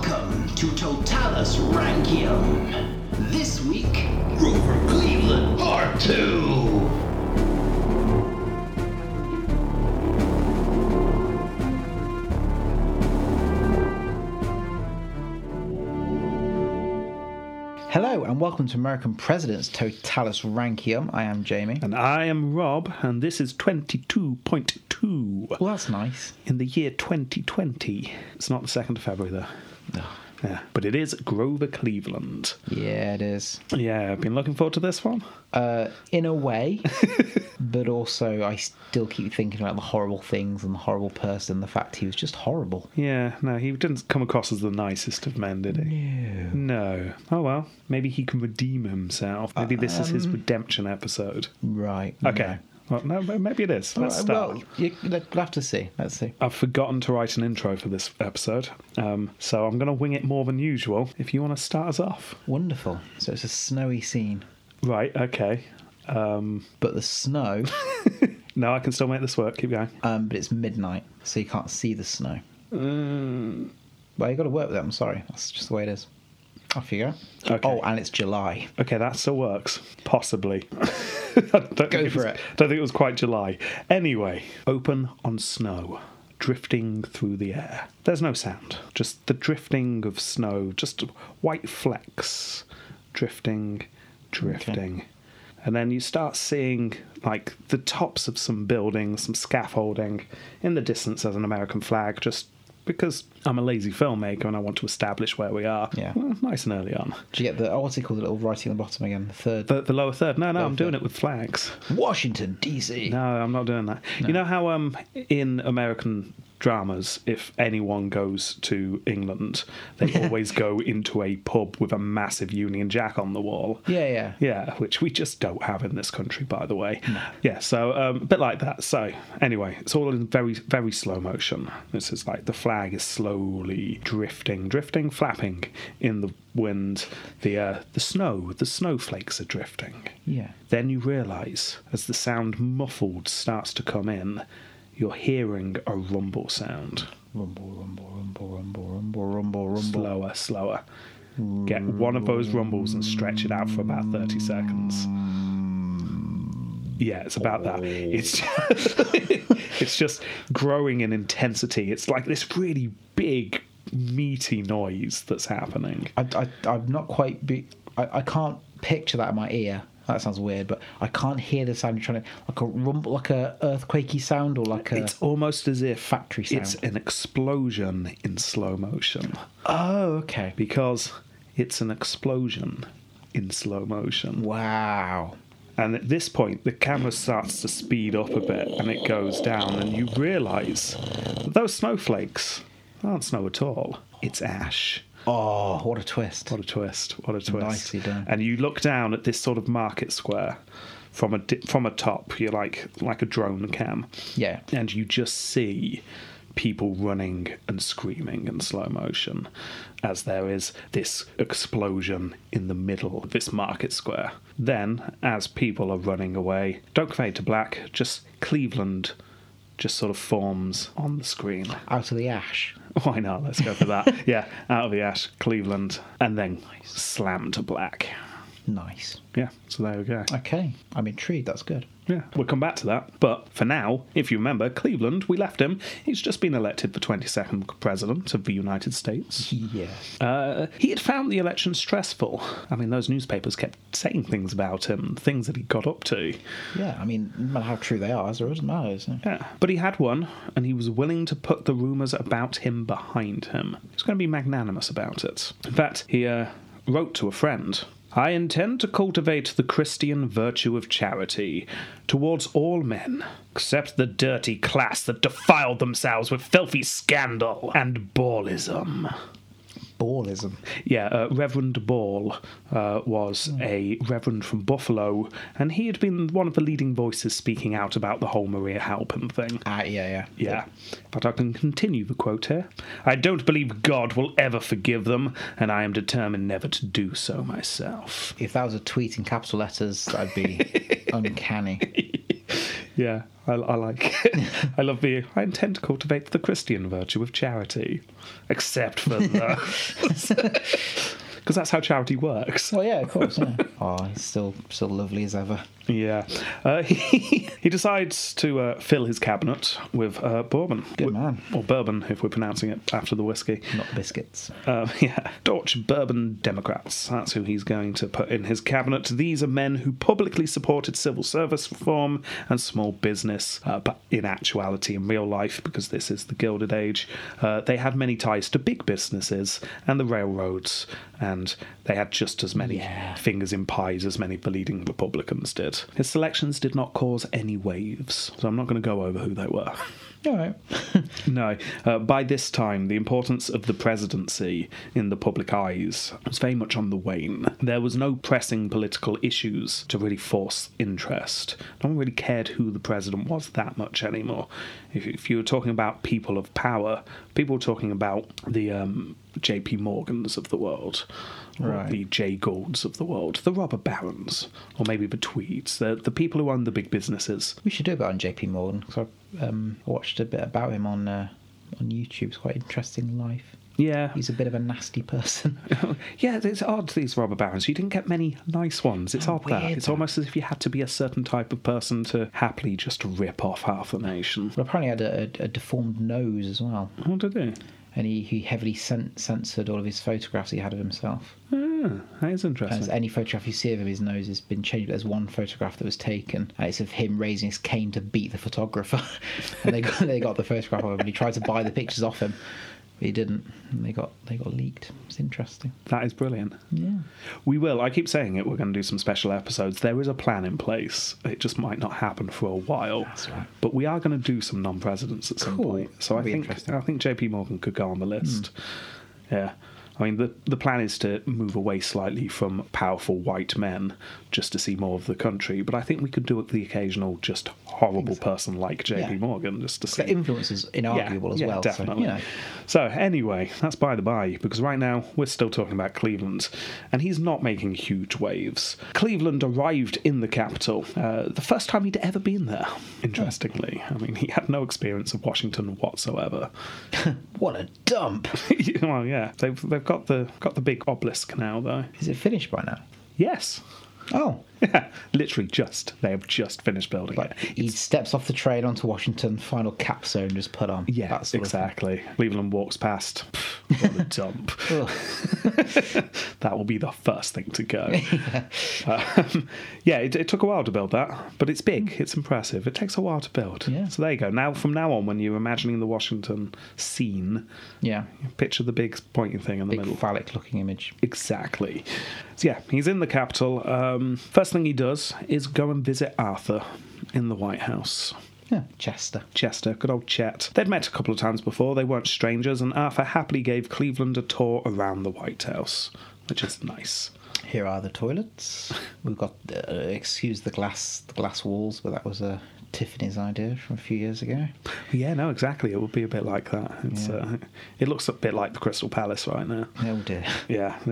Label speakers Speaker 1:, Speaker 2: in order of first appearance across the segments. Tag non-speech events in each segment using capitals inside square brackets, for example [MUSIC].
Speaker 1: to Totalis Rankium. This week, Grover Cleveland Part 2.
Speaker 2: Hello and welcome to American Presidents Totalis Rankium. I am Jamie.
Speaker 3: And I am Rob, and this is 22.2
Speaker 2: Well, that's nice.
Speaker 3: in the year 2020. It's not the 2nd of February, though. Yeah, but it is Grover Cleveland.
Speaker 2: Yeah, it is.
Speaker 3: Yeah, I've been looking forward to this one.
Speaker 2: Uh, in a way,
Speaker 3: [LAUGHS]
Speaker 2: but also I still keep thinking about the horrible things and the horrible person, the fact he was just horrible.
Speaker 3: Yeah, no, he didn't come across as the nicest of men, did he?
Speaker 2: No.
Speaker 3: No. Oh, well, maybe he can redeem himself. Maybe this is
Speaker 2: Um,
Speaker 3: his redemption episode.
Speaker 2: Right.
Speaker 3: Okay. Well, no, but maybe it is.
Speaker 2: no.
Speaker 3: Let's
Speaker 2: Uh,
Speaker 3: start.
Speaker 2: Well, you, let- we'll have to see. Let's see.
Speaker 3: I've forgotten to write an intro for this episode, um, so I'm going to wing it more than usual. If you want to start us off,
Speaker 2: Wonderful. So it's a snowy scene,
Speaker 3: right? Okay. Um,
Speaker 2: but the
Speaker 3: [LAUGHS]
Speaker 2: snow,
Speaker 3: no, I can still make this work. Keep going.
Speaker 2: um, but it's midnight, so you can't see the snow.
Speaker 3: Mm.
Speaker 2: Well, you got to work with that. I'm sorry. That's just the way it is. Off you go.
Speaker 3: Okay.
Speaker 2: Oh, and it's July.
Speaker 3: Okay, that still works. Possibly. [LAUGHS] I don't think
Speaker 2: Go
Speaker 3: it was-
Speaker 2: for it.
Speaker 3: Don't think it was quite July. Anyway, open on snow, drifting through the air. There's no sound, just the drifting of snow, just white flecks, drifting, drifting. And then you start seeing like the tops of some buildings, some scaffolding. In the distance, there's an American flag, just because I'm a lazy filmmaker and I want to establish where we are.
Speaker 2: Yeah.
Speaker 3: Well, nice and early on.
Speaker 2: Do you get the oh, what's it called? The little writing on the bottom again. The third.
Speaker 3: The, the lower third. No, no, I'm doing
Speaker 2: third.
Speaker 3: it with flags.
Speaker 2: Washington D.C.
Speaker 3: No, I'm not doing that. You know how um in American dramas, if anyone goes to England, they always go into a pub with a massive Union Jack on the wall.
Speaker 2: Yeah, yeah.
Speaker 3: Yeah, which we just don't have in this country, by the way. Yeah, so um, a bit like that. So anyway, it's all in very, very slow motion. This is like the flag is slowly drifting, drifting, flapping in the wind. The uh, the snow, the snowflakes are drifting.
Speaker 2: Yeah.
Speaker 3: Then you realise, as the sound muffled starts to come in, you're hearing a rumble sound.
Speaker 2: Rumble, rumble, rumble, rumble, rumble, rumble, rumble.
Speaker 3: Slower, slower. Get one of those rumbles and stretch it out for about 30 seconds. Yeah, it's about that. It's just,
Speaker 2: Oh.
Speaker 3: [LAUGHS] it's just growing in intensity. It's like this really big, meaty noise that's happening.
Speaker 2: I, I, I'm not quite. Be, I, I can't picture that in my ear. That sounds weird, but I can't hear the sound. You're trying to like a rumble, like a earthquakey sound, or like a.
Speaker 3: It's almost as if
Speaker 2: Factory
Speaker 3: it's
Speaker 2: sound.
Speaker 3: an explosion in slow motion.
Speaker 2: oh, okay.
Speaker 3: because it's an explosion in slow motion.
Speaker 2: Wow.
Speaker 3: And at this point, the camera starts to speed up a bit and it goes down, and you realize that those snowflakes aren't snow at all, it's ash.
Speaker 2: Oh, what a twist.
Speaker 3: What a twist! What a twist!
Speaker 2: Nicely done.
Speaker 3: And you look down at this sort of market square from a di- from a top. You're like like a drone cam.
Speaker 2: Yeah.
Speaker 3: And you just see people running and screaming in slow motion as there is this explosion in the middle of this market square. Then, as people are running away, don't fade to black. Just Cleveland. Just sort of forms on the screen. [LAUGHS]
Speaker 2: Out of the ash.
Speaker 3: Why not? Let's go for that. yeah, out of the ash, Cleveland, and then slam to black.
Speaker 2: Nice.
Speaker 3: Yeah, so there we go.
Speaker 2: Okay. I'm intrigued. That's good.
Speaker 3: Yeah, we'll come back to that. But for now, if you remember, Cleveland, we left him. He's just been elected the 22nd president of the United States.
Speaker 2: Yeah.
Speaker 3: Uh, he had found the election stressful. I mean, those newspapers kept saying things about him, things that he got up to.
Speaker 2: Yeah. I mean, no matter how true they are, there doesn't matter. Isn't it?
Speaker 3: Yeah, but he had one, and he was willing to put the rumours about him behind him. He's going to be magnanimous about it. In fact, he uh, wrote to a friend. I intend to cultivate the Christian virtue of charity towards all men, except the dirty class that defile themselves with filthy scandal and ballism.
Speaker 2: Ballism.
Speaker 3: Yeah, uh, Reverend Ball uh, was a reverend from Buffalo, and he had been one of the leading voices speaking out about the whole Maria Halpin thing.
Speaker 2: Ah, yeah, yeah.
Speaker 3: Yeah, but I can continue the quote here. I don't believe God will ever forgive them, and I am determined never to do so myself. [LAUGHS]
Speaker 2: [LAUGHS] If that was a tweet in capital letters, that'd be uncanny.
Speaker 3: Yeah, I, I like I love the. I intend to cultivate the Christian virtue of charity, except for those.
Speaker 2: [LAUGHS]
Speaker 3: Because that's how charity works.
Speaker 2: Well, yeah, of course. Yeah. oh, he's still still lovely as ever.
Speaker 3: Yeah. Uh, [LAUGHS] he, he decides to uh, fill his cabinet with uh, bourbon.
Speaker 2: Good man.
Speaker 3: Or bourbon, if we're pronouncing it after the whiskey.
Speaker 2: Not biscuits.
Speaker 3: Um, [LAUGHS] yeah, Dutch Bourbon Democrats. That's who he's going to put in his cabinet. These are men who publicly supported civil service reform and small business, uh, but in actuality, in real life, because this is the Gilded Age, uh, they had many ties to big businesses and the railroads, and they had just as many
Speaker 2: Yeah.
Speaker 3: fingers in pies as many leading Republicans did. His selections did not cause any waves, so I'm not going to go over who they were.
Speaker 2: All right.
Speaker 3: No. Uh, by this time, the importance of the presidency in the public eyes was very much on the wane. There was no pressing political issues to really force interest. No one really cared who the president was that much anymore. If, if you were talking about people of power, people were talking about the um, J.P. Morgans of the world. Or
Speaker 2: Right.
Speaker 3: the Jay Goulds of the world, the robber barons, or maybe the Tweeds, the, the people who own the big businesses.
Speaker 2: We should do a bit on J.P. Morgan because I um, watched a bit about him on uh, on YouTube. It's quite interesting life.
Speaker 3: Yeah.
Speaker 2: He's a bit of a nasty person. [LAUGHS]
Speaker 3: [LAUGHS] yeah, it's odd these rubber barons. You didn't get many nice ones. It's odd that
Speaker 2: weird
Speaker 3: it's
Speaker 2: that.
Speaker 3: almost as if you had to be a certain type of person to happily just rip off half a nation.
Speaker 2: But apparently, had a, a, a deformed nose as well,
Speaker 3: What did they?
Speaker 2: and he, he heavily cen- censored all of his photographs he had of himself.
Speaker 3: Ah, that is
Speaker 2: And
Speaker 3: interesting.
Speaker 2: any photograph you see of him, his nose has been changed. There's one photograph that was taken, and it's of him raising his cane to beat the photographer. [LAUGHS] and they got, they got the photograph of him, and he tried to buy the pictures off him, but he didn't. And they got they got leaked. It's interesting.
Speaker 3: That is brilliant.
Speaker 2: Yeah.
Speaker 3: We will. I keep saying it. We're going to do some special episodes. There is a plan in place. It just might not happen for a while.
Speaker 2: That's right.
Speaker 3: But we are going to do some non-presidents at some
Speaker 2: Cool.
Speaker 3: point. So I
Speaker 2: That'd be
Speaker 3: think
Speaker 2: interesting. Hmm.
Speaker 3: I think JP Morgan could go on the list. Yeah. I mean, the, the plan is to move away slightly from powerful white men just to see more of the country. But I think we could do the occasional just horrible person like JP
Speaker 2: Yeah.
Speaker 3: Morgan just to
Speaker 2: So
Speaker 3: see.
Speaker 2: influence is inarguable as well. So,
Speaker 3: Definitely.
Speaker 2: you know,
Speaker 3: So, anyway, that's by the by, because right now we're still talking about Cleveland, and he's not making huge waves. Cleveland arrived in the capital uh, the first time he'd ever been there, interestingly. I mean, he had no experience of Washington whatsoever. [LAUGHS]
Speaker 2: what a dump.
Speaker 3: well, yeah, they've, they've got, the, got the big obelisk now, though.
Speaker 2: Is it finished by now?
Speaker 3: Yes. [LAUGHS]
Speaker 2: Oh,
Speaker 3: Yeah, literally just. They have just finished building
Speaker 2: like
Speaker 3: it.
Speaker 2: he steps off the train onto Washington, final capstone just put on.
Speaker 3: Yeah,
Speaker 2: That sort of thing.
Speaker 3: exactly. Cleveland walks past. Pff, what a dump.
Speaker 2: [LAUGHS]
Speaker 3: [LAUGHS]
Speaker 2: Ugh.
Speaker 3: that will be the first thing to
Speaker 2: [LAUGHS]
Speaker 3: go. Um, [LAUGHS] yeah, it, it took a while to build that, but it's big. It's impressive. It takes a while to build.
Speaker 2: Hmm. Yeah.
Speaker 3: So there you go. Now, from now on, when you're imagining the Washington scene,
Speaker 2: [LAUGHS] Yeah.
Speaker 3: picture the big pointing thing in the
Speaker 2: Big
Speaker 3: middle.
Speaker 2: phallic looking image.
Speaker 3: Exactly. So yeah, he's in the capital. Um, first thing he does is go and visit Arthur in the White House.
Speaker 2: Yeah. Chester.
Speaker 3: Chester, good old Chet. They'd met a couple of times before, they weren't strangers, and Arthur happily gave Cleveland a tour around the White House, which is nice.
Speaker 2: Here are the
Speaker 3: [LAUGHS]
Speaker 2: toilets. We've got uh, excuse the glass the glass walls, but that was a Tiffany's idea from a few years
Speaker 3: [LAUGHS]
Speaker 2: ago.
Speaker 3: Yeah, no, exactly. It would be a bit like that. It's,
Speaker 2: Yeah.
Speaker 3: uh, it looks a bit like the Crystal Palace right now.
Speaker 2: Oh dear.
Speaker 3: Yeah. [LAUGHS]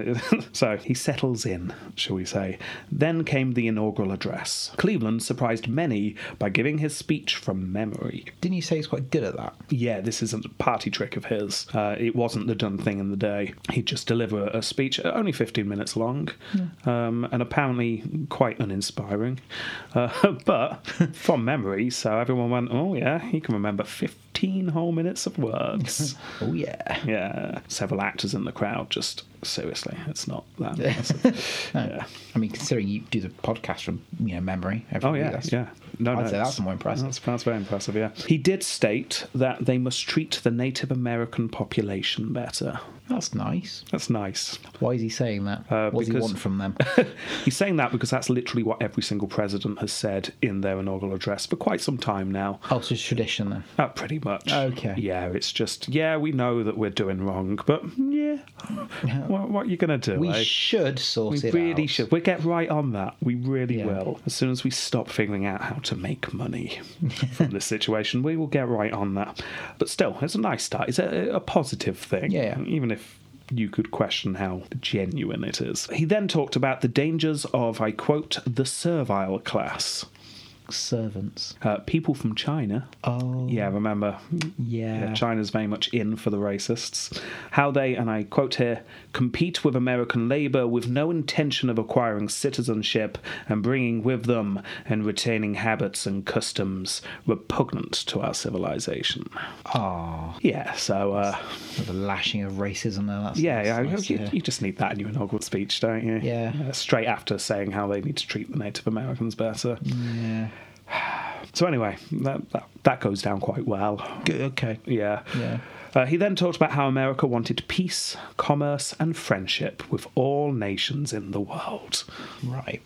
Speaker 3: so he settles in, shall we say. Then came the inaugural address. Cleveland surprised many by giving his speech from memory.
Speaker 2: Didn't you say he's quite good at that?
Speaker 3: yeah, this isn't a party trick of his. Uh, it wasn't the done thing in the day. He'd just deliver a speech, uh, only 15 minutes long,
Speaker 2: Hmm.
Speaker 3: um, and apparently quite uninspiring. Uh, [LAUGHS] but from memory, so everyone went, oh, yeah, he can remember 15 whole minutes
Speaker 2: [LAUGHS]
Speaker 3: of words.
Speaker 2: Oh yeah.
Speaker 3: yeah, several actors in the crowd just, seriously, it's not that.
Speaker 2: No.
Speaker 3: [LAUGHS] Yeah.
Speaker 2: [LAUGHS] I mean, considering you do the podcast from you know memory. Every
Speaker 3: [LAUGHS] Oh
Speaker 2: week,
Speaker 3: yeah,
Speaker 2: that's-
Speaker 3: yeah. No,
Speaker 2: I'd
Speaker 3: no,
Speaker 2: say
Speaker 3: it's-
Speaker 2: that's more impressive.
Speaker 3: That's, that's very impressive. Yeah. He did state that they must treat the Native American population better.
Speaker 2: That's nice.
Speaker 3: That's nice.
Speaker 2: Why is he saying that?
Speaker 3: Uh,
Speaker 2: what does he
Speaker 3: because-
Speaker 2: want from
Speaker 3: [LAUGHS]
Speaker 2: them?
Speaker 3: He's saying that because that's literally what every single president has said in their inaugural address for quite some time now.
Speaker 2: oh, so it's tradition then.
Speaker 3: Uh, pretty much.
Speaker 2: Okay.
Speaker 3: Yeah, it's just yeah, we know that we're doing wrong, but yeah, what, what are you gonna do?
Speaker 2: We
Speaker 3: eh?
Speaker 2: should sort
Speaker 3: we
Speaker 2: it
Speaker 3: really
Speaker 2: out.
Speaker 3: should. We'll get right on that. We really
Speaker 2: Yeah.
Speaker 3: will. As soon as we stop figuring out how to make money
Speaker 2: [LAUGHS]
Speaker 3: from this situation, we will get right on that. But still, it's a nice start. It's a, a positive thing.
Speaker 2: Yeah, yeah.
Speaker 3: Even if you could question how genuine it is. He then talked about the dangers of, I quote, the servile class.
Speaker 2: servants.
Speaker 3: Uh, people from China.
Speaker 2: Oh,
Speaker 3: Yeah, remember?
Speaker 2: yeah.
Speaker 3: Yeah, Uh, China's very much in for the racists. How they, and I quote here, compete with American labor with no intention of acquiring citizenship and bringing with them and retaining habits and customs repugnant to our civilization.
Speaker 2: Ah,
Speaker 3: Yeah, so, uh,
Speaker 2: the lashing of racism. There, that's
Speaker 3: yeah,
Speaker 2: that's
Speaker 3: yeah
Speaker 2: nice to
Speaker 3: you,
Speaker 2: hear.
Speaker 3: you just need that in your inaugural speech, don't you? Uh,
Speaker 2: Yeah.
Speaker 3: straight after saying how they need to treat the Native Americans better.
Speaker 2: yeah.
Speaker 3: So, anyway, that, that, that goes down quite well.
Speaker 2: Good, okay.
Speaker 3: Yeah.
Speaker 2: Yeah.
Speaker 3: Uh, he then talked about how America wanted peace, commerce, and friendship with all nations in
Speaker 2: [LAUGHS]
Speaker 3: the world.
Speaker 2: Right.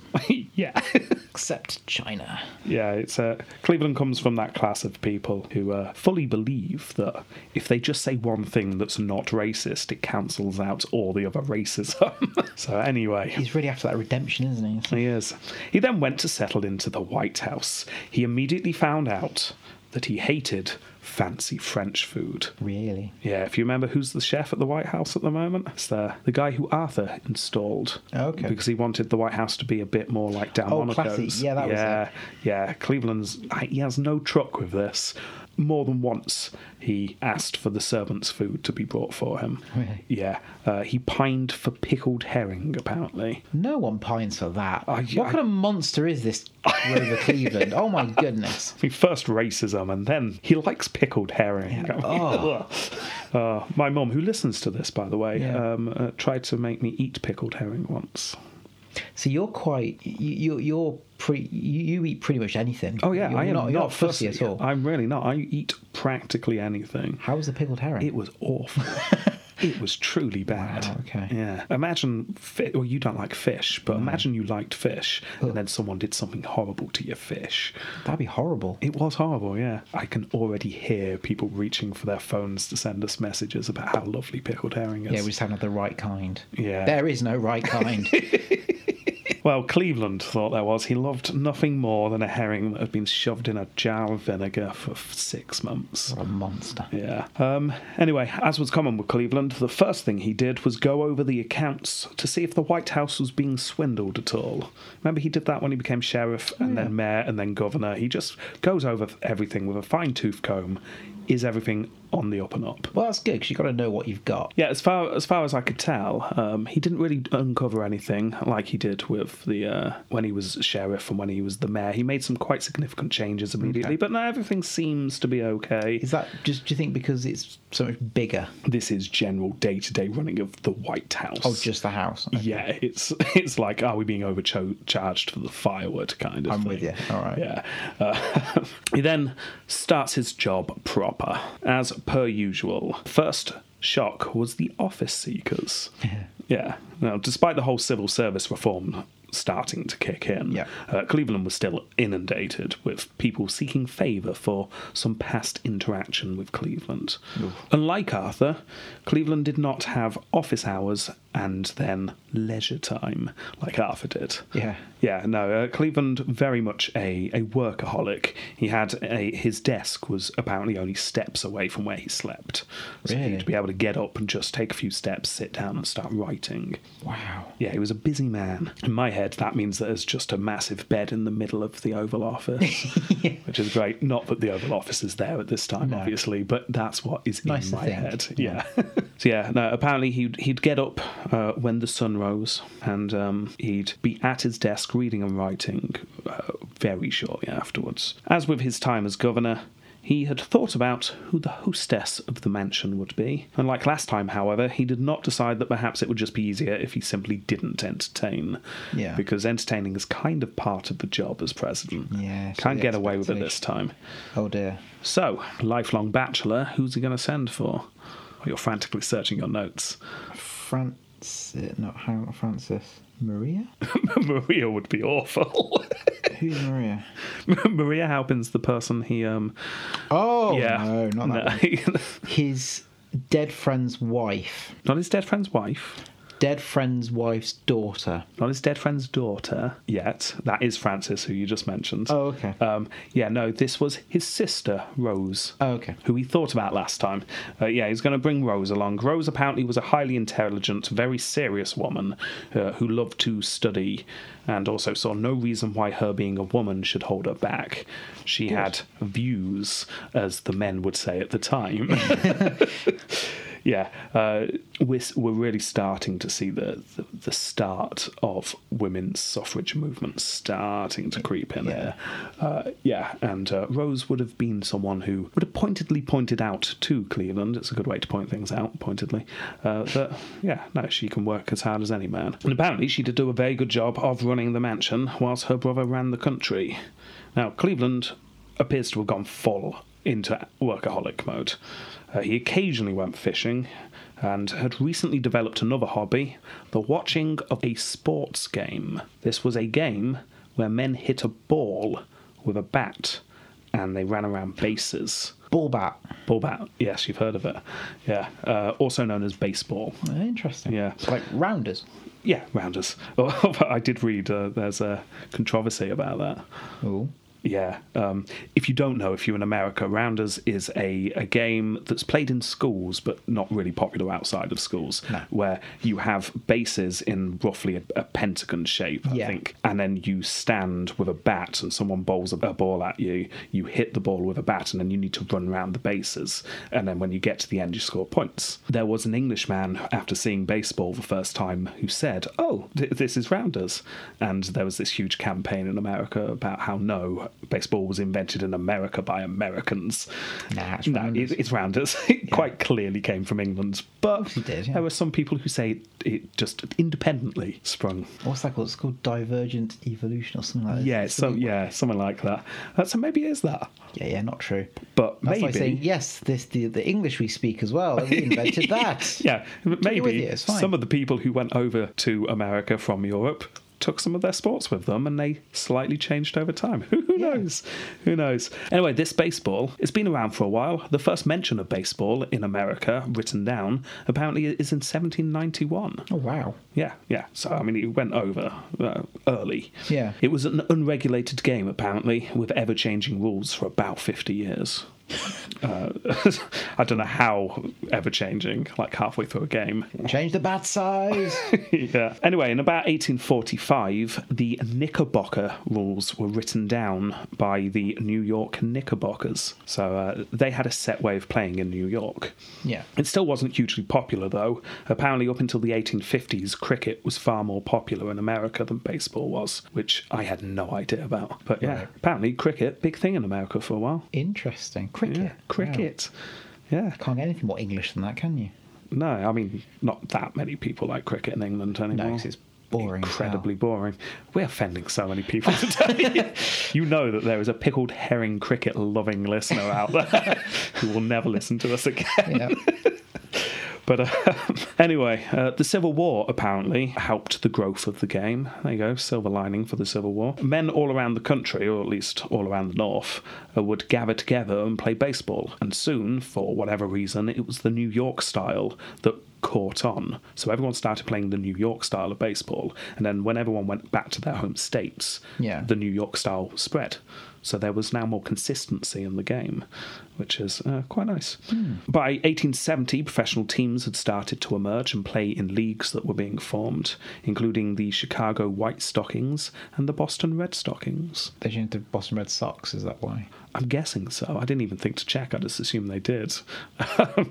Speaker 3: yeah.
Speaker 2: Except China.
Speaker 3: [LAUGHS] yeah, it's uh, Cleveland comes from that class of people who uh, fully believe that if they just say one thing that's not racist, it cancels out all the other racism. [LAUGHS] so, anyway.
Speaker 2: He's really after that redemption, isn't he? It's like,
Speaker 3: He is. He then went to settle into the White House. He immediately found out that he hated fancy French food.
Speaker 2: really?
Speaker 3: Yeah, if you remember who's the chef at the White House at the moment, it's the, the guy who Arthur installed.
Speaker 2: Okay. Oh,
Speaker 3: Because he wanted the White House to be a bit more like Delmonico's.
Speaker 2: classy. Yeah, that was
Speaker 3: yeah, was Yeah, Cleveland's, he has no truck with this. More than once, he asked for the servants' food to be brought for him.
Speaker 2: Really?
Speaker 3: Yeah. Uh, he pined for pickled herring, apparently.
Speaker 2: No one pines for that.
Speaker 3: I-
Speaker 2: what
Speaker 3: I-
Speaker 2: kind of monster is this [LAUGHS] Rover Cleveland? Oh my goodness.
Speaker 3: I mean, [LAUGHS] first racism, and then he likes pickled herring. [LAUGHS]
Speaker 2: Oh.
Speaker 3: Uh, my mum, who listens to this, by the way,
Speaker 2: Yeah.
Speaker 3: um, uh, tried to make me eat pickled herring once.
Speaker 2: So you're quite you, you're you're pretty you, you eat pretty much anything.
Speaker 3: Oh yeah,
Speaker 2: you're
Speaker 3: I am
Speaker 2: not,
Speaker 3: not,
Speaker 2: you're not fussy, at all.
Speaker 3: I'm really not. I eat practically anything.
Speaker 2: How was the pickled herring?
Speaker 3: It was awful. [LAUGHS] it was truly bad.
Speaker 2: Wow, okay.
Speaker 3: Yeah. Imagine, fi- well, you don't like fish, but imagine you liked fish, and then someone did something horrible to your fish.
Speaker 2: That'd be horrible.
Speaker 3: It was horrible, yeah. I can already hear people reaching for their phones to send us messages about how lovely pickled herring is.
Speaker 2: Yeah, we just haven't had the right kind.
Speaker 3: Yeah.
Speaker 2: There is no right [LAUGHS] kind.
Speaker 3: Well, Cleveland thought there was. He loved nothing more than a herring that had been shoved in a jar of vinegar for f- six months.
Speaker 2: What a monster.
Speaker 3: Yeah. Um, anyway, as was common with Cleveland, the first thing he did was go over the accounts to see if the White House was being swindled at all. Remember, he did that when he became sheriff and then mayor and then governor. He just goes over everything with a fine tooth comb. Is everything on the up and up?
Speaker 2: Well, that's good because you've got to know what you've got.
Speaker 3: Yeah, as far as far as I could tell, um, he didn't really uncover anything like he did with the uh, when he was sheriff and when he was the mayor. He made some quite significant changes immediately,
Speaker 2: Okay.
Speaker 3: but now everything seems to be okay.
Speaker 2: Is that just, do you think, because it's so much bigger?
Speaker 3: This is general day to day running of the White House.
Speaker 2: Oh, just the house.
Speaker 3: yeah, it's it's like are we being overcharged for the firewood kind of
Speaker 2: I'm
Speaker 3: thing.
Speaker 2: with you. All right.
Speaker 3: Yeah. Uh, [LAUGHS] he then starts his job proper as per usual. First shock was the office seekers. yeah. Now, despite the whole civil service reform starting to kick in,
Speaker 2: Yeah.
Speaker 3: uh, Cleveland was still inundated with people seeking favour for some past interaction with Cleveland. Unlike Arthur, Cleveland did not have office hours and then leisure time like Arthur did.
Speaker 2: Yeah.
Speaker 3: Yeah, no, uh, Cleveland very much a, a workaholic. He had a, his desk was apparently only steps away from where he slept. So
Speaker 2: Really?
Speaker 3: he'd be able to get up and just take a few steps, sit down and start writing.
Speaker 2: Wow.
Speaker 3: Yeah, he was a busy man. In my head, that means that there's just a massive bed in the middle of the
Speaker 2: [LAUGHS]
Speaker 3: Oval Office, which is great. Not that the Oval Office is there at this time,
Speaker 2: No.
Speaker 3: obviously, but that's what is
Speaker 2: Nice
Speaker 3: in
Speaker 2: to
Speaker 3: my
Speaker 2: think.
Speaker 3: head. Yeah. [LAUGHS] so yeah, no. Apparently, he'd he'd get up uh, when the sun rose, and um, he'd be at his desk reading and writing uh, very shortly afterwards. As with his time as governor. He had thought about who the hostess of the mansion would be. Unlike last time, however, he did not decide that perhaps it would just be easier if he simply didn't entertain.
Speaker 2: Yeah.
Speaker 3: Because entertaining is kind of part of the job as president.
Speaker 2: Yeah, so
Speaker 3: Can't
Speaker 2: the
Speaker 3: get away with it this
Speaker 2: expectation-
Speaker 3: time.
Speaker 2: Oh, dear.
Speaker 3: So, lifelong bachelor, who's he going to send for? Well, you're frantically searching your notes. [LAUGHS]
Speaker 2: Francis. Not Har- Francis. Maria?
Speaker 3: Maria would be awful. [LAUGHS]
Speaker 2: Who's Maria?
Speaker 3: Maria Halpin's the person he um
Speaker 2: Oh,
Speaker 3: yeah
Speaker 2: no, not that.
Speaker 3: [LAUGHS] No.
Speaker 2: His dead friend's wife.
Speaker 3: not his dead friend's wife.
Speaker 2: dead friend's wife's daughter.
Speaker 3: Not his dead friend's daughter yet. That is Francis, who you just mentioned.
Speaker 2: Oh, okay.
Speaker 3: Um, yeah, no, this was his sister, Rose.
Speaker 2: Oh, okay.
Speaker 3: Who we thought about last time. Uh, yeah, he's going to bring Rose along. Rose apparently was a highly intelligent, very serious woman uh, who loved to study and also saw no reason why her being a woman should hold her back. She had views, as the men would say at the time. [LAUGHS] yeah, uh, we're, s- we're really starting to see the, the, the start of women's suffrage movement starting to creep in here. Uh, yeah, and uh, Rose would have been someone who would have pointedly pointed out to Cleveland, it's a good way to point things out, pointedly, uh, that, yeah, no, she can work as hard as any man. And apparently she did do a very good job of running the mansion whilst her brother ran the country. Now, Cleveland appears to have gone full into workaholic mode. Uh, he occasionally went fishing and had recently developed another hobby the watching of a sports game. This was a game where men hit a ball with a bat and they ran around bases.
Speaker 2: Ball bat.
Speaker 3: Ball bat, yes, you've heard of it. Yeah, uh, also known as baseball.
Speaker 2: Uh, Interesting.
Speaker 3: Yeah.
Speaker 2: It's like rounders.
Speaker 3: Yeah, rounders. [LAUGHS] I did read uh, there's a controversy about that.
Speaker 2: Oh.
Speaker 3: Yeah. Um, if you don't know, if you're in America, Rounders is a, a game that's played in schools, but not really popular outside of schools,
Speaker 2: No.
Speaker 3: where you have bases in roughly a, a pentagon shape, I
Speaker 2: Yeah.
Speaker 3: think, and then you stand with a bat and someone bowls a, a ball at you. You hit the ball with a bat, and then you need to run round the bases. And then when you get to the end, you score points. There was an Englishman, after seeing baseball the first time, who said, Oh, th- this is Rounders. And there was this huge campaign in America about how no, baseball was invented in America by Americans.
Speaker 2: Nah, it's
Speaker 3: No,
Speaker 2: rounders.
Speaker 3: it- it's Rounders. [LAUGHS] It quite clearly came from England. But
Speaker 2: It did, yeah.
Speaker 3: there were some people who say it, it just independently sprung
Speaker 2: What's that called? It's called divergent evolution or something like that.
Speaker 3: yeah,
Speaker 2: It's
Speaker 3: some,
Speaker 2: something-
Speaker 3: yeah, something like that. Uh, so maybe it is that,
Speaker 2: Yeah, yeah, not true.
Speaker 3: but
Speaker 2: That's
Speaker 3: maybe
Speaker 2: like saying, yes, this the, the English we speak as well. We
Speaker 3: [LAUGHS]
Speaker 2: invented that.
Speaker 3: yeah, m-
Speaker 2: it with you,
Speaker 3: maybe
Speaker 2: it's fine.
Speaker 3: some of the people who went over to America from Europe took some of their sports with them, and they slightly changed over time. [LAUGHS] Who who
Speaker 2: Yeah.
Speaker 3: knows? Who knows? Anyway, this baseball it's been around for a while. The first mention of baseball in America, written down, apparently is in 1791.
Speaker 2: Oh wow.
Speaker 3: Yeah, yeah. So, I mean, it went over uh, early.
Speaker 2: Yeah.
Speaker 3: It was an unregulated game, apparently, with ever changing rules for about 50 years. [LAUGHS] uh, [LAUGHS] I don't know how ever changing, like halfway through a game.
Speaker 2: Change the bat
Speaker 3: [LAUGHS]
Speaker 2: size.
Speaker 3: yeah. Anyway, in about 1845, the Knickerbocker rules were written down by the New York Knickerbockers. So, uh, they had a set way of playing in New York.
Speaker 2: yeah.
Speaker 3: It still wasn't hugely popular, though. Apparently, up until the 1850s, cricket was far more popular in America than baseball was, which I had no idea about. But yeah,
Speaker 2: Right.
Speaker 3: apparently, cricket, big thing in America for a while.
Speaker 2: Interesting. Cricket.
Speaker 3: Yeah, cricket. Yeah,
Speaker 2: Wow. Can't get anything more English than that, can you?
Speaker 3: no, I mean, not that many people like cricket in England anymore.
Speaker 2: 'cause it's boring as hell.
Speaker 3: Incredibly boring. We're offending so many
Speaker 2: [LAUGHS]
Speaker 3: people today. you know that there is a pickled herring cricket loving listener out
Speaker 2: [LAUGHS]
Speaker 3: there who will never listen to us again.
Speaker 2: Yeah.
Speaker 3: [LAUGHS] But uh, [LAUGHS] anyway, uh, the Civil War apparently helped the growth of the game. There you go, silver lining for the Civil War. Men all around the country, or at least all around the North, uh, would gather together and play baseball. And soon, for whatever reason, it was the New York style that caught on. So everyone started playing the New York style of baseball. And then when everyone went back to their home states,
Speaker 2: Yeah.
Speaker 3: the New York style spread. So there was now more consistency in the game, which is uh, quite nice. By 1870, professional teams had started to emerge and play in leagues that were being formed, including the Chicago White Stockings and the Boston Red Stockings.
Speaker 2: They changed the Boston Red Sox. Is that why?
Speaker 3: I'm guessing so. I didn't even think to check. I just assumed they did. [LAUGHS] uh,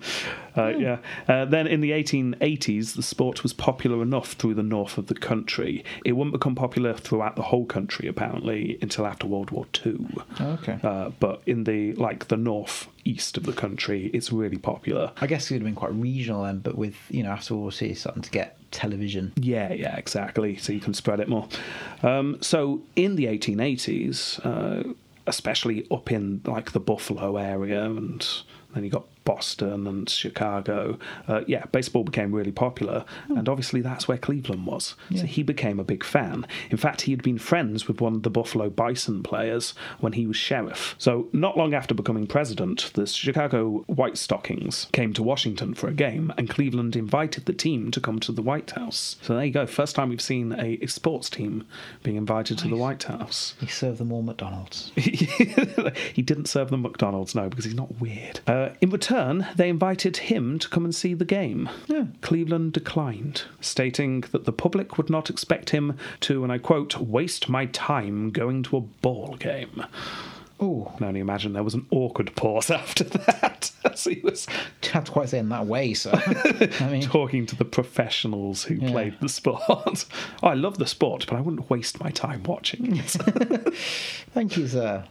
Speaker 3: yeah. Uh, then in the 1880s, the sport was popular enough through the north of the country. It wouldn't become popular throughout the whole country apparently until after World War II.
Speaker 2: Okay.
Speaker 3: Uh, but in the like the north east of the country, it's really popular.
Speaker 2: I guess it would have been quite regional then, but with you know after World War II, it's starting to get television.
Speaker 3: Yeah, yeah, exactly. So you can spread it more. Um, so in the 1880s, uh, especially up in like the Buffalo area, and then you got Boston and Chicago, uh, yeah, baseball became really popular, and obviously that's where Cleveland was. So
Speaker 2: Yeah.
Speaker 3: he became a big fan. In fact, he had been friends with one of the Buffalo Bison players when he was sheriff. So not long after becoming president, the Chicago White Stockings came to Washington for a game, and Cleveland invited the team to come to the White House. So there you go. First time we've seen a sports team being invited to the White House.
Speaker 2: He served them all
Speaker 3: [LAUGHS]
Speaker 2: McDonald's.
Speaker 3: he didn't serve them McDonald's, no, because he's not weird. Uh, in return, they invited him to come and see the game. Cleveland declined, stating that the public would not expect him to, and I quote, waste my time going to a ball game.
Speaker 2: Oh,
Speaker 3: I can only imagine there was an awkward pause [LAUGHS] after that [LAUGHS] as he was
Speaker 2: can't quite say in that way,
Speaker 3: [LAUGHS]
Speaker 2: sir. [LAUGHS] I mean,
Speaker 3: talking to the professionals who
Speaker 2: Yeah.
Speaker 3: played the sport. [LAUGHS] oh, I love the sport, but I wouldn't waste my time
Speaker 2: [LAUGHS]
Speaker 3: watching it.
Speaker 2: thank you, sir.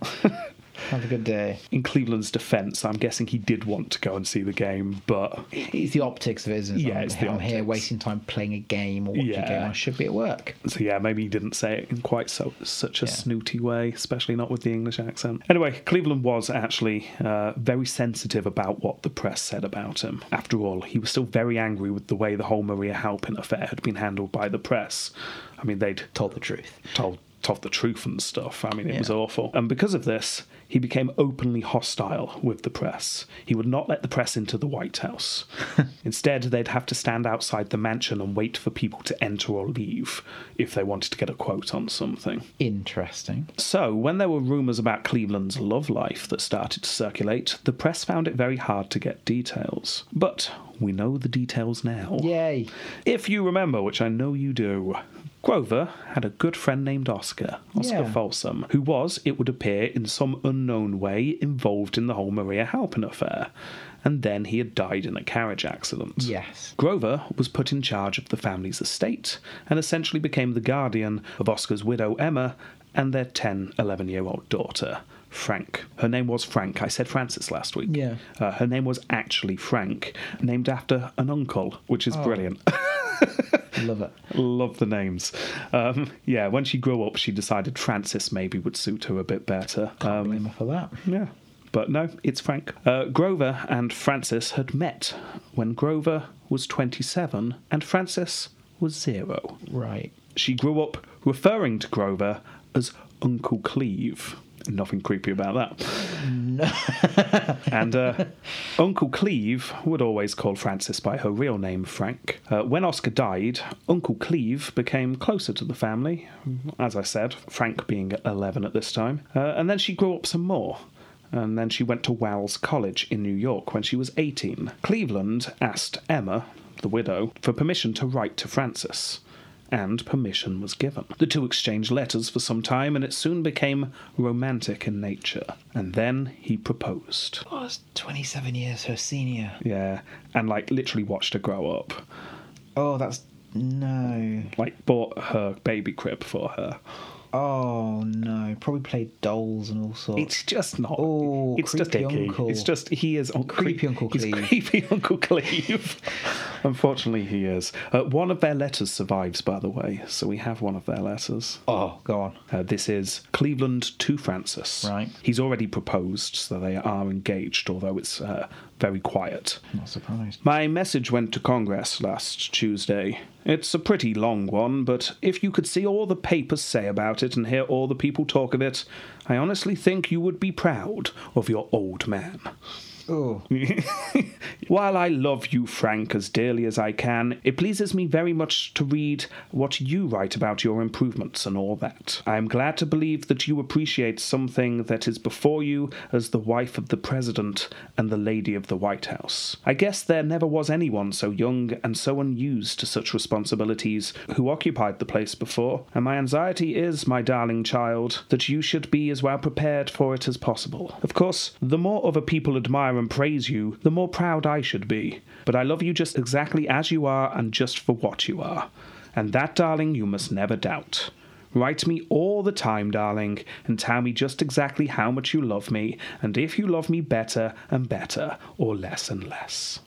Speaker 2: Have a good day.
Speaker 3: in Cleveland's defense, I'm guessing he did want to go and see the game, but
Speaker 2: It's the optics of it, isn't it?
Speaker 3: Yeah,
Speaker 2: I'm,
Speaker 3: it's the
Speaker 2: I'm here
Speaker 3: optics.
Speaker 2: wasting time playing a game or watching
Speaker 3: Yeah.
Speaker 2: a game. I should be at work.
Speaker 3: so yeah, maybe he didn't say it in quite so such a
Speaker 2: Yeah.
Speaker 3: snooty way, especially not with the English accent. Anyway, Cleveland was actually uh, very sensitive about what the press said about him. After all, he was still very angry with the way the whole Maria Halpin affair had been handled by the press. I mean, they'd
Speaker 2: Told the truth.
Speaker 3: told told the truth and stuff. I mean, it was
Speaker 2: Yeah.
Speaker 3: awful. And because of this, he became openly hostile with the press. He would not let the press into the White House. Instead, they'd have to stand outside the mansion and wait for people to enter or leave if they wanted to get a quote on something.
Speaker 2: Interesting.
Speaker 3: So, when there were rumours about Cleveland's love life that started to circulate, the press found it very hard to get details. But we know the details now.
Speaker 2: Yay.
Speaker 3: If you remember, which I know you do, Grover had a good friend named Oscar, Oscar
Speaker 2: Yeah.
Speaker 3: Folsom, who was, it would appear, in some unknown way involved in the whole Maria Halpin affair. And then he had died in a carriage accident.
Speaker 2: Yes.
Speaker 3: Grover was put in charge of the family's estate and essentially became the guardian of Oscar's widow Emma and their 10, 11 year old daughter, Frank. Her name was Frank. I said Francis last week.
Speaker 2: Yeah.
Speaker 3: Uh, her name was actually Frank, named after an uncle, which
Speaker 2: Oh.
Speaker 3: is brilliant.
Speaker 2: Love it.
Speaker 3: Love the names. Um, yeah, when she grew up, she decided Francis maybe would suit her a bit better. Um,
Speaker 2: Blame her for that.
Speaker 3: yeah. But no, it's Frank. Uh, Grover and Francis had met when Grover was 27 and Francis was zero.
Speaker 2: Right.
Speaker 3: She grew up referring to Grover as Uncle Cleve. Nothing creepy about that. and uh, [LAUGHS] Uncle Cleve would always call Frances by her real name, Frank. Uh, when Oscar died, Uncle Cleve became closer to the family, as I said, Frank being 11 at this time. Uh, and then she grew up some more. And then she went to Wells College in New York when she was 18. Cleveland asked Emma, the widow, for permission to write to Frances and permission was given. The two exchanged letters for some time, and it soon became romantic in nature. And then he proposed.
Speaker 2: Oh, it's 27 years her senior.
Speaker 3: Yeah, and like literally watched her grow up.
Speaker 2: Oh, that's. No.
Speaker 3: Like bought her baby crib for her.
Speaker 2: Oh, no. Probably played dolls and all sorts.
Speaker 3: It's just not.
Speaker 2: Oh,
Speaker 3: it's just
Speaker 2: creepy
Speaker 3: icky.
Speaker 2: uncle.
Speaker 3: It's just he is on
Speaker 2: Creepy Uncle
Speaker 3: He's
Speaker 2: Cleve.
Speaker 3: creepy [LAUGHS] Uncle Cleve. Unfortunately, he is. Uh, one of their letters survives, by the way. So we have one of their letters.
Speaker 2: Oh, go on.
Speaker 3: Uh, this is Cleveland to Francis.
Speaker 2: Right.
Speaker 3: He's already proposed, so they are engaged, although it's uh, very quiet.
Speaker 2: Not surprised.
Speaker 3: My message went to Congress last Tuesday. It's a pretty long one, but if you could see all the papers say about it and hear all the people talk of it, I honestly think you would be proud of your old man.
Speaker 2: Oh,
Speaker 3: [LAUGHS] While I love you, Frank, as dearly as I can, it pleases me very much to read what you write about your improvements and all that. I am glad to believe that you appreciate something that is before you as the wife of the President and the Lady of the White House. I guess there never was anyone so young and so unused to such responsibilities who occupied the place before, and my anxiety is, my darling child, that you should be as well prepared for it as possible. Of course, the more other people admire and praise you, the more proud I should be. But I love you just exactly as you are and just for what you are. And that, darling, you must never doubt. Write me all the time, darling, and tell me just exactly how much you love me, and if you love me better and better, or less and less.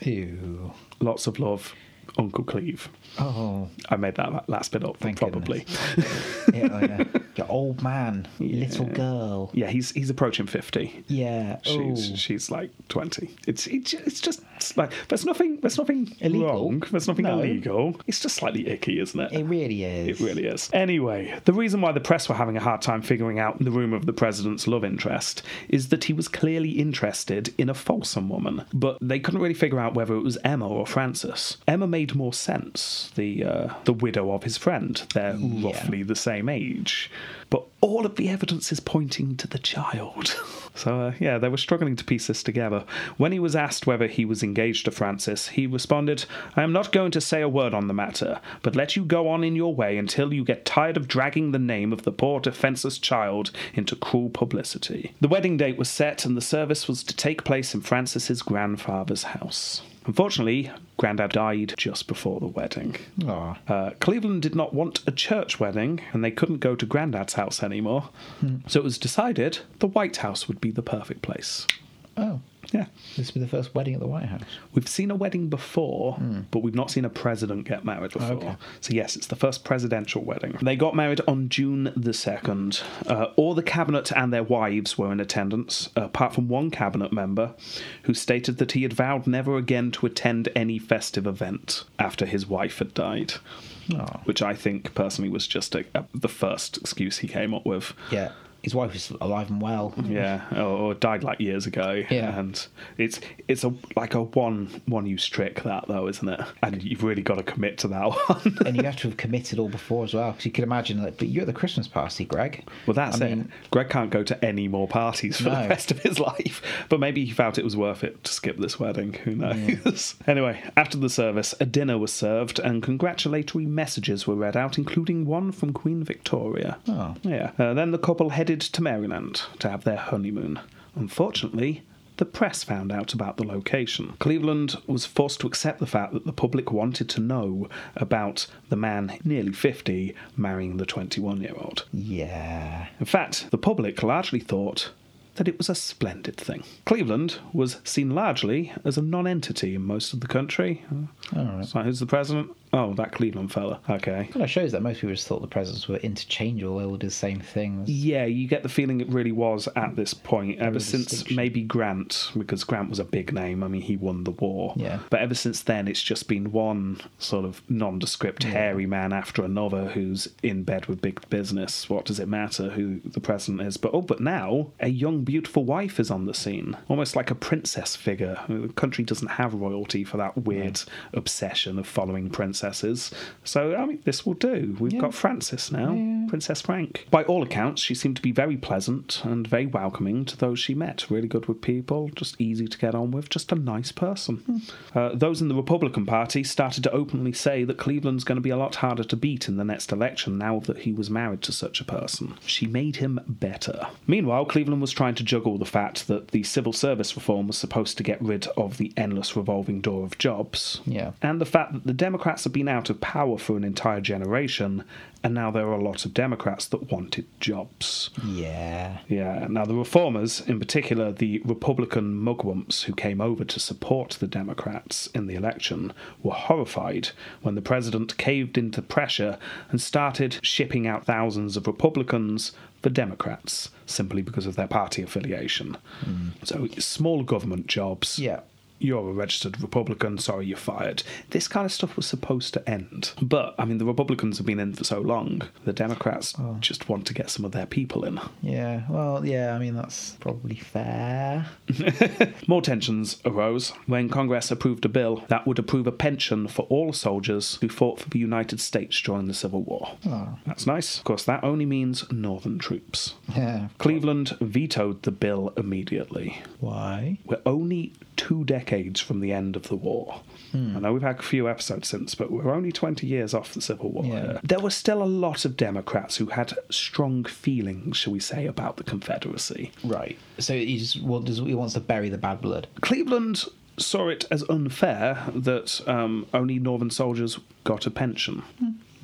Speaker 2: ew.
Speaker 3: Lots of love, Uncle Cleve.
Speaker 2: Oh,
Speaker 3: I made that last bit up,
Speaker 2: Thank
Speaker 3: probably.
Speaker 2: yeah, oh, yeah. Your old man, little girl.
Speaker 3: [LAUGHS] yeah, he's he's approaching fifty.
Speaker 2: Yeah.
Speaker 3: She's
Speaker 2: oh.
Speaker 3: she's like twenty. It's it's it's just like there's nothing there's nothing
Speaker 2: Illegal.
Speaker 3: wrong. There's nothing
Speaker 2: No.
Speaker 3: illegal. It's just slightly icky, isn't it?
Speaker 2: It really is.
Speaker 3: It really is. Anyway, the reason why the press were having a hard time figuring out the room of the president's love interest is that he was clearly interested in a Folsom woman, but they couldn't really figure out whether it was Emma or Frances. Emma made more sense, the uh, the widow of his friend. They're
Speaker 2: Yeah.
Speaker 3: roughly the same age, but all of the evidence is pointing to the child. [LAUGHS] So, uh, yeah, they were struggling to piece this together. When he was asked whether he was engaged to Francis, he responded, I am not going to say a word on the matter, but let you go on in your way until you get tired of dragging the name of the poor defenceless child into cruel publicity. The wedding date was set, and the service was to take place in Francis's grandfather's house. Unfortunately, Grandad died just before the wedding.
Speaker 2: Aw.
Speaker 3: Uh, Cleveland did not want a church wedding, and they couldn't go to Grandad's house anymore. So it was decided the White House would be the perfect place.
Speaker 2: Oh.
Speaker 3: Yeah.
Speaker 2: This will be the first wedding at the White House.
Speaker 3: We've seen a wedding before, but we've not seen a president get married before.
Speaker 2: Okay.
Speaker 3: So, yes, it's the first presidential wedding. They got married on June the 2nd. Uh, all the cabinet and their wives were in attendance, apart from one cabinet member who stated that he had vowed never again to attend any festive event after his wife had died.
Speaker 2: Oh.
Speaker 3: Which I think personally was just a, a, the first excuse he came up with.
Speaker 2: Yeah. His wife is alive and well.
Speaker 3: Yeah, or, or died like years ago.
Speaker 2: Yeah.
Speaker 3: and it's it's a like a one one use trick that though, isn't it? And you've really got to commit to that [LAUGHS] one.
Speaker 2: and you have to have committed all before as well, because you could imagine that. But you're at the Christmas party, Greg.
Speaker 3: well, that's
Speaker 2: I
Speaker 3: it.
Speaker 2: mean,
Speaker 3: Greg can't go to any more parties for the
Speaker 2: No.
Speaker 3: rest of his [LAUGHS] life. But maybe he felt it was worth it to skip this wedding. Who knows? [LAUGHS] anyway, after the service, a dinner was served and congratulatory messages were read out, including one from Queen Victoria.
Speaker 2: Oh.
Speaker 3: yeah. Uh, then the couple headed to Maryland to have their honeymoon. Unfortunately, the press found out about the location. Cleveland was forced to accept the fact that the public wanted to know about the man nearly 50 marrying the 21 year old.
Speaker 2: Yeah.
Speaker 3: In fact, the public largely thought that it was a splendid thing. Cleveland was seen largely as a non-entity in most of the country.
Speaker 2: All right.
Speaker 3: So who's the president? Oh, that Cleveland fella. Okay.
Speaker 2: Kind of shows that most people just thought the presents were interchangeable. They all did the same thing.
Speaker 3: Yeah, you get the feeling it really was at this point. Ever
Speaker 2: was a
Speaker 3: since
Speaker 2: distinction.
Speaker 3: maybe Grant, because Grant was a big name. I mean, he won the war.
Speaker 2: Yeah.
Speaker 3: But ever since then, it's just been one sort of nondescript hairy man after another who's in bed with big business. What does it matter who the president is? But oh, but now a young, beautiful wife is on the scene, almost like a princess figure. I mean, the country doesn't have royalty for that weird obsession of following princesses. So I mean, this will do. We've got Francis now. Princess Frank. By all accounts, she seemed to be very pleasant and very welcoming to those she met. Really good with people, just easy to get on with, just a nice person. Uh, those in the Republican Party started to openly say that Cleveland's going to be a lot harder to beat in the next election now that he was married to such a person. She made him better. Meanwhile, Cleveland was trying to juggle the fact that the civil service reform was supposed to get rid of the endless revolving door of jobs
Speaker 2: Yeah.
Speaker 3: and the fact that the Democrats have been out of power for an entire generation, and now there are a lot of Democrats that wanted jobs.
Speaker 2: Yeah.
Speaker 3: Yeah, now the reformers, in particular the Republican mugwumps who came over to support the Democrats in the election, were horrified when the president caved into pressure and started shipping out thousands of Republicans for Democrats simply because of their party affiliation. So, small government jobs
Speaker 2: Yeah.
Speaker 3: you're a registered Republican, sorry, you're fired. This kind of stuff was supposed to end. But, I mean, the Republicans have been in for so long, the Democrats just want to get some of their people in.
Speaker 2: Yeah. Well, yeah. I mean, that's probably fair.
Speaker 3: More tensions arose when Congress approved a bill that would approve a pension for all soldiers who fought for the United States during the Civil War. That's nice. Of course, that only means Northern troops.
Speaker 2: Yeah.
Speaker 3: Cleveland vetoed the bill immediately.
Speaker 2: Why?
Speaker 3: We're only two decades from the end of the war. I know we've had a few episodes since, but we're only 20 years off the Civil War.
Speaker 2: Yeah.
Speaker 3: here. There were still a lot of Democrats who had strong feelings, shall we say, about the Confederacy.
Speaker 2: Right. So he just want, does- he wants to bury the bad blood.
Speaker 3: Cleveland saw it as unfair that um, only Northern soldiers got a pension.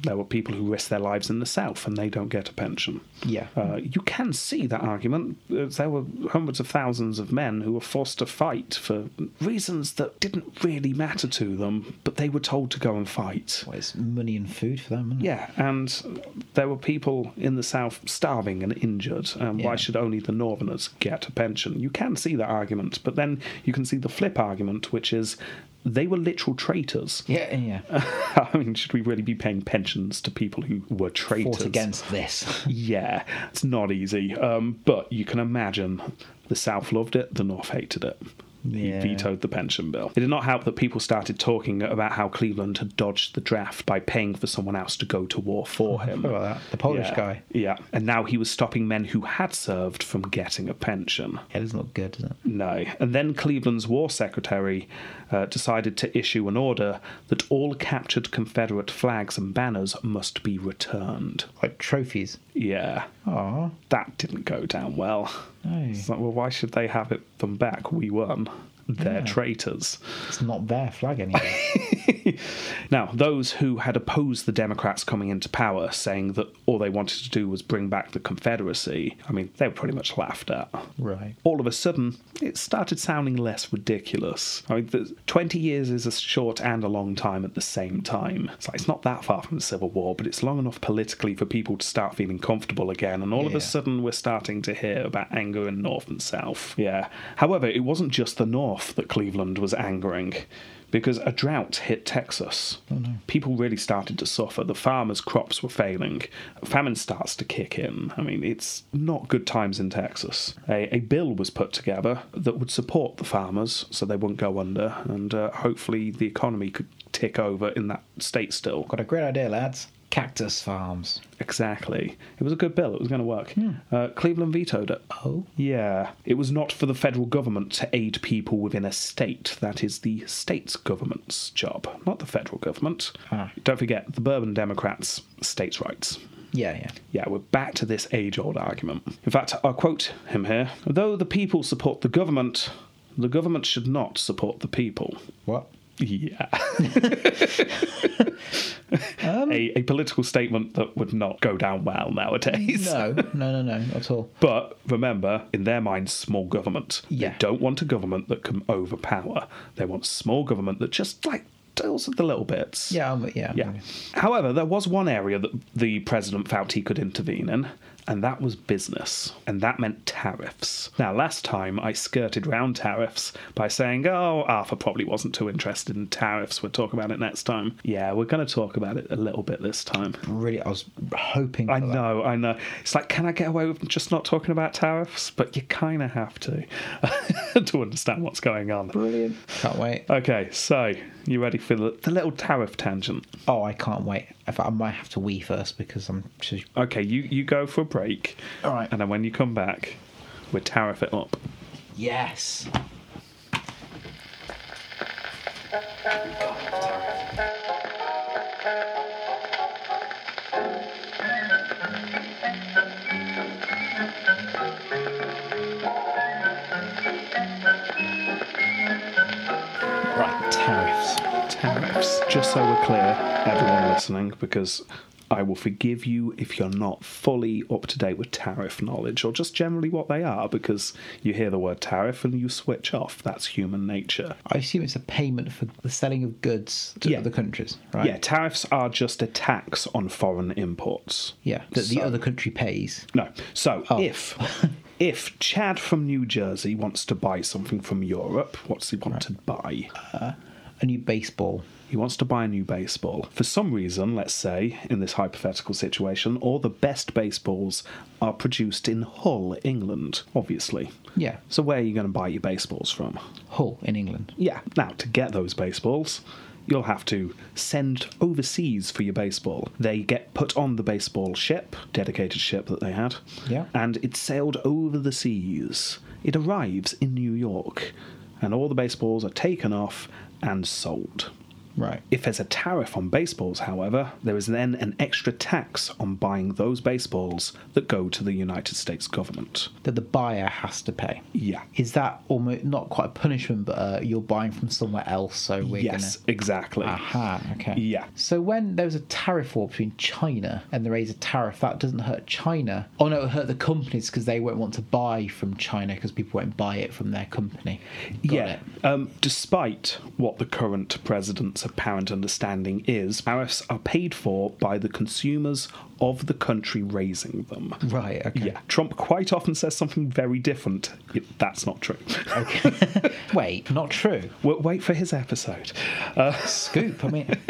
Speaker 3: There were people who risked their lives in the South and they don't get a pension.
Speaker 2: Yeah.
Speaker 3: Uh, you can see that argument. Uh, There were hundreds of thousands of men who were forced to fight for reasons that didn't really matter to them, but they were told to go and fight.
Speaker 2: Well, it's money and food for them, isn't it?
Speaker 3: Yeah, and there were people in the South starving and injured, and
Speaker 2: Yeah.
Speaker 3: why should only the Northerners get a pension? You can see that argument, but then you can see the flip argument, which is they were literal traitors.
Speaker 2: Yeah, yeah.
Speaker 3: [LAUGHS] I mean, should we really be paying pensions to people who were traitors?
Speaker 2: Fought against [LAUGHS] this.
Speaker 3: Yeah, it's not easy. Um, but you can imagine the South loved it, the North hated it.
Speaker 2: Yeah.
Speaker 3: He vetoed the pension bill. It did not help that people started talking about how Cleveland had dodged the draft by paying for someone else to go to war for
Speaker 2: [LAUGHS]
Speaker 3: him.
Speaker 2: about that. The Polish
Speaker 3: Yeah,
Speaker 2: guy.
Speaker 3: Yeah. And now he was stopping men who had served from getting a pension.
Speaker 2: Yeah, it doesn't look good, does it?
Speaker 3: No. And then Cleveland's war secretary uh, decided to issue an order that all captured Confederate flags and banners must be returned.
Speaker 2: Like trophies.
Speaker 3: Yeah
Speaker 2: Aw.
Speaker 3: that didn't go down well.
Speaker 2: No.
Speaker 3: It's like, well, why should they have it them back? We won. They're
Speaker 2: Yeah.
Speaker 3: traitors. [LAUGHS]
Speaker 2: It's not their flag anymore. [LAUGHS]
Speaker 3: Now, those who had opposed the Democrats coming into power, saying that all they wanted to do was bring back the Confederacy, I mean, they were pretty much laughed at.
Speaker 2: right.
Speaker 3: All of a sudden, it started sounding less ridiculous. I mean, the- 20 years is a short and a long time at the same time. It's like, it's not that far from the Civil War, but it's long enough politically for people to start feeling comfortable again. And all of
Speaker 2: Yeah.
Speaker 3: a sudden, we're starting to hear about anger in North and South. Yeah. However, it wasn't just the North that Cleveland was angering. Because a drought hit Texas.
Speaker 2: Oh,
Speaker 3: People really started to suffer. The farmers' crops were failing. Famine starts to kick in. I mean, it's not good times in Texas. A, a bill was put together that would support the farmers so they wouldn't go under, and uh, hopefully the economy could tick over in that state still.
Speaker 2: Got a great idea, lads. Cactus farms.
Speaker 3: Exactly. It was a good bill. It was going to work. Uh, Cleveland vetoed it.
Speaker 2: Hmm. Oh.
Speaker 3: Yeah. It was not for the federal government to aid people within a state. That is the state's government's job, not the federal government.
Speaker 2: Ah.
Speaker 3: Don't forget, the Bourbon Democrats, states' rights.
Speaker 2: Yeah, yeah.
Speaker 3: Yeah, we're back to this age old argument. In fact, I'll quote him here Though the people support the government, the government should not support the people.
Speaker 2: What? [LAUGHS]
Speaker 3: Yeah.
Speaker 2: Um,
Speaker 3: a, a political statement that would not go down well nowadays.
Speaker 2: [LAUGHS] No, no, no, no, not at all.
Speaker 3: But remember, in their minds, small government.
Speaker 2: Yeah.
Speaker 3: They don't want a government that can overpower. They want small government that just like deals with the little bits.
Speaker 2: Yeah, I'm, yeah. I'm-
Speaker 3: Yeah. However, there was one area that the president felt he could intervene in, and that was business. And that meant tariffs. Now, last time I skirted round tariffs by saying, oh, Arthur probably wasn't too interested in tariffs. We'll talk about it next time. Yeah, we're going to talk about it a little bit this time.
Speaker 2: Really, I was hoping. For
Speaker 3: I
Speaker 2: that.
Speaker 3: know, I know. It's like, can I get away with just not talking about tariffs? But you kind of have to [LAUGHS] to understand what's going on.
Speaker 2: Brilliant. Can't wait.
Speaker 3: Okay, so you ready for the, the little tariff tangent?
Speaker 2: Oh, I can't wait. In fact, I might have to wee first because I'm. just-
Speaker 3: Okay, you, you go for a break.
Speaker 2: All right.
Speaker 3: And then when you come back, we tariff it up.
Speaker 2: Yes. Right, tariffs.
Speaker 3: Tariffs. Just so we're clear, everyone listening, because I will forgive you if you're not fully up to date with tariff knowledge or just generally what they are, because you hear the word tariff and you switch off. That's human nature.
Speaker 2: I assume it's a payment for the selling of goods to
Speaker 3: Yeah.
Speaker 2: other countries, right?
Speaker 3: Yeah, tariffs are just a tax on foreign imports.
Speaker 2: Yeah, that the
Speaker 3: So-
Speaker 2: other country pays.
Speaker 3: No. So
Speaker 2: Oh.
Speaker 3: if if Chad from New Jersey wants to buy something from Europe, what's he want to buy?
Speaker 2: A new baseball.
Speaker 3: He wants to buy a new baseball. For some reason, let's say, in this hypothetical situation, all the best baseballs are produced in Hull, England, obviously.
Speaker 2: Yeah.
Speaker 3: So where are you going to buy your baseballs from?
Speaker 2: Hull in England.
Speaker 3: Yeah. Now, to get those baseballs, you'll have to send overseas for your baseball. They get put on the baseball ship, dedicated ship that they had.
Speaker 2: Yeah.
Speaker 3: And it's sailed over the seas. It arrives in New York, and all the baseballs are taken off and sold.
Speaker 2: Right.
Speaker 3: If there's a tariff on baseballs, however, there is then an extra tax on buying those baseballs that go to the United States government.
Speaker 2: That the buyer has to pay.
Speaker 3: Yeah.
Speaker 2: Is that almost not quite a punishment, but uh, you're buying from somewhere else, so we're
Speaker 3: yes,
Speaker 2: gonna.
Speaker 3: exactly.
Speaker 2: Aha. Okay.
Speaker 3: Yeah.
Speaker 2: So when there was a tariff war between China and they raised a tariff, that doesn't hurt China. Oh no, it hurt the companies because they won't want to buy from China because people won't buy it from their company. Got
Speaker 3: yeah.
Speaker 2: it.
Speaker 3: Um, despite what the current president's apparent understanding is, tariffs are paid for by the consumers of the country raising them.
Speaker 2: Right. Okay. [LAUGHS]
Speaker 3: Yeah. Trump quite often says something very different. Yeah, That's not true. [LAUGHS]
Speaker 2: [LAUGHS] Wait. Not true.
Speaker 3: Well, wait for his episode. Uh,
Speaker 2: Scoop. I mean. [LAUGHS]
Speaker 3: [LAUGHS]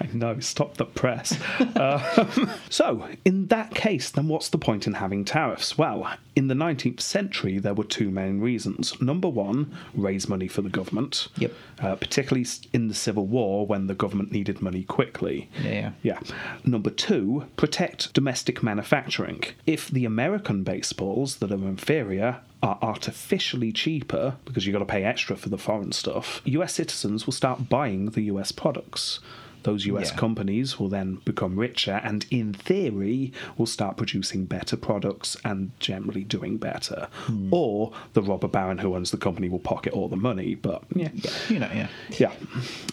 Speaker 3: I know, stop the press. Um, [LAUGHS] so, in that case, then what's the point in having tariffs? Well, in the 19th century, there were two main reasons. Number one, raise money for the government.
Speaker 2: Yep.
Speaker 3: Uh, particularly s- in the Civil War when the government needed money quickly.
Speaker 2: Yeah,
Speaker 3: Yeah. Number two, protect domestic manufacturing. If the American baseballs that are inferior are artificially cheaper because you've got to pay extra for the foreign stuff, US citizens will start buying the US products. Those US
Speaker 2: Yeah.
Speaker 3: companies will then become richer and, in theory, will start producing better products and generally doing better. Or the robber baron who owns the company will pocket all the money, but yeah.
Speaker 2: You know. Yeah.
Speaker 3: Yeah.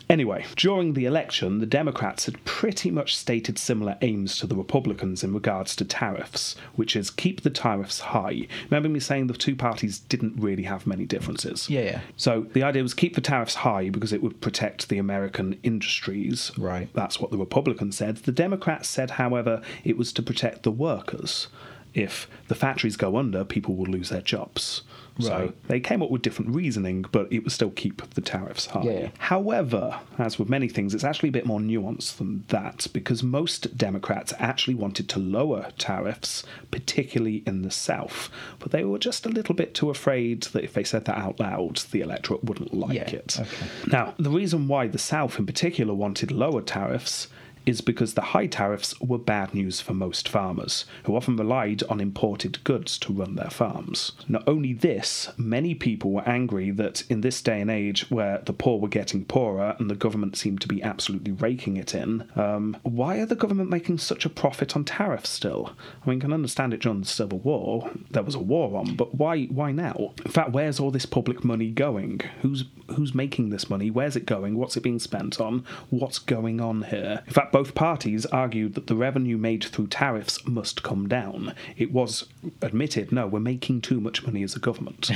Speaker 3: Anyway, during the election, the Democrats had pretty much stated similar aims to the Republicans in regards to tariffs, which is keep the tariffs high. Remember me saying the two parties didn't really have many differences?
Speaker 2: Yeah, yeah.
Speaker 3: So the idea was keep the tariffs high because it would protect the American industries.
Speaker 2: Right.
Speaker 3: That's what the Republicans said. The Democrats said, however, it was to protect the workers. If the factories go under, people will lose their jobs. So
Speaker 2: Right.
Speaker 3: they came up with different reasoning, but it was still keep the tariffs high.
Speaker 2: Yeah.
Speaker 3: However, as with many things, it's actually a bit more nuanced than that because most Democrats actually wanted to lower tariffs, particularly in the South. But they were just a little bit too afraid that if they said that out loud, the electorate wouldn't like
Speaker 2: Yeah,
Speaker 3: it.
Speaker 2: okay.
Speaker 3: Now, the reason why the South in particular wanted lower tariffs is because the high tariffs were bad news for most farmers, who often relied on imported goods to run their farms. Not only this, many people were angry that in this day and age where the poor were getting poorer and the government seemed to be absolutely raking it in, um, why are the government making such a profit on tariffs still? I mean, I can understand it during the Civil War, there was a war on, but why why now? In fact, where's all this public money going? Who's who's making this money? Where's it going? What's it being spent on? What's going on here? In fact, both parties argued that the revenue made through tariffs must come down. It was admitted, no, we're making too much money as a government.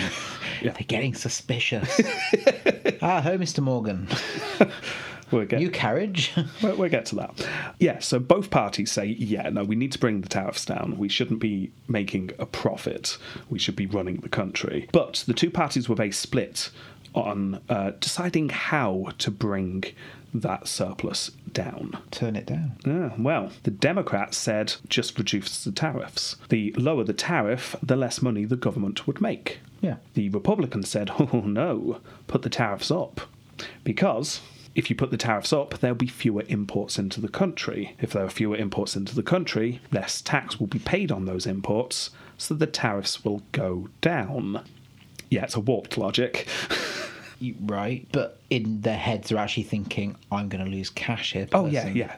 Speaker 3: yeah,
Speaker 2: They're getting suspicious. [LAUGHS] ah, ho, Mr. Morgan.
Speaker 3: we're getting
Speaker 2: New carriage. [LAUGHS]
Speaker 3: We'll, we'll get to that. Yeah, so both parties say, yeah, no, we need to bring the tariffs down. We shouldn't be making a profit. We should be running the country. But the two parties were very split on uh, deciding how to bring that surplus down.
Speaker 2: Turn it down.
Speaker 3: Yeah, well, the Democrats said just reduce the tariffs. The lower the tariff, the less money the government would make.
Speaker 2: Yeah.
Speaker 3: The Republicans said, [LAUGHS] oh no, put the tariffs up. Because if you put the tariffs up, there'll be fewer imports into the country. If there are fewer imports into the country, less tax will be paid on those imports, so the tariffs will go down. Yeah, it's a warped logic. [LAUGHS]
Speaker 2: You- Right. But in their heads, they're actually thinking, I'm going to lose cash here. but
Speaker 3: Oh
Speaker 2: they're
Speaker 3: yeah,
Speaker 2: saying-
Speaker 3: yeah.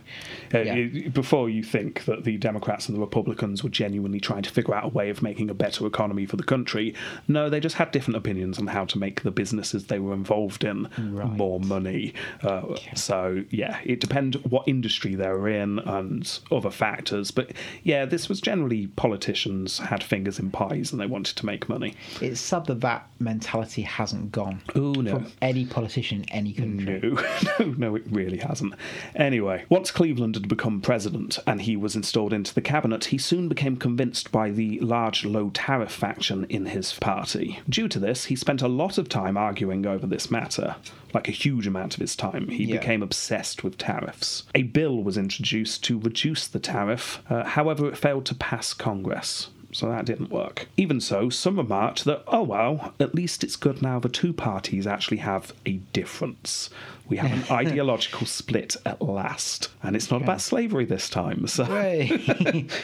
Speaker 3: Uh,
Speaker 2: Yeah.
Speaker 3: you- Before you think that the Democrats and the Republicans were genuinely trying to figure out a way of making a better economy for the country, no, they just had different opinions on how to make the businesses they were involved in
Speaker 2: Right.
Speaker 3: more money. Uh, So yeah, it depends what industry they were in and other factors. But yeah, this was generally politicians had fingers in pies and they wanted to make money.
Speaker 2: It's sad that that mentality hasn't gone
Speaker 3: Oh, no.
Speaker 2: from any politician in any country.
Speaker 3: No, no, no, [LAUGHS] it really hasn't. Anyway, once Cleveland had become president and he was installed into the cabinet, he soon became convinced by the large low tariff faction in his party. Due to this, he spent a lot of time arguing over this matter, like a huge amount of his time. He
Speaker 2: Yeah.
Speaker 3: became obsessed with tariffs. A bill was introduced to reduce the tariff, uh, however, it failed to pass Congress. So that didn't work. Even so, some remarked that, oh well, at least it's good now the two parties actually have a difference. We have an ideological split at last. And it's not about slavery this time. So
Speaker 2: [LAUGHS] Hey.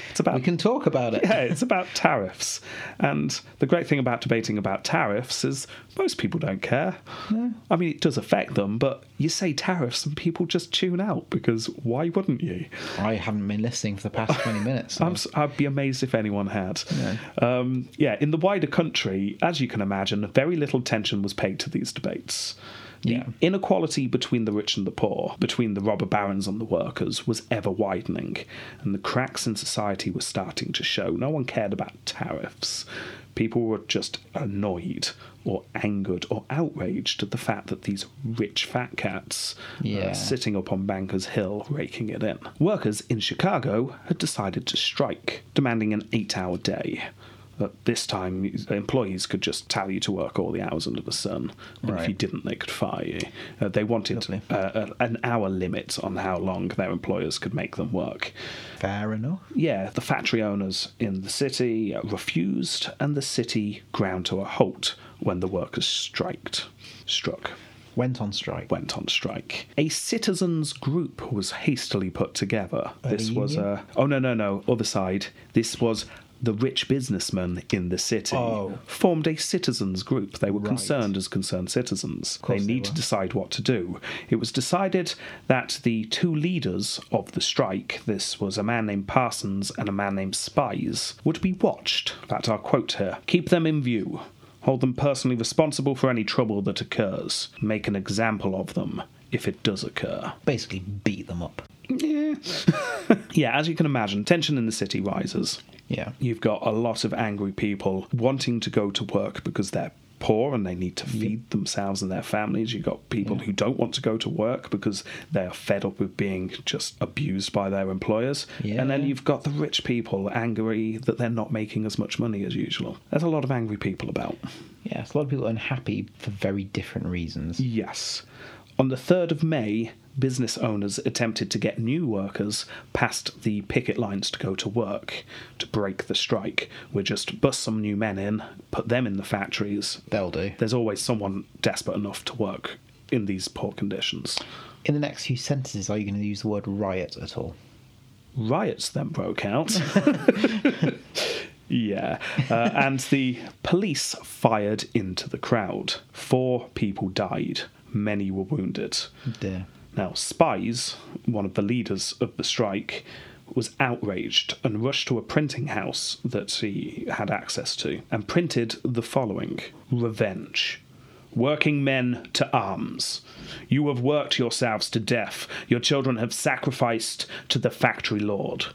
Speaker 3: it's about
Speaker 2: we can talk Mm. about it.
Speaker 3: yeah, it's about tariffs. And the great thing about debating about tariffs is most people don't care. I mean, it does affect them, but you say tariffs and people just tune out because why wouldn't you?
Speaker 2: I haven't been listening for the past 20 minutes. so-
Speaker 3: I'm, s- I'd be amazed if anyone had. Um, yeah, in the wider country, as you can imagine, very little attention was paid to these debates. The
Speaker 2: Yeah.
Speaker 3: inequality between the rich and the poor, between the robber barons and the workers, was ever widening, and the cracks in society were starting to show. No one cared about tariffs. People were just annoyed or angered or outraged at the fact that these rich fat cats uh,
Speaker 2: Yeah.
Speaker 3: sitting up on Bankers Hill raking it in. Workers in Chicago had decided to strike, demanding an eight hour day. At this time, employees could just tell you to work all the hours under the sun, and if
Speaker 2: Right.
Speaker 3: you didn't, they could fire you. Uh, they wanted
Speaker 2: Lovely.
Speaker 3: uh, uh, an hour limit on how long their employers could make them work.
Speaker 2: Fair enough.
Speaker 3: Yeah, the factory owners in the city uh, refused, and the city ground to a halt when the workers striked. Struck
Speaker 2: Went on strike.
Speaker 3: went on strike. A citizens group was hastily put together. this
Speaker 2: the
Speaker 3: was
Speaker 2: union?
Speaker 3: a oh no no no other side. This was the rich businessmen in the city
Speaker 2: Oh.
Speaker 3: formed a citizens group. They were
Speaker 2: Right.
Speaker 3: concerned as concerned citizens. They
Speaker 2: course they
Speaker 3: need to
Speaker 2: were.
Speaker 3: decide what to do. It was decided that the two leaders of the strike, this was a man named Parsons and a man named Spies, would be watched. That's our quote here. Keep them in view. Hold them personally responsible for any trouble that occurs. Make an example of them if it does occur.
Speaker 2: Basically beat them up.
Speaker 3: Yeah. yeah, as you can imagine, tension in the city rises.
Speaker 2: Yeah.
Speaker 3: You've got a lot of angry people wanting to go to work because they're poor and they need to feed themselves and their families. You've got people who don't want to go to work because they are fed up with being just abused by their employers. And then
Speaker 2: Yeah.
Speaker 3: you've got the rich people angry that they're not making as much money as usual. There's a lot of angry people about.
Speaker 2: Yeah, it's a lot of people unhappy for very different reasons.
Speaker 3: Yes. On the 3rd of May, business owners attempted to get new workers past the picket lines to go to work to break the strike. We just bust some new men in, put them in the factories.
Speaker 2: They'll do.
Speaker 3: There's always someone desperate enough to work in these poor conditions.
Speaker 2: In the next few sentences, are you going to use the word riot at all?
Speaker 3: riots then broke out. [LAUGHS] yeah. Uh, and the police fired into the crowd. Four people died, many were wounded.
Speaker 2: Dear.
Speaker 3: Now, Spies, one of the leaders of the strike, was outraged and rushed to a printing house that he had access to and printed the following Revenge. Working men to arms. You have worked yourselves to death. Your children have sacrificed to the factory lord.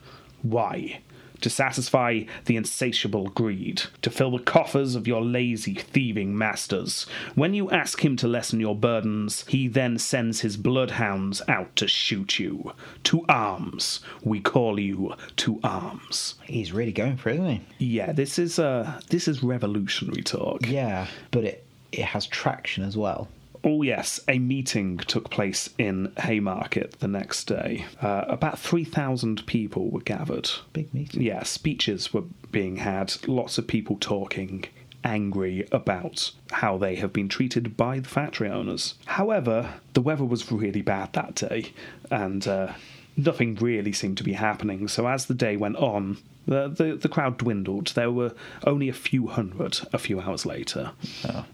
Speaker 3: Why? To satisfy the insatiable greed, to fill the coffers of your lazy, thieving masters. When you ask him to lessen your burdens, he then sends his bloodhounds out to shoot you. To arms. We call you to arms.
Speaker 2: He's really going for it, isn't
Speaker 3: Yeah, this is uh this is revolutionary talk.
Speaker 2: he? Yeah, but it, it has traction as well.
Speaker 3: Oh, yes, a meeting took place in Haymarket the next day. Uh, about 3,000 people were gathered.
Speaker 2: Big meeting.
Speaker 3: Yeah, speeches were being had, lots of people talking, angry about how they have been treated by the factory owners. However, the weather was really bad that day, and uh, nothing really seemed to be happening. So, as the day went on, the, the, the crowd dwindled. There were only a few hundred a few hours later.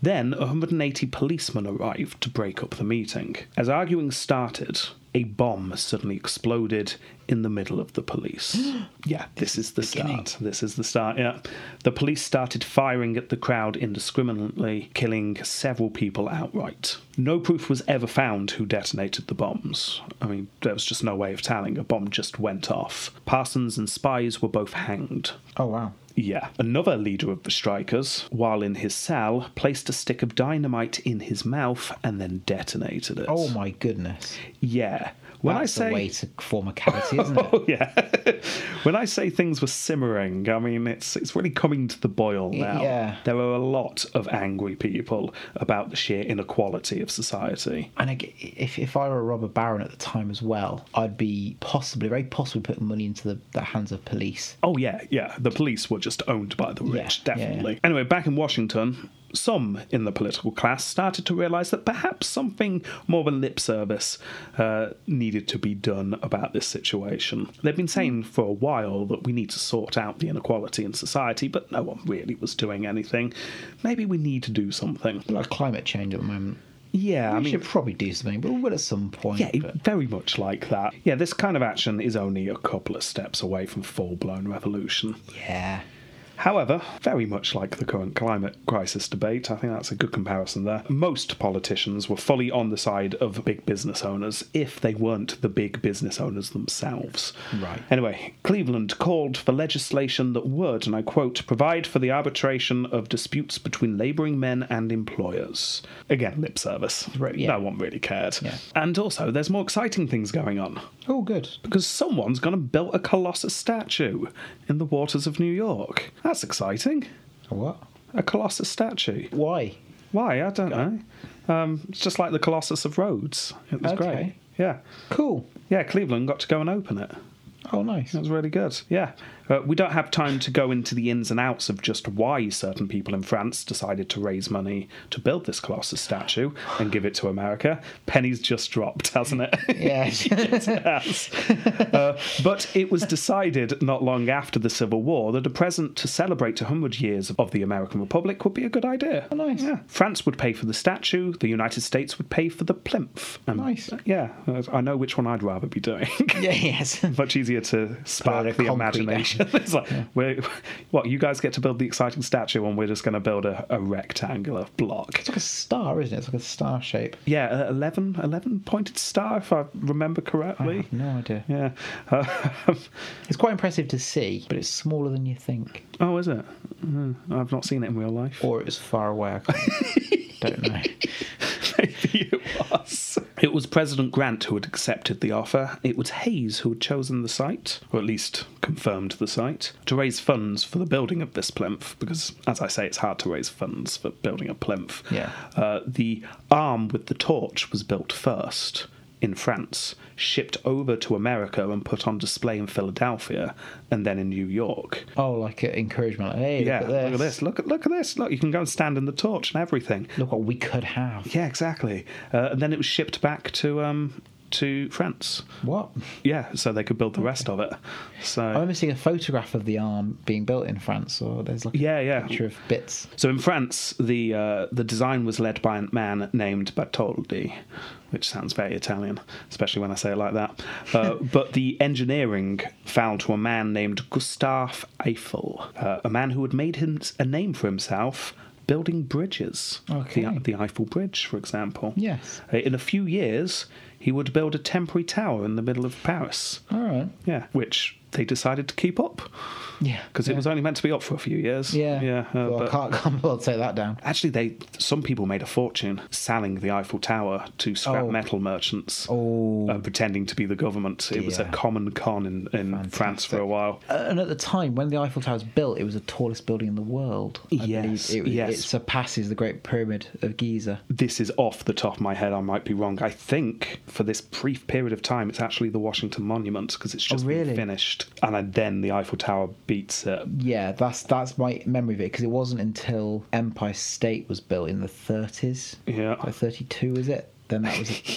Speaker 3: Then 180 policemen arrived to break up the meeting. As arguing started, a bomb suddenly exploded in the middle of the
Speaker 2: [GASPS]
Speaker 3: police. yeah, this is the start. This is the start, yeah. The police started firing at the crowd indiscriminately, killing several people outright. No proof was ever found who detonated the bombs. I mean, there was just no way of telling. A bomb just went off. Parsons and spies were both hanged.
Speaker 2: Oh, wow.
Speaker 3: Yeah. Another leader of the strikers, while in his cell, placed a stick of dynamite in his mouth and then detonated it.
Speaker 2: Oh, my goodness.
Speaker 3: Yeah. When
Speaker 2: Oh That's
Speaker 3: I
Speaker 2: the
Speaker 3: say
Speaker 2: way to form a cavity, isn't it?
Speaker 3: Oh [LAUGHS] yeah. when I say things were simmering, I mean it's it's really coming to the boil now.
Speaker 2: yeah.
Speaker 3: There are a lot of angry people about the sheer inequality of society.
Speaker 2: [LAUGHS] And I g if, if I were a robber baron at the time as well, I'd be possibly, very possibly, putting money into the, the hands of police.
Speaker 3: Oh yeah, yeah. The police were just owned by the
Speaker 2: Yeah,
Speaker 3: rich,
Speaker 2: yeah, yeah.
Speaker 3: definitely. Anyway, back in Washington, some in the political class started to realize that perhaps something more than lip service uh, needed to be done about this situation. They've been saying
Speaker 2: Hmm.
Speaker 3: for a while that we need to sort out the inequality in society, but no one really was doing anything. Maybe we need to do something.
Speaker 2: Like climate change at the moment.
Speaker 3: Yeah, I
Speaker 2: we
Speaker 3: mean,
Speaker 2: should probably do something, but we will at some point.
Speaker 3: yeah,
Speaker 2: but-
Speaker 3: very much like that. Yeah, this kind of action is only a couple of steps away from full blown revolution.
Speaker 2: yeah.
Speaker 3: However, very much like the current climate crisis debate, I think that's a good comparison there. Most politicians were fully on the side of big business owners if they weren't the big business owners themselves.
Speaker 2: Right.
Speaker 3: Anyway, Cleveland called for legislation that would, and I quote, provide for the arbitration of disputes between labouring men and employers. Again, lip service.
Speaker 2: Right, yeah.
Speaker 3: No one really cared.
Speaker 2: Yeah.
Speaker 3: And also, there's more exciting things going on
Speaker 2: Oh, good.
Speaker 3: because someone's gone and built a colossus statue in the waters of New York. That's exciting.
Speaker 2: What?
Speaker 3: A colossus statue.
Speaker 2: Why?
Speaker 3: Why? I don't know. Um, it's just like the Colossus of Rhodes. It was great.
Speaker 2: Okay.
Speaker 3: Yeah.
Speaker 2: Cool.
Speaker 3: Yeah, Cleveland got to go and open it.
Speaker 2: Oh, [LAUGHS] nice.
Speaker 3: It was really good. Yeah. Uh, we don't have time to go into the ins and outs of just why certain people in France decided to raise money to build this Colossus statue and give it to America. Penny's just dropped, hasn't it?
Speaker 2: [LAUGHS] Yeah.
Speaker 3: Yes. [LAUGHS] Uh, but it was decided not long after the Civil War that a present to celebrate 200 years of the American Republic would be a good idea.
Speaker 2: Oh, nice.
Speaker 3: Yeah. France would pay for the statue, the United States would pay for the plinth. Um,
Speaker 2: Nice.
Speaker 3: Yeah, I know which one I'd rather be doing. [LAUGHS]
Speaker 2: yeah, yes.
Speaker 3: Much easier to
Speaker 2: Put
Speaker 3: spark
Speaker 2: a
Speaker 3: the
Speaker 2: concrete
Speaker 3: imagination. [LAUGHS] it's like, we're, what, you guys get to build the exciting statue and we're just going to build a, a rectangular block.
Speaker 2: It's like a star, isn't it? It's like a star shape.
Speaker 3: Yeah, uh, 11, 11 pointed star, if I remember
Speaker 2: I
Speaker 3: correctly.
Speaker 2: have no idea.
Speaker 3: Yeah. [LAUGHS] Uh,
Speaker 2: It's quite impressive to see, but it's smaller than you think.
Speaker 3: oh, is it? Mm, I've not seen it in real life. [LAUGHS]
Speaker 2: Or it was far away. I can't- don't know.
Speaker 3: Maybe it was. It was President Grant who had accepted the offer. It was Hayes who had chosen the site, or at least confirmed the site, to raise funds for the building of this plinth, because, as I say, it's hard to raise funds for building a plinth.
Speaker 2: Yeah.
Speaker 3: Uh, the arm with the torch was built first. In France, shipped over to America and put on display in Philadelphia and then in New York.
Speaker 2: Oh, like uh, encouragement. Like, hey,
Speaker 3: yeah,
Speaker 2: look, at this.
Speaker 3: this. Look at look at this. Look, you can go and stand in the torch and everything.
Speaker 2: Look what we could have.
Speaker 3: Yeah, exactly. Uh, and then it was shipped back to um, to France.
Speaker 2: What?
Speaker 3: Yeah, so they could build the rest of it.
Speaker 2: I
Speaker 3: So
Speaker 2: remember seeing a photograph of the arm being built in France, or there's like
Speaker 3: yeah,
Speaker 2: a
Speaker 3: yeah.
Speaker 2: picture of bits.
Speaker 3: So in France, the uh, the design was led by a man named Bartoldi, which sounds very Italian, especially when I say it like that. Uh, [LAUGHS] but the engineering fell to a man named Gustave Eiffel, uh, a man who had made him a name for himself building bridges.
Speaker 2: Okay.
Speaker 3: The, the Eiffel Bridge, for example.
Speaker 2: Yes.
Speaker 3: Uh, In a few years, he would build a temporary tower in the middle of Paris.
Speaker 2: All right.
Speaker 3: Yeah, which they decided to keep up
Speaker 2: Yeah.
Speaker 3: because
Speaker 2: yeah.
Speaker 3: it was only meant to be up for a few years.
Speaker 2: Yeah.
Speaker 3: yeah. uh,
Speaker 2: well,
Speaker 3: but
Speaker 2: I can't, [LAUGHS] can't well take that down.
Speaker 3: actually, they some people made a fortune selling the Eiffel Tower to scrap
Speaker 2: Oh.
Speaker 3: metal merchants.
Speaker 2: Oh.
Speaker 3: Uh, pretending to be the government. It was a
Speaker 2: Dear.
Speaker 3: common con in, in France for a
Speaker 2: Fantastic.
Speaker 3: while.
Speaker 2: Uh, And at the time, when the Eiffel Tower was built, it was the tallest building in the world. I believe
Speaker 3: Yes,
Speaker 2: It,
Speaker 3: yes.
Speaker 2: it surpasses the Great Pyramid of Giza.
Speaker 3: This is off the top of my head. I might be wrong. I think for this brief period of time, it's actually the Washington Monument because it's just been
Speaker 2: Oh, really?
Speaker 3: finished, and then the Eiffel Tower beats it.
Speaker 2: Yeah, that's that's my memory of it because it wasn't until Empire State was built in the 30s.
Speaker 3: Yeah.
Speaker 2: Like 32, is it? Then that was.
Speaker 3: [LAUGHS]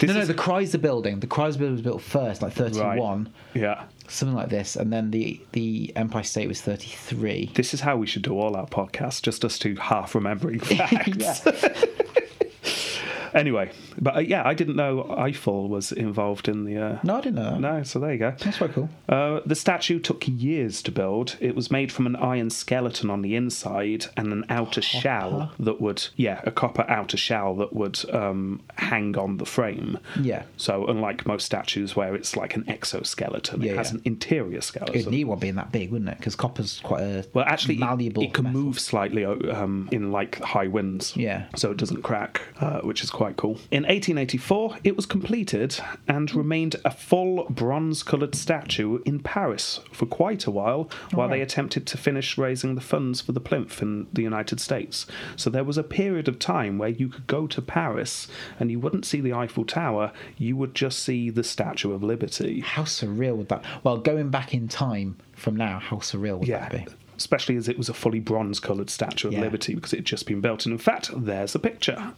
Speaker 3: This
Speaker 2: no, no,
Speaker 3: is-
Speaker 2: the Chrysler building. The Chrysler building was built first, like 31,
Speaker 3: Yeah.
Speaker 2: something like this, and then the the Empire State was
Speaker 3: [LAUGHS]
Speaker 2: 33.
Speaker 3: This is how we should do all our podcasts, just us two half remembering
Speaker 2: [LAUGHS] Yeah.
Speaker 3: facts. anyway, but uh, yeah, I didn't know Eiffel was involved in the. Uh,
Speaker 2: No, I didn't know that.
Speaker 3: No, so there you go.
Speaker 2: That's quite cool.
Speaker 3: Uh, the statue took years to build. It was made from an iron skeleton on the inside and an outer shell that would, yeah, a copper outer shell that would um, hang on the frame.
Speaker 2: Yeah.
Speaker 3: So unlike most statues where it's like an exoskeleton,
Speaker 2: Yeah,
Speaker 3: it has
Speaker 2: yeah.
Speaker 3: an interior skeleton.
Speaker 2: It'd need one being that big, wouldn't it? Because copper's quite a
Speaker 3: Well, actually, it-
Speaker 2: malleable.
Speaker 3: It, can
Speaker 2: metal.
Speaker 3: move slightly um, in like high winds.
Speaker 2: Yeah.
Speaker 3: So it doesn't crack, uh, which is quite cool. In 1884, it was completed and remained a full bronze coloured statue in Paris for quite a while while they
Speaker 2: right.
Speaker 3: attempted to finish raising the funds for the plinth in the United States. So there was a period of time where you could go to Paris and you wouldn't see the Eiffel Tower, you would just see the Statue of Liberty.
Speaker 2: How surreal would that? Well, going back in time from now, how surreal would
Speaker 3: Yeah.
Speaker 2: that be?
Speaker 3: Especially as it was a fully bronze coloured Statue of
Speaker 2: Yeah.
Speaker 3: Liberty because it had just been built. And in fact, there's a picture.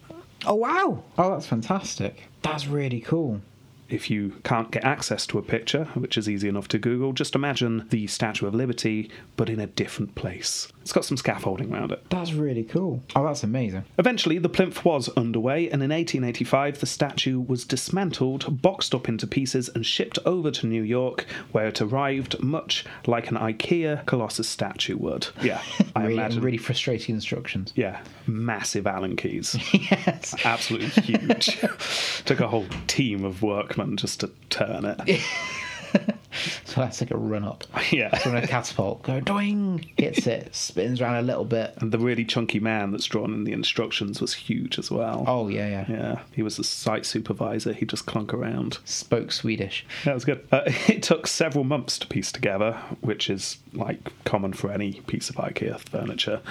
Speaker 2: Oh wow! Oh, that's fantastic. That's really cool.
Speaker 3: If you can't get access to a picture, which is easy enough to Google, just imagine the Statue of Liberty, but in a different place. It's got some scaffolding around it.
Speaker 2: That's really cool. Oh, that's amazing.
Speaker 3: Eventually, the plinth was underway, and in 1885, the statue was dismantled, boxed up into pieces, and shipped over to New York, where it arrived much like an IKEA Colossus statue would. Yeah, [LAUGHS] I
Speaker 2: really,
Speaker 3: imagine.
Speaker 2: really frustrating instructions. [LAUGHS]
Speaker 3: yeah, massive Allen keys.
Speaker 2: yes.
Speaker 3: Absolutely
Speaker 2: [LAUGHS]
Speaker 3: huge. Took a whole team of workmen just to turn it.
Speaker 2: So that's like a run [LAUGHS] up.
Speaker 3: [LAUGHS] Yeah.
Speaker 2: From a catapult, go doing, hits [LAUGHS] it, spins around a little bit.
Speaker 3: And the really chunky man that's drawn in the instructions was huge as well.
Speaker 2: Oh yeah, yeah.
Speaker 3: Yeah, he was the site supervisor. He just clunk around.
Speaker 2: Spoke Swedish.
Speaker 3: That was good. Uh, [LAUGHS] it took several months to piece together, which is like common for any piece of IKEA furniture.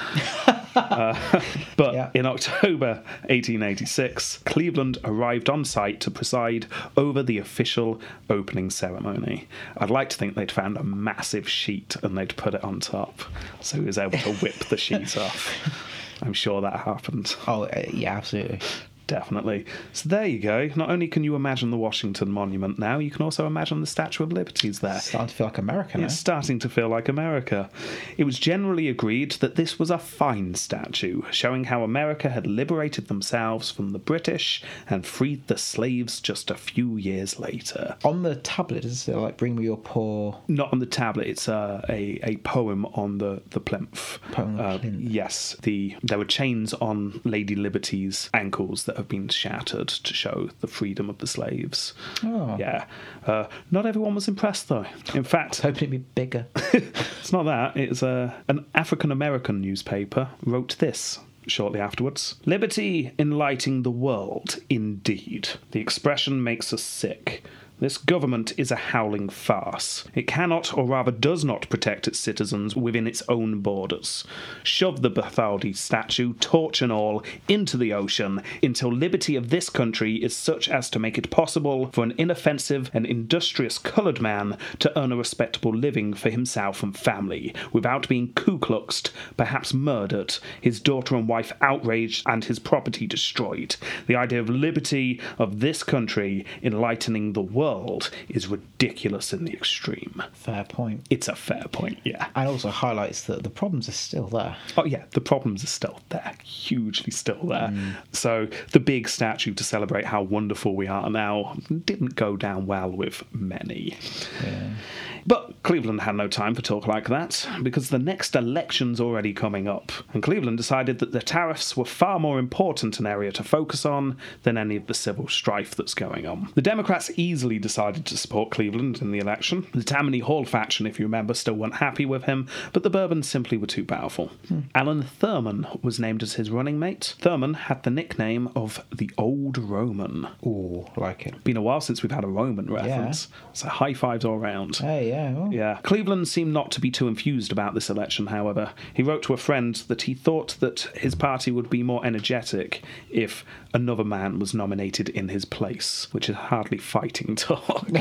Speaker 3: Uh, [LAUGHS] but
Speaker 2: Yeah.
Speaker 3: in October 1886, Cleveland arrived on site to preside over the official opening ceremony. I'd like to think they'd found a massive sheet and they'd put it on top, so he was able to whip the sheet off. I'm sure that happened.
Speaker 2: Oh uh, yeah, absolutely.
Speaker 3: Definitely. So there you go. Not only can you imagine the Washington Monument now, you can also imagine the Statue of Liberty's there.
Speaker 2: Starting to feel like American.
Speaker 3: It's starting to feel like America. It was generally agreed that this was a fine statue, showing how America had liberated themselves from the British and freed the slaves just a few years later.
Speaker 2: eh? On the tablet, is it like "Bring me your poor"?
Speaker 3: Not on the tablet, it's a, a, a poem on the, the plinth. Um,
Speaker 2: Poem on the plinth.
Speaker 3: Yes, the there were chains on Lady Liberty's ankles that have been shattered to show the freedom of the slaves.
Speaker 2: Oh.
Speaker 3: Yeah. Uh, not everyone was impressed, though. In fact,
Speaker 2: Hoping it'd be [LAUGHS] bigger.
Speaker 3: it's not that. It's uh, an African American newspaper wrote this shortly afterwards Liberty enlightening the world, indeed. The expression makes us sick. This government is a howling farce. It cannot, or rather does not, protect its citizens within its own borders. Shove the Bathaldi statue, torch and all, into the ocean until liberty of this country is such as to make it possible for an inoffensive and industrious coloured man to earn a respectable living for himself and family without being Ku Kluxed, perhaps murdered, his daughter and wife outraged, and his property destroyed. The idea of liberty of this country enlightening the world is ridiculous in the extreme.
Speaker 2: Fair point.
Speaker 3: It's a fair point, yeah.
Speaker 2: And also highlights that the problems are still there.
Speaker 3: Oh yeah, the problems are still there, hugely still there. So the big statue to celebrate how wonderful we are now didn't go down well with many. But Cleveland had no time for talk like that because the next election's already coming up, and Cleveland decided that the tariffs were far more important an area to focus on than any of the civil strife that's going on. The Democrats easily decided to support Cleveland in the election. The Tammany Hall faction, if you remember, still weren't happy with him, but the Bourbons simply were too powerful. Alan Thurman was named as his running mate. Thurman had the nickname of the Old Roman.
Speaker 2: Ooh, like it.
Speaker 3: Been a while since we've had a Roman reference, so high fives all round.
Speaker 2: Hey, yeah. well,
Speaker 3: Yeah. Cleveland seemed not to be too enthused about this election, however. He wrote to a friend that he thought that his party would be more energetic if another man was nominated in his place, which is hardly fighting [LAUGHS] talk.
Speaker 2: [LAUGHS]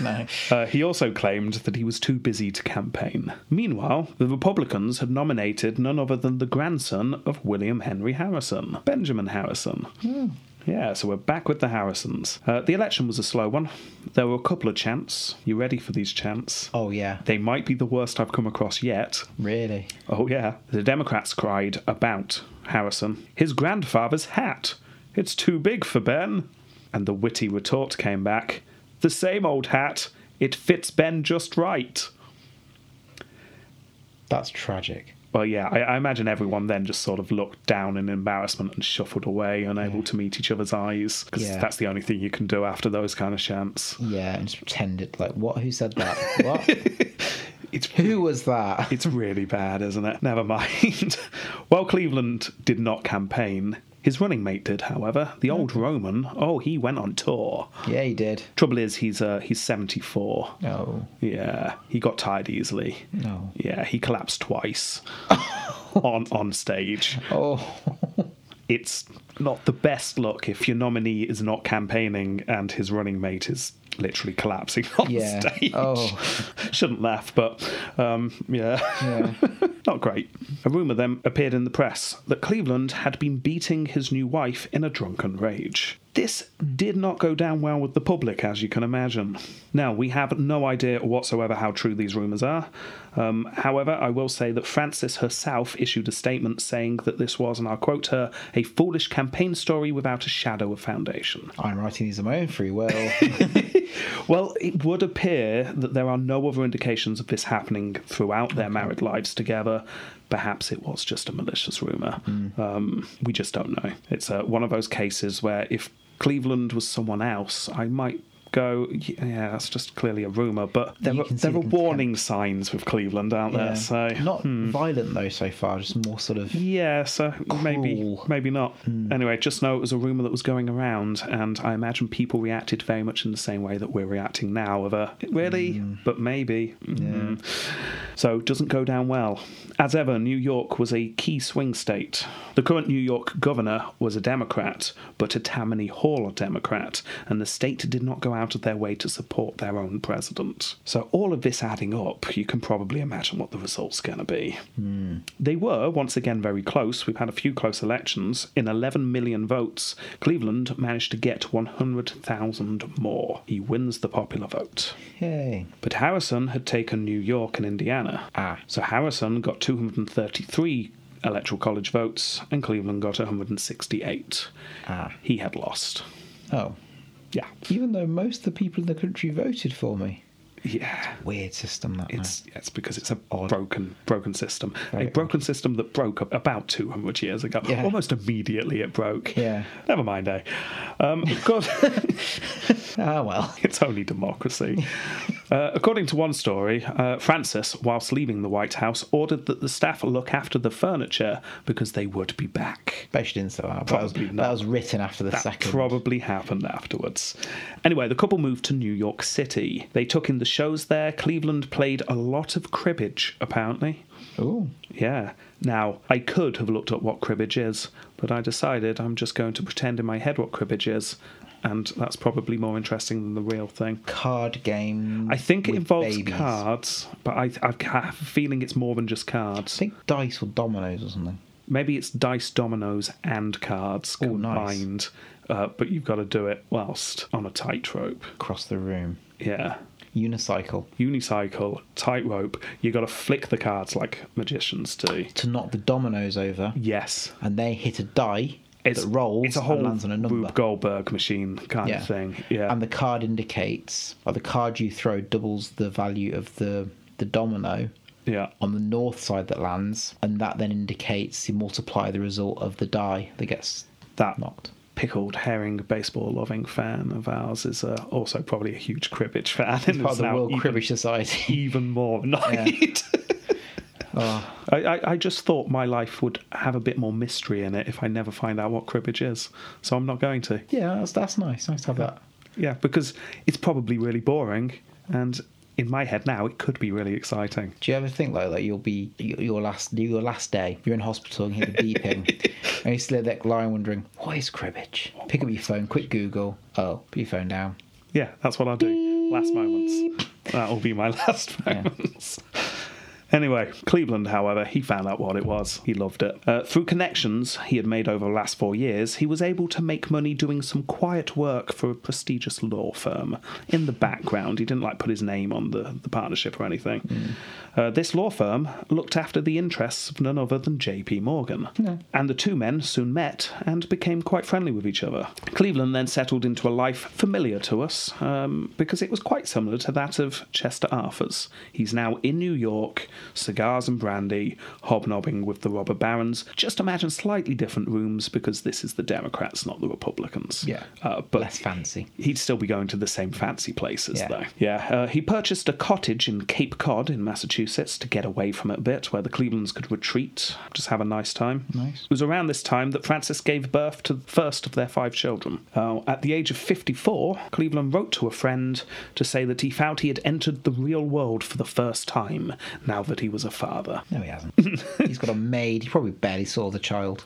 Speaker 2: No.
Speaker 3: Uh, he also claimed that he was too busy to campaign. Meanwhile, the Republicans had nominated none other than the grandson of William Henry Harrison, Benjamin Harrison. Yeah, so we're back with the Harrisons. Uh, the election was a slow one. There were a couple of chants. You ready for these chants?
Speaker 2: Oh yeah.
Speaker 3: They might be the worst I've come across yet.
Speaker 2: Really.
Speaker 3: Oh, yeah. The Democrats cried about Harrison. His grandfather's hat. It's too big for Ben. And the witty retort came back The same old hat. It fits Ben just right.
Speaker 2: That's tragic.
Speaker 3: Well, yeah, I, I imagine everyone then just sort of looked down in embarrassment and shuffled away, unable to meet each other's eyes, because
Speaker 2: Yeah.
Speaker 3: that's the only thing you can do after those kind of chants.
Speaker 2: Yeah, and just pretend it like what? Who said that? [LAUGHS] What?
Speaker 3: It's
Speaker 2: Who was that?
Speaker 3: [LAUGHS] It's really bad, isn't it? Never mind. While Cleveland did not campaign, His running mate did, however.
Speaker 2: Hmm.
Speaker 3: The old Roman, oh, he went on tour.
Speaker 2: Yeah, he did.
Speaker 3: Trouble is, he's uh, he's 74.
Speaker 2: Oh.
Speaker 3: Yeah, he got tired easily.
Speaker 2: No.
Speaker 3: Yeah, he
Speaker 2: [LAUGHS]
Speaker 3: collapsed twice on on stage.
Speaker 2: Oh.
Speaker 3: It's not the best look if your nominee is not campaigning and his running mate is literally collapsing [LAUGHS] on
Speaker 2: Yeah.
Speaker 3: stage.
Speaker 2: Oh.
Speaker 3: [LAUGHS] Shouldn't laugh, but um,
Speaker 2: Yeah.
Speaker 3: [LAUGHS] not great. A rumour then appeared in the press that Cleveland had been beating his new wife in a drunken rage. This did not go down well with the public, as you can imagine. Now, we have no idea whatsoever how true these rumours are. Um, however, I will say that Frances herself issued a statement saying that this was, and I'll quote her, a foolish campaign story without a shadow of foundation.
Speaker 2: I'm writing these on my own free
Speaker 3: [LAUGHS]
Speaker 2: will.
Speaker 3: Well, it would appear that there are no other indications of this happening throughout their married lives together. Perhaps it was just a malicious rumour.
Speaker 2: Hmm.
Speaker 3: Um, we just don't know. It's uh, one of those cases where if Cleveland was someone else, I might go, yeah, that's just clearly a rumour. But there
Speaker 2: You
Speaker 3: are,
Speaker 2: can see
Speaker 3: there are
Speaker 2: the contempt.
Speaker 3: warning signs with Cleveland, aren't
Speaker 2: Yeah.
Speaker 3: there? So hmm.
Speaker 2: Not violent though so far, just more sort of
Speaker 3: yeah, so maybe
Speaker 2: Cruel.
Speaker 3: maybe not. Anyway, just know it was a rumor that was going around, and I imagine people reacted very much in the same way that we're reacting now. Of a really, but maybe. Mhm. So it doesn't go down well. As ever, New York was a key swing state. The current New York governor was a Democrat, but a Tammany Hall Democrat, and the state did not go out of their way to support their own president. So all of this adding up, you can probably imagine what the result's going to be. They were, once again, very close. We've had a few close elections. In 11 million votes, Cleveland managed to get 100,000 more. He wins the popular vote.
Speaker 2: Yay.
Speaker 3: But Harrison had taken New York and Indiana.
Speaker 2: Ah.
Speaker 3: So Harrison got 233 electoral college votes, and Cleveland got 168.
Speaker 2: Ah.
Speaker 3: He had lost.
Speaker 2: Oh.
Speaker 3: Yeah.
Speaker 2: Even though most of the people in the country voted for me.
Speaker 3: Yeah.
Speaker 2: Weird system that man.
Speaker 3: It's it's because it's a broken broken system,
Speaker 2: Very
Speaker 3: a broken system that broke ab- about two hundred years ago.
Speaker 2: Yeah.
Speaker 3: Almost immediately it broke.
Speaker 2: Yeah.
Speaker 3: Never mind, eh? Um, of course, [LAUGHS]
Speaker 2: Ah well.
Speaker 3: it's
Speaker 2: [LAUGHS]
Speaker 3: only democracy. Uh, according to one story, uh, Francis, whilst leaving the White House, ordered that the staff look after the furniture because they would be back.
Speaker 2: Bet she didn't say that. That was,
Speaker 3: Probably
Speaker 2: that
Speaker 3: not.
Speaker 2: was written after the
Speaker 3: That
Speaker 2: second.
Speaker 3: probably happened afterwards. Anyway, the couple moved to New York City. They took in the shows there. Cleveland played a lot of cribbage, apparently.
Speaker 2: Ooh.
Speaker 3: Yeah. Now, I could have looked up what cribbage is, but I decided I'm just going to pretend in my head what cribbage is, and that's probably more interesting than the real thing.
Speaker 2: Card game.
Speaker 3: I think it
Speaker 2: with
Speaker 3: involves
Speaker 2: babies.
Speaker 3: cards, but I, I have a feeling it's more than just
Speaker 2: I
Speaker 3: cards.
Speaker 2: think dice or dominoes or something.
Speaker 3: Maybe it's dice, dominoes, and cards
Speaker 2: Oh, nice.
Speaker 3: combined, uh, but you've got to do it whilst on a tightrope.
Speaker 2: Across the room.
Speaker 3: Yeah.
Speaker 2: Unicycle.
Speaker 3: Unicycle, tightrope, you got to flick the cards like magicians do.
Speaker 2: To knock the dominoes over.
Speaker 3: Yes.
Speaker 2: And they hit a die that rolls
Speaker 3: it's a whole
Speaker 2: and lands on a number.
Speaker 3: Rube Goldberg machine kind of thing. Yeah.
Speaker 2: And the card indicates, or the card you throw doubles the value of the the domino
Speaker 3: yeah.
Speaker 2: on the north side that lands, and that then indicates you multiply the result of the die that gets
Speaker 3: That
Speaker 2: knocked.
Speaker 3: pickled herring baseball loving fan of ours is uh, also probably a huge cribbage fan. and
Speaker 2: Part of
Speaker 3: is
Speaker 2: the
Speaker 3: now
Speaker 2: World
Speaker 3: even,
Speaker 2: Cribbage
Speaker 3: [LAUGHS]
Speaker 2: Society. [LAUGHS]
Speaker 3: even more annoyed.
Speaker 2: Oh,
Speaker 3: I, I, I just thought my life would have a bit more mystery in it if I never find out what cribbage is. So I'm not going to.
Speaker 2: yeah, that's, that's nice. Nice to have that.
Speaker 3: Yeah, because it's probably really boring. And in my head now, it could be really exciting.
Speaker 2: Do you ever think like that? You'll be your your last your last day. You're in hospital and you hear the beeping, and you still there lying wondering what is cribbage. Pick up your phone, quick Google. Oh, put your phone down.
Speaker 3: Yeah, that's what I'll do. Last moments. That'll be my [LAUGHS] last
Speaker 2: Yeah.
Speaker 3: moments. Anyway, Cleveland, however, he found out what it was. He loved it. Uh, through connections he had made over the last four years, he was able to make money doing some quiet work for a prestigious law firm in the background. He didn't like put his name on the, the partnership or anything. Uh, this law firm looked after the interests of none other than J.P. Morgan. And the two men soon met and became quite friendly with each other. Cleveland then settled into a life familiar to us um, because it was quite similar to that of Chester Arthur's. He's now in New York. cigars and brandy, hobnobbing with the robber barons. Just imagine slightly different rooms because this is the Democrats, not the Republicans.
Speaker 2: Yeah.
Speaker 3: Uh, but
Speaker 2: Less fancy.
Speaker 3: He'd still be going to the same fancy places,
Speaker 2: Yeah.
Speaker 3: though. Yeah. Uh, he purchased a cottage in Cape Cod in Massachusetts to get away from it a bit, where the Clevelands could retreat, just have a nice time.
Speaker 2: Nice.
Speaker 3: It was around this time that Francis gave birth to the first of their five children. Uh, at the age of 54, Cleveland wrote to a friend to say that he felt he had entered the real world for the first time now that he was a father.
Speaker 2: No, he hasn't. [LAUGHS] He's got a maid. He probably barely saw the child.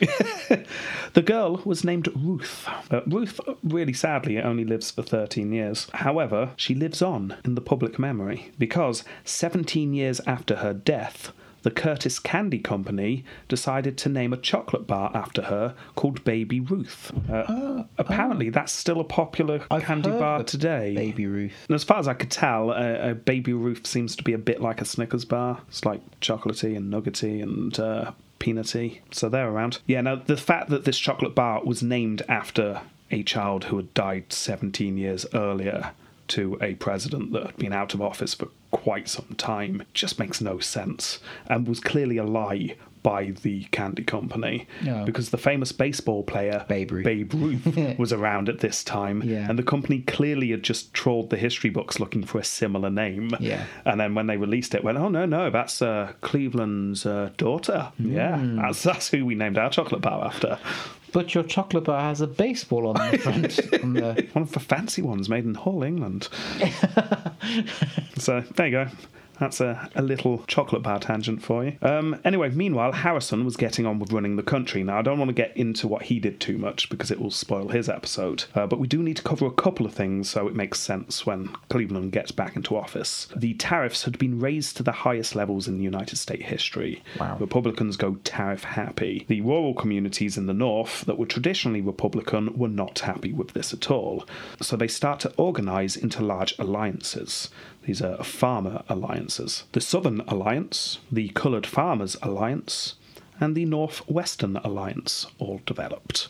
Speaker 3: The girl was named Ruth. Uh, Ruth, really sadly, only lives for 13 years. However, she lives on in the public memory because 17 years after her death, the Curtis Candy Company decided to name a chocolate bar after her called Baby Ruth. Uh, apparently, that's still a popular
Speaker 2: Ah, I've
Speaker 3: candy
Speaker 2: heard
Speaker 3: bar
Speaker 2: of
Speaker 3: today.
Speaker 2: Baby Ruth.
Speaker 3: And as far as I could tell, a, a Baby Ruth seems to be a bit like a Snickers bar. It's like chocolatey and nuggety and uh, peanutty. So they're around. Yeah, now the fact that this chocolate bar was named after a child who had died 17 years earlier to a president that had been out of office for quite some time just makes no sense and was clearly a lie by the candy company
Speaker 2: No.
Speaker 3: because the famous baseball player
Speaker 2: Babe Ruth. [LAUGHS]
Speaker 3: Babe Ruth was around at this time
Speaker 2: Yeah.
Speaker 3: and the company clearly had just trawled the history books looking for a similar name.
Speaker 2: Yeah.
Speaker 3: And then when they released it, went, oh no no, that's uh, Cleveland's uh, daughter. Yeah,
Speaker 2: Mm.
Speaker 3: that's that's who we named our chocolate bar after.
Speaker 2: [LAUGHS] But your chocolate bar has a baseball on the [LAUGHS] front. on the...
Speaker 3: One of the fancy ones made in Hall, England. so there you go. That's a, a little chocolate bar tangent for you. Um, anyway, meanwhile, Harrison was getting on with running the country. Now, I don't want to get into what he did too much because it will spoil his episode, uh, but we do need to cover a couple of things so it makes sense when Cleveland gets back into office. The tariffs had been raised to the highest levels in United States history.
Speaker 2: Wow.
Speaker 3: Republicans go tariff happy. The rural communities in the north that were traditionally Republican were not happy with this at all. So they start to organize into large alliances. These are farmer alliances the Southern Alliance, the Colored Farmers Alliance, and the Northwestern Alliance all developed.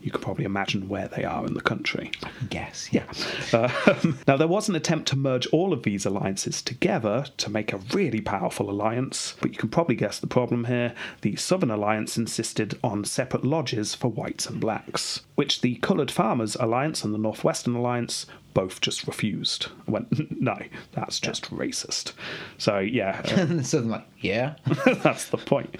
Speaker 3: You can probably imagine where they are in the country.
Speaker 2: Guess. Yeah.
Speaker 3: Um, [LAUGHS] now, there was an attempt to merge all of these alliances together to make a really powerful alliance, but you can probably guess the problem here. The Southern Alliance insisted on separate lodges for whites and blacks, which the Coloured Farmers Alliance and the Northwestern Alliance both just refused. Went, [LAUGHS] no, that's just racist. So, yeah. uh,
Speaker 2: [LAUGHS] And so they're like, yeah.
Speaker 3: [LAUGHS] that's the point.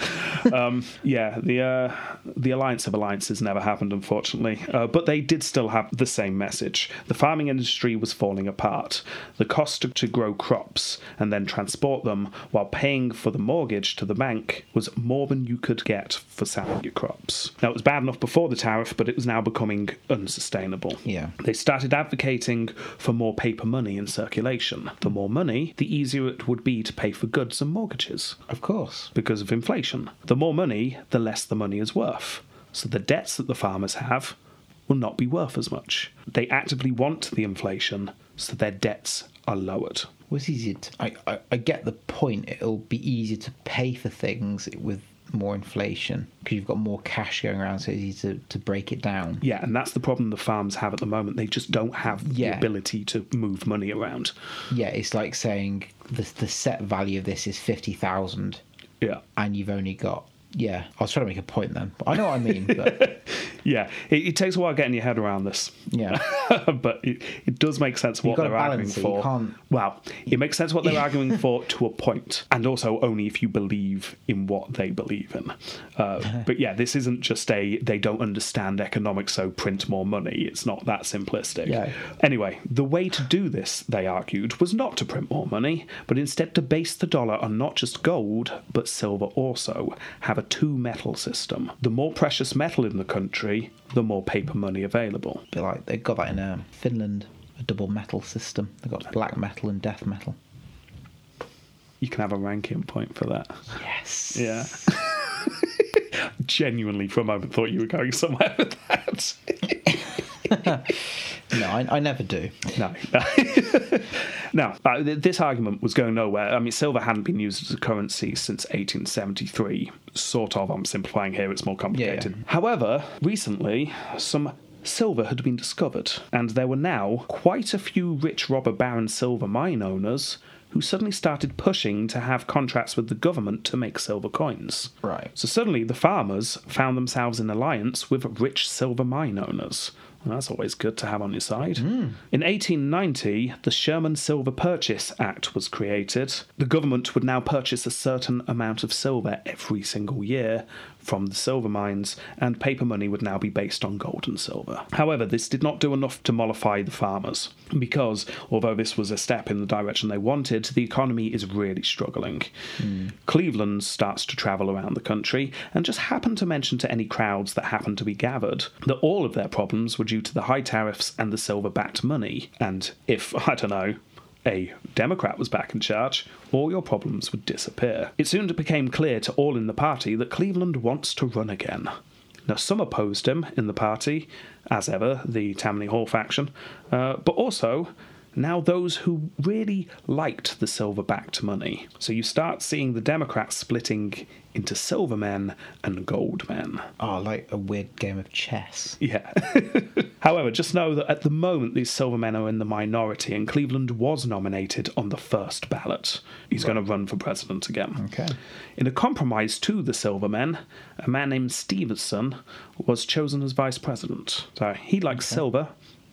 Speaker 3: Um, yeah, the uh, the alliance of alliances never happened, unfortunately. Uh, but they did still have the same message: the farming industry was falling apart. The cost to, to grow crops and then transport them while paying for the mortgage to the bank was more than you could get for selling your crops. Now it was bad enough before the tariff, but it was now becoming unsustainable.
Speaker 2: Yeah.
Speaker 3: They started advocating for more paper money in circulation. The more money, the easier it would be to pay for goods and mortgages
Speaker 2: Of course.
Speaker 3: because of inflation. The more money, the less the money is worth. So the debts that the farmers have will not be worth as much. They actively want the inflation, so their debts are lowered.
Speaker 2: was easier to, I, I, I get the point it'll be easier to pay for things with more inflation because you've got more cash going around so it's easier to, to break it down
Speaker 3: Yeah, and that's the problem the farms have at the moment. They just don't have the
Speaker 2: Yeah.
Speaker 3: ability to move money around.
Speaker 2: yeah it's like saying the, the set value of this is 50000
Speaker 3: Yeah.
Speaker 2: and you've only got yeah i was trying to make a point then but i know what i mean [LAUGHS] but
Speaker 3: Yeah. It, it takes a while getting your head around this.
Speaker 2: yeah
Speaker 3: [LAUGHS] but it, it does make sense what
Speaker 2: gotta
Speaker 3: they're arguing
Speaker 2: balance it, you
Speaker 3: for.
Speaker 2: can't-
Speaker 3: Well, it makes sense what they're
Speaker 2: [LAUGHS]
Speaker 3: arguing for to a point, and also only if you believe in what they believe in.
Speaker 2: [LAUGHS]
Speaker 3: Uh, but yeah, this isn't just a they don't understand economics, so print more money. It's not that simplistic.
Speaker 2: Yeah.
Speaker 3: Anyway, the way to do this, they argued, was not to print more money, but instead to base the dollar on not just gold, but silver also, have a two metal system. The more precious metal in the country, the more paper money available.
Speaker 2: but like they've got that in um, finland a double metal system they've got black metal and death metal
Speaker 3: you can have a ranking point for that.
Speaker 2: yes
Speaker 3: Yeah. Genuinely, for a moment, thought you were going somewhere [LAUGHS] with that.
Speaker 2: [LAUGHS] no i, I never do
Speaker 3: [LAUGHS] No. now, uh, th- this argument was going nowhere. I mean, silver hadn't been used as a currency since 1873. Sort of. I'm simplifying here, it's more complicated. However, recently, some. Silver had been discovered, and there were now quite a few rich robber baron silver mine owners who suddenly started pushing to have contracts with the government to make silver coins.
Speaker 2: Right.
Speaker 3: So suddenly the farmers found themselves in alliance with rich silver mine owners. Well, that's always good to have on your side. In 1890, the Sherman Silver Purchase Act was created. The government would now purchase a certain amount of silver every single year from the silver mines, and paper money would now be based on gold and silver. However, this did not do enough to mollify the farmers, because although this was a step in the direction they wanted, the economy is really struggling. Cleveland starts to travel around the country and just happened to mention to any crowds that happened to be gathered that all of their problems were due to the high tariffs and the silver backed money. And if, [LAUGHS] I don't know, a Democrat was back in charge, all your problems would disappear. It soon became clear to all in the party that Cleveland wants to run again. Now, some opposed him in the party, as ever, the Tammany Hall faction, uh, but also now those who really liked the silver backed money. So you start seeing the Democrats splitting into silver men and gold men.
Speaker 2: Oh, like a weird game of chess.
Speaker 3: [LAUGHS] Yeah. However, just know that at the moment these Silvermen are in the minority, and Cleveland was nominated on the first ballot. He's going to run for president again.
Speaker 2: Okay.
Speaker 3: In a compromise to the Silvermen, a man named Stevenson was chosen as vice president. So he likes silver,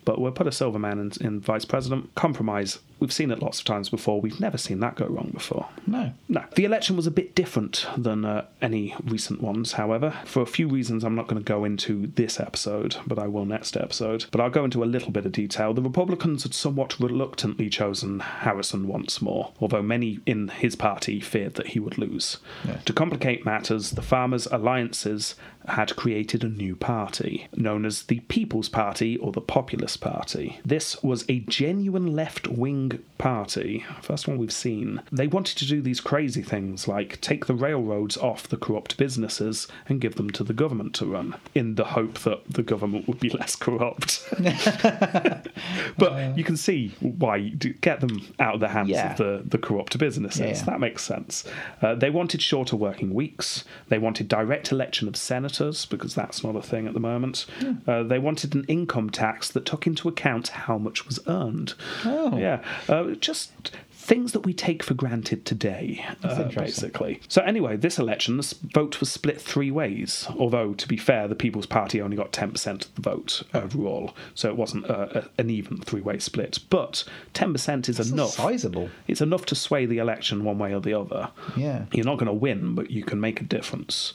Speaker 3: but we'll put a Silverman in, in vice president. Compromise. We've seen it lots of times before. We've never seen that go wrong before.
Speaker 2: No.
Speaker 3: No. The election was a bit different than uh, any recent ones, however, for a few reasons I'm not going to go into this episode, but I will next episode. But I'll go into a little bit of detail. The Republicans had somewhat reluctantly chosen Harrison once more, although many in his party feared that he would lose.
Speaker 2: Yeah.
Speaker 3: To complicate matters, the farmers' alliances had created a new party, known as the People's Party or the Populist Party. This was a genuine left wing party, first one we've seen. They wanted to do these crazy things like take the railroads off the corrupt businesses and give them to the government to run, in the hope that the government would be [LAUGHS] less
Speaker 2: [LAUGHS]
Speaker 3: corrupt. but you can see why you do- get them out of the hands
Speaker 2: Uh. Yeah.
Speaker 3: of the, the corrupt businesses.
Speaker 2: Yeah.
Speaker 3: That makes sense. Uh, they wanted shorter working weeks. They wanted direct election of senators because that's not a thing at the moment.
Speaker 2: Hmm.
Speaker 3: Uh, they wanted an income tax that took into account how much was earned.
Speaker 2: Oh.
Speaker 3: yeah, uh, just. Things that we take for granted today, uh,
Speaker 2: interesting.
Speaker 3: basically. So, anyway, this election, this vote was split three ways. Although, to be fair, the People's Party only got 10% of the vote overall. So, it wasn't uh, a, an even three way split. But 10% is
Speaker 2: That's
Speaker 3: enough.
Speaker 2: sizable.
Speaker 3: It's enough to sway the election one way or the other.
Speaker 2: Yeah.
Speaker 3: You're not going to win, but you can make a difference.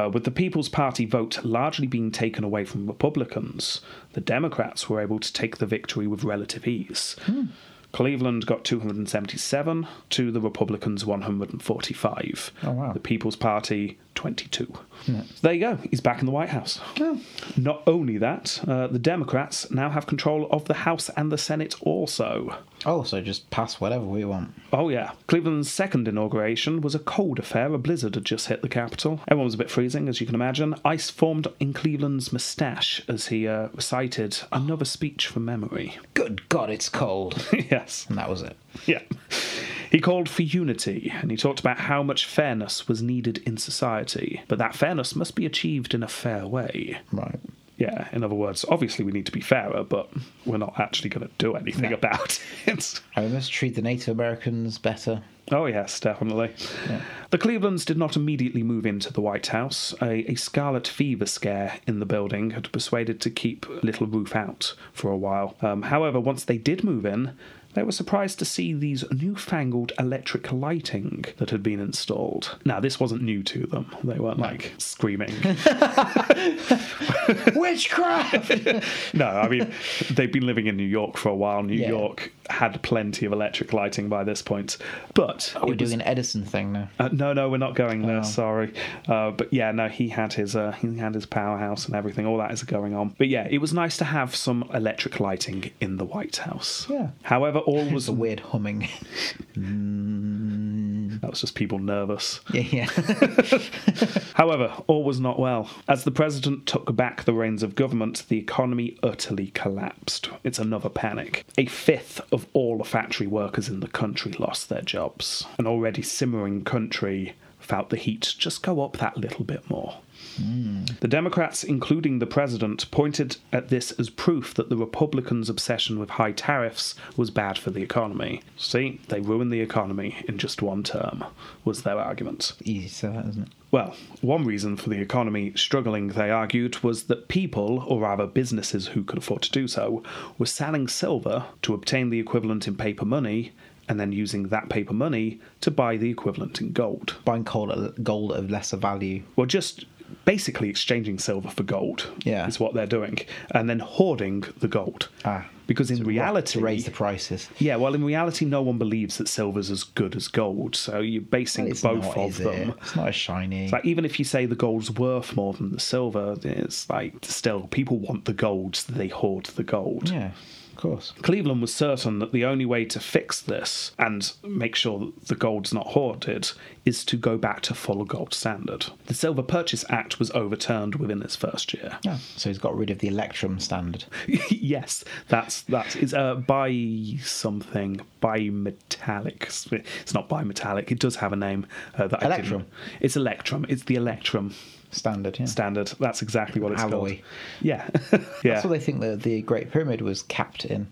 Speaker 3: Uh, with the People's Party vote largely being taken away from Republicans, the Democrats were able to take the victory with relative ease.
Speaker 2: Hmm.
Speaker 3: Cleveland got 277 to the Republicans 145.
Speaker 2: Oh, wow.
Speaker 3: The People's Party 22. There you go. He's back in the White House. Not only that, uh, the Democrats now have control of the House and the Senate also.
Speaker 2: Oh, so just pass whatever we want.
Speaker 3: Oh, yeah. Cleveland's second inauguration was a cold affair. A blizzard had just hit the capital. Everyone was a bit freezing, as you can imagine. Ice formed in Cleveland's moustache as he uh, recited another speech from memory. [LAUGHS]
Speaker 2: Good God, it's cold. [LAUGHS]
Speaker 3: yes.
Speaker 2: and that was it.
Speaker 3: Yeah. He called for unity and he talked about how much fairness was needed in society, but that fairness must be achieved in a fair way.
Speaker 2: Right.
Speaker 3: Yeah, in other words, obviously we need to be fairer, but we're not actually going to do anything about [LAUGHS] it.
Speaker 2: And we must treat the Native Americans better. [LAUGHS]
Speaker 3: Oh, yes, definitely.
Speaker 2: Yeah.
Speaker 3: The Clevelands did not immediately move into the White House. A, a scarlet fever scare in the building had persuaded to keep Little Roof out for a while. Um, however, once they did move in, they were surprised to see these newfangled electric lighting that had been installed. Now, this wasn't new to them. They weren't like screaming. [LAUGHS]
Speaker 2: Witchcraft!
Speaker 3: no, I mean, they've been living in New York for a while. New
Speaker 2: Yeah.
Speaker 3: York had plenty of electric lighting by this point. But
Speaker 2: Oh, We're
Speaker 3: it was-
Speaker 2: doing an Edison thing now.
Speaker 3: Uh, no, no, we're not going there.
Speaker 2: Oh.
Speaker 3: Sorry, uh, but yeah, no, he had his uh, he had his powerhouse and everything. All that is going on. But yeah, it was nice to have some electric lighting in the White House.
Speaker 2: Yeah.
Speaker 3: However, all
Speaker 2: [LAUGHS]
Speaker 3: was
Speaker 2: It's a weird humming.
Speaker 3: that was just people nervous.
Speaker 2: yeah, yeah. [LAUGHS]
Speaker 3: However, all was not well. As the president took back the reins of government, the economy utterly collapsed. It's another panic. A fifth of all the factory workers in the country lost their jobs. An already simmering country without the heat just go up that little bit more. The Democrats, including the president, pointed at this as proof that the Republicans' obsession with high tariffs was bad for the economy. See, they ruined the economy in just one term, was their argument.
Speaker 2: Easy to say that, isn't it?
Speaker 3: Well, one reason for the economy struggling, they argued, was that people, or rather businesses who could afford to do so, were selling silver to obtain the equivalent in paper money and then using that paper money to buy the equivalent in gold.
Speaker 2: Buying coal at gold of lesser value.
Speaker 3: Well, just basically exchanging silver for gold
Speaker 2: Yeah.
Speaker 3: is what they're doing, and then hoarding the gold.
Speaker 2: Ah.
Speaker 3: because in
Speaker 2: to-
Speaker 3: reality,
Speaker 2: to raise the prices.
Speaker 3: yeah, well, in reality, no one believes that silver's as good as gold. So you're basing
Speaker 2: It's
Speaker 3: both
Speaker 2: not,
Speaker 3: of
Speaker 2: is it?
Speaker 3: them.
Speaker 2: It's not as shiny.
Speaker 3: It's like even if you say the gold's worth more than the silver, it's like still people want the gold, so they hoard the gold.
Speaker 2: yeah, of course.
Speaker 3: Cleveland was certain that the only way to fix this and make sure that the gold's not hoarded is to go back to full gold standard. The Silver Purchase Act was overturned within its first year. [LAUGHS]
Speaker 2: Yeah. So he's got rid of the electrum standard.
Speaker 3: yes, that's that's it's uh, by something by metallic. It's not by metallic. It does have a name uh, that I
Speaker 2: Electrum.
Speaker 3: didn't. It's electrum. It's the electrum
Speaker 2: Standard. Yeah.
Speaker 3: standard. That's exactly what it's
Speaker 2: Alloy.
Speaker 3: called. Yeah, [LAUGHS] yeah.
Speaker 2: That's what they think that the Great Pyramid was capped in.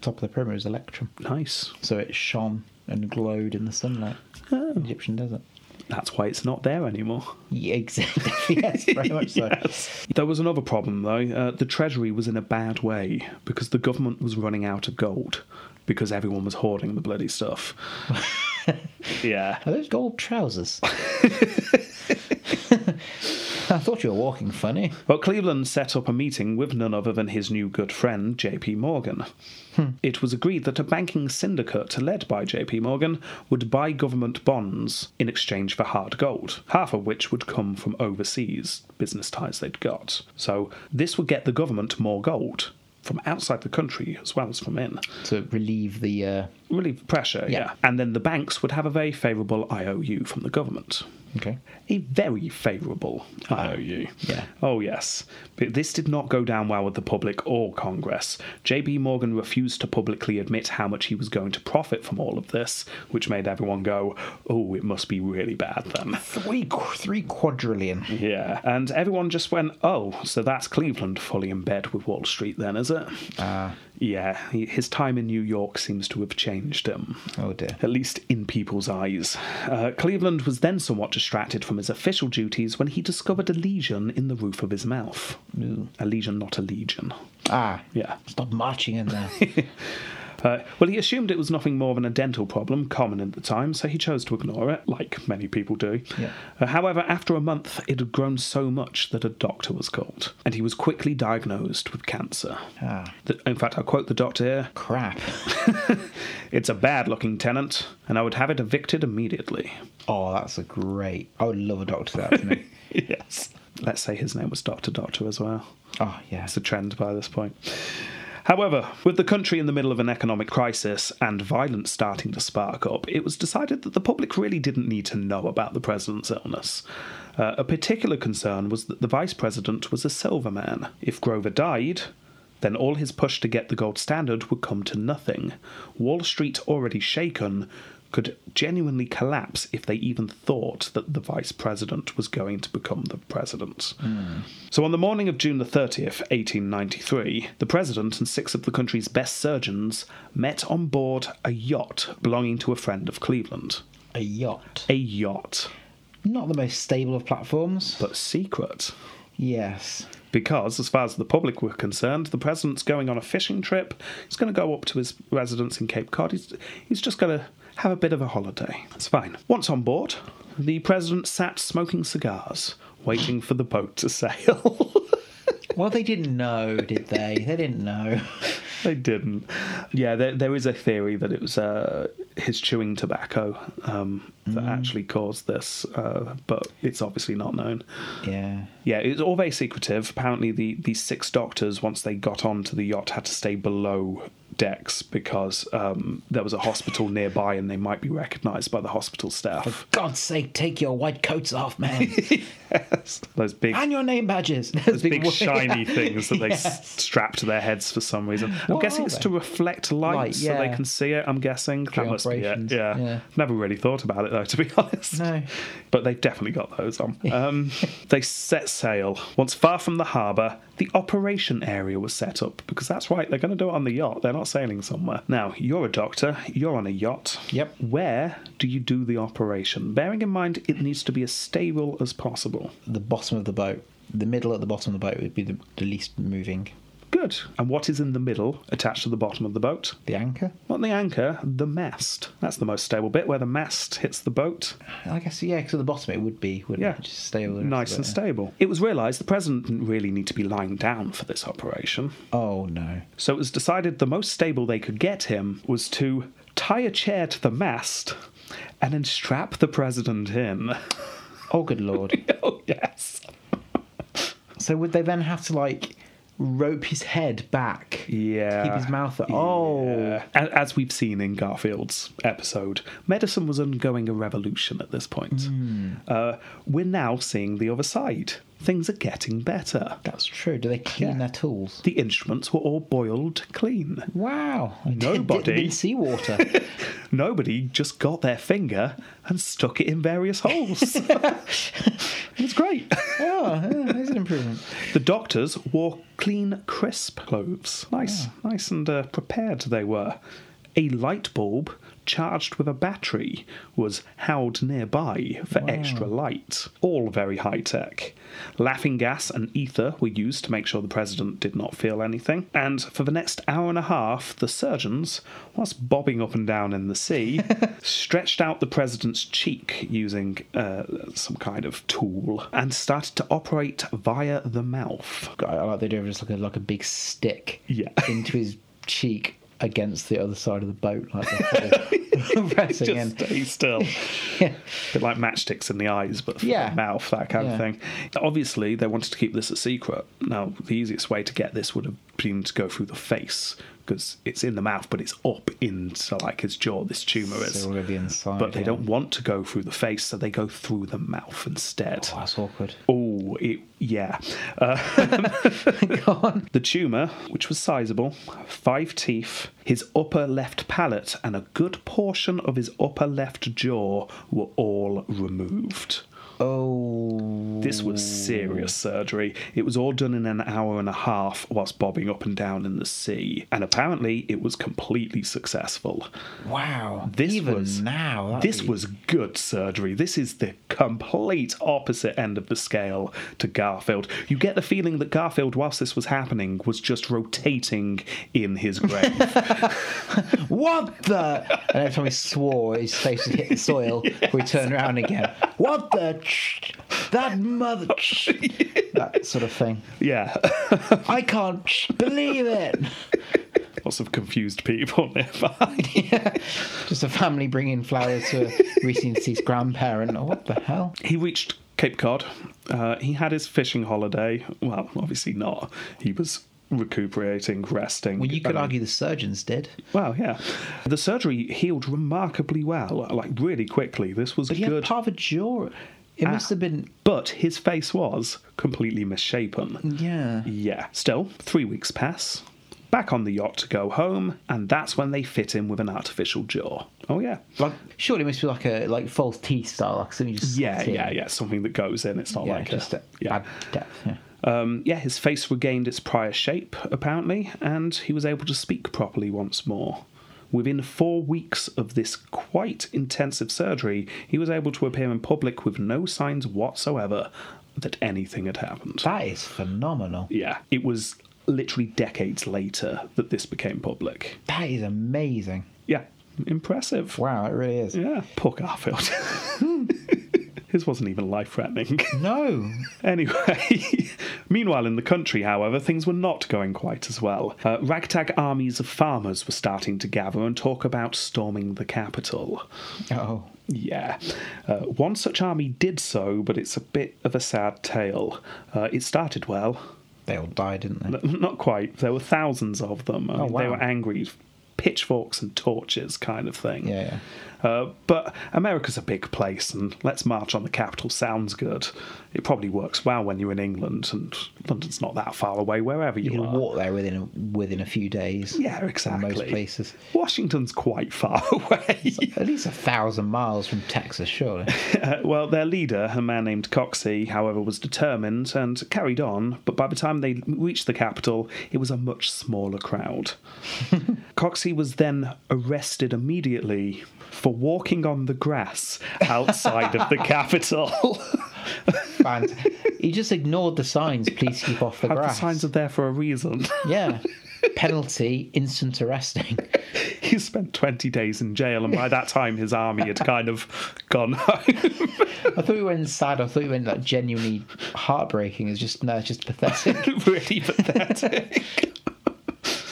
Speaker 2: top of the pyramid was electrum,
Speaker 3: [LAUGHS] nice.
Speaker 2: so it shone and glowed in the sunlight.
Speaker 3: Oh.
Speaker 2: Egyptian desert.
Speaker 3: That's why it's not there anymore. [LAUGHS]
Speaker 2: Yeah, exactly. [LAUGHS] Yes, very much so.
Speaker 3: There was another problem, though. Uh, the Treasury was in a bad way because the government was running out of gold because everyone was hoarding the
Speaker 2: [LAUGHS]
Speaker 3: bloody stuff. yeah.
Speaker 2: Are those gold
Speaker 3: [LAUGHS]
Speaker 2: trousers? I thought you were walking funny.
Speaker 3: Well, Cleveland set up a meeting with none other than his new good friend, J.P. Morgan. It was agreed that a banking syndicate led by J.P. Morgan would buy government bonds in exchange for hard gold, half of which would come from overseas business ties they'd got. So this would get the government more gold from outside the country as well as from in.
Speaker 2: To relieve the uh,
Speaker 3: Really pressure,
Speaker 2: Yeah.
Speaker 3: yeah. And then the banks would have a very favourable IOU from the government
Speaker 2: okay.
Speaker 3: a very favourable IOU.
Speaker 2: yeah.
Speaker 3: Oh, yes. But this did not go down well with the public or Congress. J.B. Morgan refused to publicly admit how much he was going to profit from all of this, which made everyone go, oh, it must be really bad then.
Speaker 2: Three qu- three quadrillion.
Speaker 3: Yeah. And everyone just went, oh, so that's Cleveland fully in bed with Wall Street then, is it?
Speaker 2: Ah,
Speaker 3: Yeah. he- His time in New York seems to have changed him
Speaker 2: oh dear.
Speaker 3: at least in people's eyes. Uh, Cleveland was then somewhat distracted from his official duties when he discovered a lesion in the roof of his mouth. A lesion, not a legion.
Speaker 2: Ah,
Speaker 3: Yeah.
Speaker 2: Stop marching in
Speaker 3: [LAUGHS]
Speaker 2: there.
Speaker 3: Uh, well, he assumed it was nothing more than a dental problem, common at the time, so he chose to ignore it, like many people do.
Speaker 2: Yeah.
Speaker 3: Uh, however, after a month, it had grown so much that a doctor was called, and he was quickly diagnosed with cancer.
Speaker 2: Ah.
Speaker 3: The- in fact, I'll quote the doctor here
Speaker 2: Crap.
Speaker 3: It's a bad looking tenant, and I would have it
Speaker 2: [LAUGHS]
Speaker 3: evicted immediately.
Speaker 2: Oh, that's a great. I would love a doctor that for
Speaker 3: [LAUGHS]
Speaker 2: me.
Speaker 3: yes. Let's say his name was Dr. Doctor as well.
Speaker 2: Oh yeah.
Speaker 3: It's a trend by this point. However, with the country in the middle of an economic crisis and violence starting to spark up, it was decided that the public really didn't need to know about the president's illness. Uh, a particular concern was that the vice president was a silver man. If Grover died, then all his push to get the gold standard would come to nothing. Wall Street, already shaken, could genuinely collapse if they even thought that the vice president was going to become the president. So, on the morning of June the 30th, 1893, the president and six of the country's best surgeons met on board a yacht belonging to a friend of Cleveland.
Speaker 2: a yacht.
Speaker 3: A yacht,
Speaker 2: Not the most stable of platforms.
Speaker 3: but secret.
Speaker 2: yes.
Speaker 3: Because, as far as the public were concerned, the president's going on a fishing trip. He's going to go up to his residence in Cape Cod. He's, he's just going to have a bit of a holiday. It's fine. Once on board, the president sat smoking cigars, waiting for the boat to [LAUGHS] sail.
Speaker 2: Well, they didn't know, did they? They didn't know. [LAUGHS]
Speaker 3: they didn't. Yeah, there, there is a theory that it was uh, his chewing tobacco um, that actually caused this, uh, but it's obviously not known.
Speaker 2: Yeah.
Speaker 3: Yeah, it was all very secretive. Apparently, the, the six doctors, once they got onto the yacht, had to stay below decks because um, there was a hospital nearby and they might be recognised by the
Speaker 2: [LAUGHS]
Speaker 3: hospital staff.
Speaker 2: God's sake, take your white coats off,
Speaker 3: [LAUGHS]
Speaker 2: man,
Speaker 3: Those big
Speaker 2: and your name badges.
Speaker 3: [LAUGHS] those big,
Speaker 2: [LAUGHS]
Speaker 3: shiny things that they s
Speaker 2: Yes.
Speaker 3: strap to their heads for some reason. I'm
Speaker 2: What
Speaker 3: guessing
Speaker 2: are
Speaker 3: it's
Speaker 2: they?
Speaker 3: to reflect light,
Speaker 2: Light,
Speaker 3: so they
Speaker 2: yeah.
Speaker 3: can see it. I'm guessing that must be it.
Speaker 2: operations,
Speaker 3: Yeah.
Speaker 2: yeah.
Speaker 3: never really thought about it though, to be [LAUGHS] honest.
Speaker 2: No.
Speaker 3: but they've definitely got those on. Um, they set sail once far from the harbour. The operation area was set up because that's right. They're going to do it on the yacht. They're not sailing somewhere. Now you're a doctor. You're on a yacht.
Speaker 2: Yep.
Speaker 3: Where do you do the operation? Bearing in mind it needs to be as stable as possible.
Speaker 2: the bottom of the boat, the middle at the bottom of the boat would be the, the least moving.
Speaker 3: Good. And what is in the middle, attached to the bottom of the boat?
Speaker 2: The anchor,
Speaker 3: Not the anchor, the mast. That's the most stable bit where the mast hits the boat.
Speaker 2: I guess. Yeah, because at the bottom it would be, wouldn't
Speaker 3: Yeah.
Speaker 2: it? Just stay all the rest
Speaker 3: Nice
Speaker 2: of
Speaker 3: and
Speaker 2: it.
Speaker 3: stable. It was realised the president didn't really need to be lying down for this operation.
Speaker 2: Oh no.
Speaker 3: So it was decided the most stable they could get him was to tie a chair to the mast and then strap the president in. [LAUGHS]
Speaker 2: Oh good lord.
Speaker 3: oh, yes.
Speaker 2: so would they then have to like rope his head back?
Speaker 3: Yeah.
Speaker 2: To keep his mouth. Oh.
Speaker 3: Yeah. A- As we've seen in Garfield's episode, medicine was undergoing a revolution at this point.
Speaker 2: Hmm.
Speaker 3: Uh, we're now seeing the other side. Things are getting better.
Speaker 2: That's true. Do they clean
Speaker 3: Yeah.
Speaker 2: their tools?
Speaker 3: The instruments were all boiled
Speaker 2: [LAUGHS]
Speaker 3: clean.
Speaker 2: Wow. I did-
Speaker 3: Nobody.
Speaker 2: Dip in seawater.
Speaker 3: [LAUGHS]
Speaker 2: [LAUGHS]
Speaker 3: Nobody just got their finger and stuck it in various holes. it was great.
Speaker 2: oh, yeah, there's an improvement.
Speaker 3: The doctors wore clean, crisp clothes. Nice, nice and uh, prepared they were. A light bulb charged with a battery was held nearby for extra light. All very high tech. Laughing gas and ether were used to make sure the president did not feel anything. And for the next hour and a half, the surgeons, whilst bobbing up and down in the sea, stretched out the president's cheek using uh, some kind of tool and started to operate via the mouth.
Speaker 2: God, I like the idea of just like a, like a big stick
Speaker 3: Yeah.
Speaker 2: into his cheek against the other side of the boat, like the whole- [LAUGHS]
Speaker 3: [LAUGHS]
Speaker 2: pressing
Speaker 3: Just uh,
Speaker 2: in.
Speaker 3: stay still.
Speaker 2: Yeah.
Speaker 3: bit like matchsticks in the eyes, but for
Speaker 2: Yeah.
Speaker 3: the mouth, that kind of
Speaker 2: Yeah.
Speaker 3: thing. Obviously, they wanted to keep this a secret. Now, the easiest way to get this would have been to go through the face because it's in the mouth, but it's up into like his jaw. This tumor is.
Speaker 2: It's already inside.
Speaker 3: But they
Speaker 2: yeah.
Speaker 3: don't want to go through the face, so they go through the mouth instead.
Speaker 2: Oh, that's awkward.
Speaker 3: Oh, it, yeah. Uh, [LAUGHS] The tumour, which was sizable, five teeth, his upper left palate, and a good portion of his upper left jaw were all removed.
Speaker 2: Oh.
Speaker 3: This was serious surgery. It was all done in an hour and a half whilst bobbing up and down in the sea, and apparently it was completely successful.
Speaker 2: Wow.
Speaker 3: This
Speaker 2: Even
Speaker 3: was-
Speaker 2: now. that'd
Speaker 3: This
Speaker 2: be-
Speaker 3: was good surgery. This is the complete opposite end of the scale to Garfield. You get the feeling that Garfield, whilst this was happening, was just rotating in his grave.
Speaker 2: [LAUGHS] What the? And every time he swore, his face would hit the [LAUGHS] soil. We turn around again. What the? That mother. [LAUGHS] That sort of thing.
Speaker 3: yeah. [LAUGHS]
Speaker 2: I can't believe [LAUGHS] it.
Speaker 3: Lots of confused people nearby.
Speaker 2: Just a family bringing flowers to a recently deceased grandparent. Oh, what the hell?
Speaker 3: He reached Cape Cod. Uh, he had his fishing holiday. Well, obviously not. He was recuperating, resting.
Speaker 2: Well, you could
Speaker 3: and-
Speaker 2: argue the surgeons did,
Speaker 3: Wow, yeah. The surgery healed remarkably well, like really quickly. This was
Speaker 2: but he
Speaker 3: good.
Speaker 2: had part of a jaw. It must have been.
Speaker 3: Ah. but his face was completely misshapen.
Speaker 2: Yeah.
Speaker 3: Yeah. Still, three weeks pass. Back on the yacht to go home, and that's when they fit him with an artificial jaw. Oh yeah.
Speaker 2: Like, surely it must be like a like false teeth style, like something you just.
Speaker 3: Yeah,
Speaker 2: slot in.
Speaker 3: yeah, yeah. Something that goes in. It's not
Speaker 2: Yeah,
Speaker 3: like
Speaker 2: just
Speaker 3: a,
Speaker 2: a,
Speaker 3: yeah.
Speaker 2: add depth. Yeah.
Speaker 3: Um, yeah, his face regained its prior shape, apparently, and he was able to speak properly once more. Within four weeks of this quite intensive surgery, he was able to appear in public with no signs whatsoever that anything had happened.
Speaker 2: That is phenomenal.
Speaker 3: Yeah, it was literally decades later that this became public.
Speaker 2: That is amazing.
Speaker 3: Yeah, impressive.
Speaker 2: Wow, it really is.
Speaker 3: Yeah, poor Garfield. [LAUGHS] His wasn't even life threatening.
Speaker 2: No.
Speaker 3: [LAUGHS] Anyway, [LAUGHS] meanwhile, in the country, however, things were not going quite as well. Uh, ragtag armies of farmers were starting to gather and talk about storming the capital.
Speaker 2: Oh.
Speaker 3: Yeah. Uh, one such army did so, but it's a bit of a sad tale. Uh, it started well.
Speaker 2: They all died, didn't they?
Speaker 3: N- Not quite. There were thousands of them. I mean, They
Speaker 2: Oh, wow.
Speaker 3: were angry, pitchforks and torches kind of thing.
Speaker 2: Yeah, yeah.
Speaker 3: Uh, but America's a big place, and let's march on the capital sounds good. It probably works well when you're in England, and London's not that far away, wherever you,
Speaker 2: You
Speaker 3: are.
Speaker 2: can walk there within a, within a few days.
Speaker 3: yeah, exactly.
Speaker 2: In most places.
Speaker 3: Washington's quite far [LAUGHS] away.
Speaker 2: At least a thousand miles from Texas, surely.
Speaker 3: Uh, well, their leader, a man named Coxey, however, was determined and carried on, but by the time they reached the capital, it was a much smaller crowd. Coxey was then arrested immediately for walking on the grass outside of the capital.
Speaker 2: And
Speaker 3: [LAUGHS]
Speaker 2: he just ignored the signs. Please keep off the
Speaker 3: And the
Speaker 2: grass.
Speaker 3: signs are there for a reason. [LAUGHS]
Speaker 2: yeah. Penalty, instant arresting.
Speaker 3: he spent 20 days in jail, and by that time, his army had kind of gone home.
Speaker 2: I thought we went sad. I thought we went like genuinely heartbreaking. It's just no, it's just pathetic.
Speaker 3: [LAUGHS] really pathetic. It-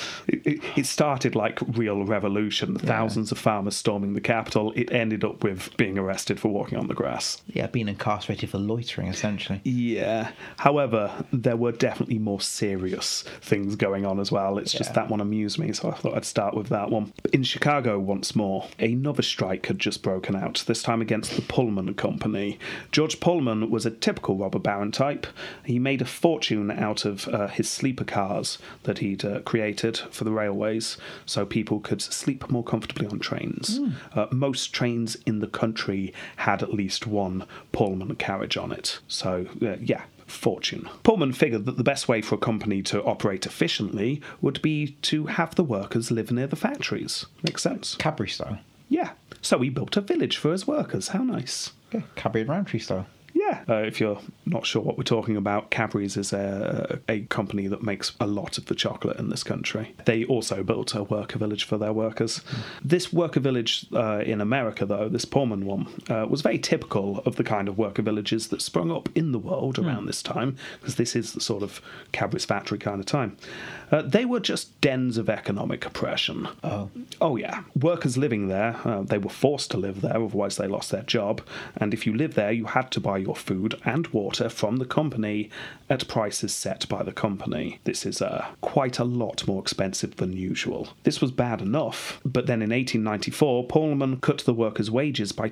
Speaker 3: It it started like real revolution. Thousands of farmers storming the capital. It ended up with being arrested for walking on the grass.
Speaker 2: [LAUGHS] yeah, being incarcerated for loitering essentially.
Speaker 3: Yeah. However, there were definitely more serious things going on as well. It's just
Speaker 2: Yeah.
Speaker 3: that one amused me, so I thought I'd start with that one. In Chicago, once more, another strike had just broken out, this time against the Pullman Company. George Pullman was a typical robber baron type. He made a fortune out of uh, his sleeper cars that he'd uh, created for the railways so people could sleep more comfortably on trains. Uh, most trains in the country had at least one Pullman carriage on it. So, uh, yeah, fortune. Pullman figured that the best way for a company to operate efficiently would be to have the workers live near the factories. Makes sense.
Speaker 2: Cadbury style.
Speaker 3: Yeah. So he built a village for his workers. How nice.
Speaker 2: Yeah, Cadbury and Roundtree style.
Speaker 3: Yeah. Uh, if you're not sure what we're talking about, Cadbury's is a, a company that makes a lot of the chocolate in this country. They also built a worker village for their workers. This worker village uh, in America, though, this Pullman one, uh, was very typical of the kind of worker villages that sprung up in the world around this time, because this is the sort of Cadbury's factory kind of time. Uh, they were just dens of economic oppression.
Speaker 2: Oh.
Speaker 3: Oh, yeah. Workers living there, uh, they were forced to live there, otherwise, they lost their job. And if you lived there, you had to buy your food and water from the company at prices set by the company. This is uh, quite a lot more expensive than usual. This was bad enough, but then in 1894, Pullman cut the workers' wages by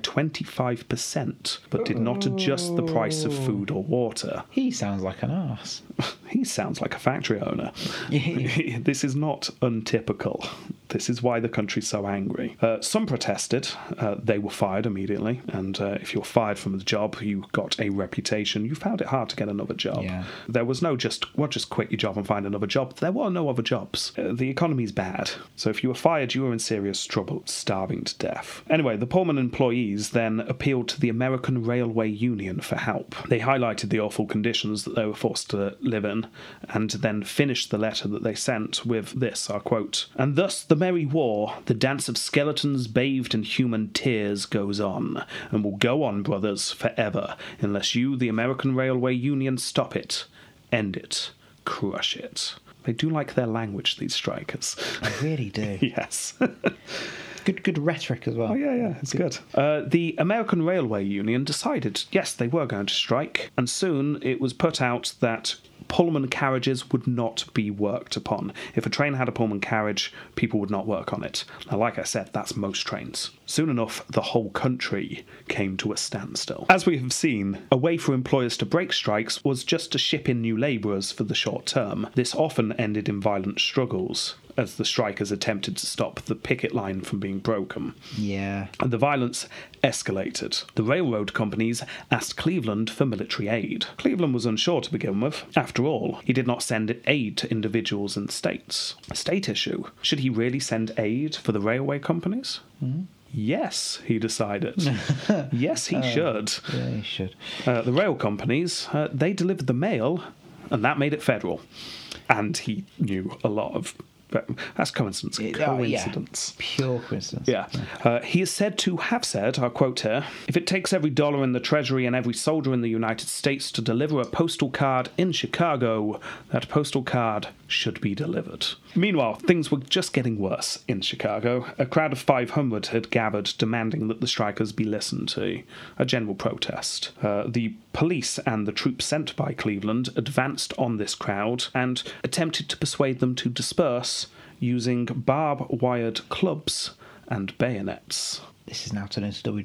Speaker 3: 25%, but did not adjust the price of food or water.
Speaker 2: He sounds like an ass.
Speaker 3: He sounds like a factory owner. [LAUGHS] this is not untypical. This is why the country's so angry. Uh, some protested. Uh, they were fired immediately. And uh, if you're fired from the job, you got a reputation. You found it hard to get another job.
Speaker 2: Yeah.
Speaker 3: There was no just, well, just quit your job and find another job. There were no other jobs. Uh, the economy's bad. So if you were fired, you were in serious trouble, starving to death. Anyway, the Pullman employees then appealed to the American Railway Union for help. They highlighted the awful conditions that they were forced to live in and then finished the letter that they sent with this, I'll quote, And thus the merry war, the dance of skeletons bathed in human tears goes on, and will go on, brothers, forever, unless you, the American Railway Union, stop it end it, crush it. They do like their language, these strikers. [LAUGHS]
Speaker 2: I really do.
Speaker 3: yes.
Speaker 2: Good good rhetoric as well.
Speaker 3: Oh, yeah, yeah, it's good. Uh, the American Railway Union decided, yes, they were going to strike, and soon it was put out that Pullman carriages would not be worked upon. If a train had a Pullman carriage, people would not work on it. Now, like I said, that's most trains. Soon enough, the whole country came to a standstill. As we have seen, a way for employers to break strikes was just to ship in new labourers for the short term. This often ended in violent struggles. As the strikers attempted to stop the picket line from being broken.
Speaker 2: Yeah.
Speaker 3: And the violence escalated. The railroad companies asked Cleveland for military aid. Cleveland was unsure to begin with. After all, he did not send aid to individuals and states. A state issue. Should he really send aid for the railway companies?
Speaker 2: Mm-hmm.
Speaker 3: Yes, he decided.
Speaker 2: [LAUGHS]
Speaker 3: yes,
Speaker 2: Uh.
Speaker 3: he should.
Speaker 2: Yeah, you should.
Speaker 3: Uh, the rail companies, uh, they delivered the mail, and that made it federal. And he knew a lot of But that's coincidence.
Speaker 2: It- oh, yeah.
Speaker 3: coincidence.
Speaker 2: Pure coincidence.
Speaker 3: Yeah. Uh, he is said to have said, I'll quote here If it takes every dollar in the Treasury and every soldier in the United States to deliver a postal card in Chicago, that postal card should be delivered. Meanwhile, things were just getting worse in Chicago. A crowd of 500 had gathered, demanding that the strikers be listened to. A general protest. Uh, the police and the troops sent by Cleveland advanced on this crowd and attempted to persuade them to disperse using barb wired clubs and bayonets.
Speaker 2: This is now turned into E.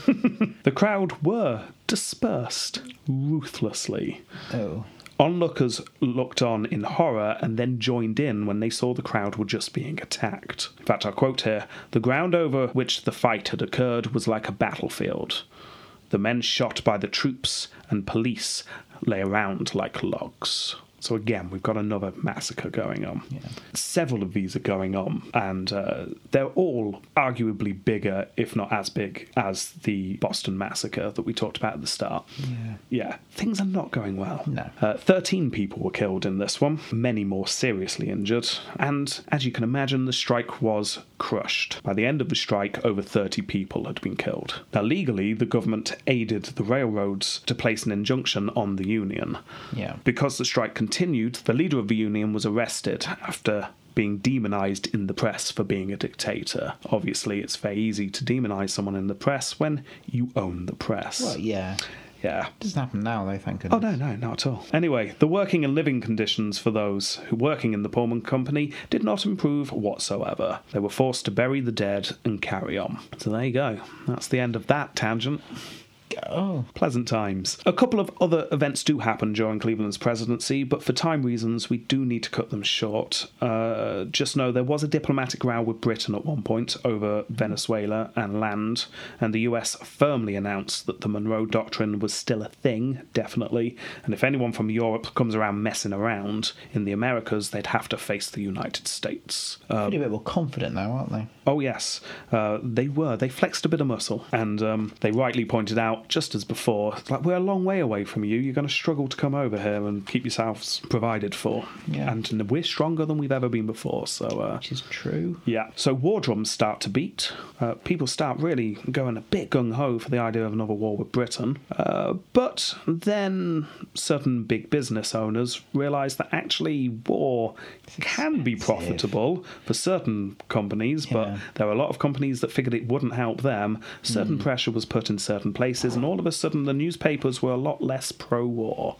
Speaker 2: WWE.
Speaker 3: The crowd were dispersed ruthlessly.
Speaker 2: Oh.
Speaker 3: Onlookers looked on in horror and then joined in when they saw the crowd were just being attacked. In fact, I'll quote here the ground over which the fight had occurred was like a battlefield. The men shot by the troops and police lay around like logs. So again, we've got another massacre going on. Several of these are going on, and uh, they're all arguably bigger, if not as big, as the Boston massacre that we talked about at the start. Yeah, things are not going well.
Speaker 2: No.
Speaker 3: Uh, 13 people were killed in this one, many more seriously injured, and as you can imagine, the strike was crushed. By the end of the strike, over 30 people had been killed. Now, legally, the government aided the railroads to place an injunction on the union.
Speaker 2: Yeah.
Speaker 3: Because the strike continued, the leader of the union was arrested after being demonized in the press for being a dictator. Obviously, it's very easy to demonize someone in the press when you own the press.
Speaker 2: Well, yeah.
Speaker 3: Yeah.
Speaker 2: Doesn't happen now, though, thank
Speaker 3: Oh
Speaker 2: goodness.
Speaker 3: no, no, not at all. Anyway, the working and living conditions for those who working in the Pullman Company did not improve whatsoever. They were forced to bury the dead and carry on. So there you go. That's the end of that tangent.
Speaker 2: Oh.
Speaker 3: Pleasant times. A couple of other events do happen during Cleveland's presidency, but for time reasons, we do need to cut them short. Uh, just know there was a diplomatic row with Britain at one point over Venezuela and land, and the US firmly announced that the Monroe Doctrine was still a thing, definitely, and if anyone from Europe comes around messing around in the Americas, they'd have to face the United States. Uh,
Speaker 2: Pretty Oh, a bit more confident now, aren't they?
Speaker 3: Oh, yes, uh, they were. They flexed a bit of muscle, and um, they rightly pointed out, just as before, it's like we're a long way away from you. You're going to struggle to come over here and keep yourselves provided for.
Speaker 2: Yeah.
Speaker 3: And we're stronger than we've ever been before. So, uh,
Speaker 2: Which is true. [LAUGHS]
Speaker 3: yeah. So war drums start to beat. Uh, people start really going a bit gung ho for the idea of another war with Britain. Uh, but then certain big business owners realise that actually war can be profitable for certain companies,
Speaker 2: Yeah.
Speaker 3: but there were a lot of companies that figured it wouldn't help them. Certain pressure was put in certain places, and all of a sudden the newspapers were a lot less pro war.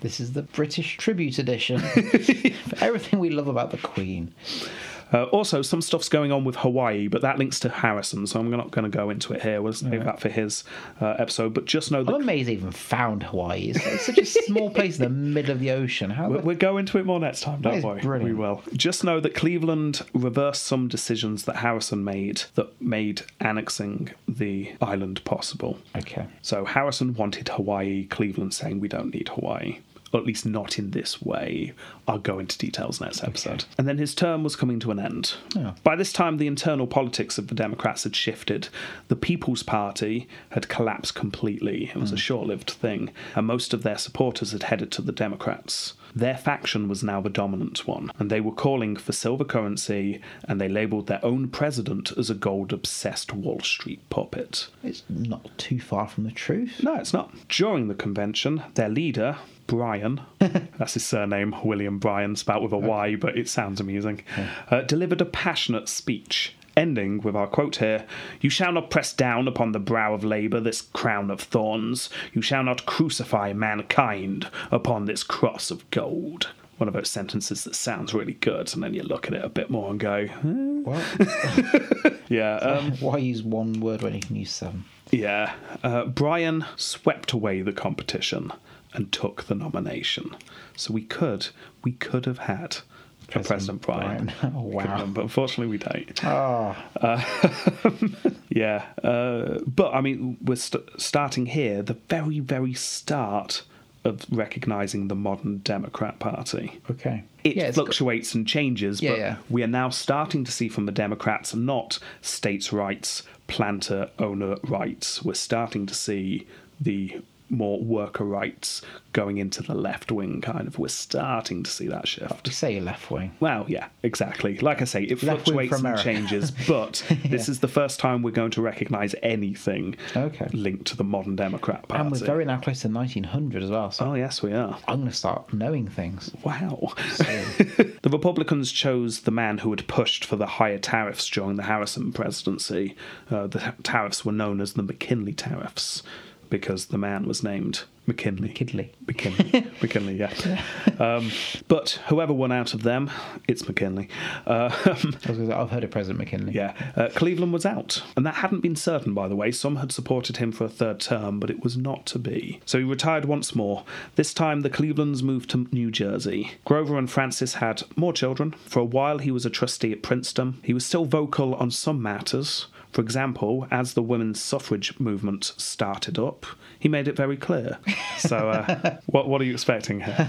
Speaker 2: This is the British Tribute Edition.
Speaker 3: [LAUGHS]
Speaker 2: For everything we love about the Queen.
Speaker 3: Uh, also, some stuff's going on with Hawaii, but that links to Harrison, so I'm not going to go into it here. We'll save that for his uh, episode. But just know that
Speaker 2: I'm amazed they even found Hawaii. It's, it's such a small place in the middle of the ocean. How
Speaker 3: we'll,
Speaker 2: the
Speaker 3: we'll go into it more next time. Don't
Speaker 2: is
Speaker 3: worry, we
Speaker 2: brilliant.
Speaker 3: will. Just know that Cleveland reversed some decisions that Harrison made that made annexing the island possible.
Speaker 2: Okay.
Speaker 3: So Harrison wanted Hawaii. Cleveland saying we don't need Hawaii. Or at least not in this way. I'll go into details next episode. And then his term was coming to an end.
Speaker 2: Oh.
Speaker 3: By this time, the internal politics of the Democrats had shifted. The People's Party had collapsed completely. It was a short lived thing, and most of their supporters had headed to the Democrats. Their faction was now the dominant one, and they were calling for silver currency, and they labelled their own president as a gold obsessed Wall Street puppet.
Speaker 2: It's not too far from the
Speaker 3: [LAUGHS]
Speaker 2: truth.
Speaker 3: No, it's not. During the convention, their leader, Brian, that's his surname, William Bryan, spelt with a Y, but it sounds amusing, uh, delivered a passionate speech. Ending with our quote here You shall not press down upon the brow of labour this crown of thorns. You shall not crucify mankind upon this cross of gold. One of those sentences that sounds really good, and then you look at it a bit more and go, "Hmm."
Speaker 2: What?
Speaker 3: Yeah, um,
Speaker 2: Why use one word when you can use seven?
Speaker 3: Yeah. Uh, Brian swept away the competition and took the nomination. So we could, we could have had a President
Speaker 2: President
Speaker 3: Brian.
Speaker 2: Brian. Oh,
Speaker 3: [LAUGHS] We could have
Speaker 2: wow.
Speaker 3: done, But unfortunately, we don't.
Speaker 2: Oh,
Speaker 3: Ah, Yeah. Uh, but I mean, we're st- starting here, the very, very start of recognizing the modern Democrat Party.
Speaker 2: okay.
Speaker 3: It
Speaker 2: yeah, it's got-
Speaker 3: fluctuates and changes,
Speaker 2: Yeah,
Speaker 3: but
Speaker 2: yeah.
Speaker 3: we are now starting to see from the Democrats not states' rights, planter owner rights. We're starting to see the more worker rights going into the left wing, kind of. We're starting to see that
Speaker 2: You
Speaker 3: shift.
Speaker 2: say left wing.
Speaker 3: Well, yeah, exactly. Like I say, it
Speaker 2: Left wing
Speaker 3: fluctuates
Speaker 2: for
Speaker 3: and
Speaker 2: America. [LAUGHS]
Speaker 3: changes, but this is the first time we're going to recognise anything
Speaker 2: Okay.
Speaker 3: linked to the modern Democrat Party.
Speaker 2: And we're very now close to 1900 as well, so
Speaker 3: oh, yes, we are.
Speaker 2: I'm going to start knowing things.
Speaker 3: Wow. [LAUGHS] the Republicans chose the man who had pushed for the higher tariffs during the Harrison presidency. Uh, the ta- tariffs were known as the McKinley tariffs because the man was named McKinley.
Speaker 2: McKinley.
Speaker 3: McKinley. McKinley, yeah. Um, but whoever won out of them, it's McKinley. Uh,
Speaker 2: I was gonna say, I've heard of President McKinley.
Speaker 3: Yeah, uh, Cleveland was out, and that hadn't been certain, by the way. Some had supported him for a third term, but it was not to be. So he retired once more. This time, the Clevelands moved to New Jersey. Grover and Francis had more children. For a while, he was a trustee at Princeton. He was still vocal on some matters. For example, as the women's suffrage movement started up, he made it very clear. So, uh, what, what are you expecting here?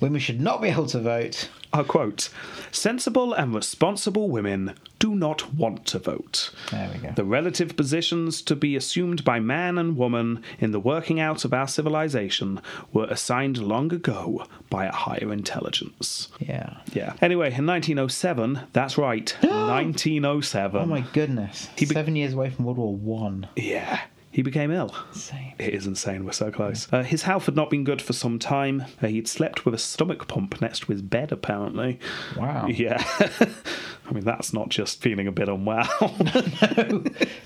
Speaker 2: Women should not be able to vote.
Speaker 3: I'll quote Sensible and responsible women do not want to vote.
Speaker 2: There we go.
Speaker 3: The relative positions to be assumed by man and woman in the working out of our civilization were assigned long ago by a higher intelligence.
Speaker 2: Yeah.
Speaker 3: Yeah. Anyway, in 1907, that's right,
Speaker 2: [GASPS]
Speaker 3: 1907.
Speaker 2: Oh my goodness. Seven years away from World War One.
Speaker 3: Yeah. He became ill.
Speaker 2: Insane.
Speaker 3: It is insane. We're so close. Uh, his health had not been good for some time. Uh, he'd slept with a stomach pump next to his bed, apparently.
Speaker 2: Wow.
Speaker 3: Yeah. [LAUGHS] I mean, that's not just feeling a bit unwell. [LAUGHS]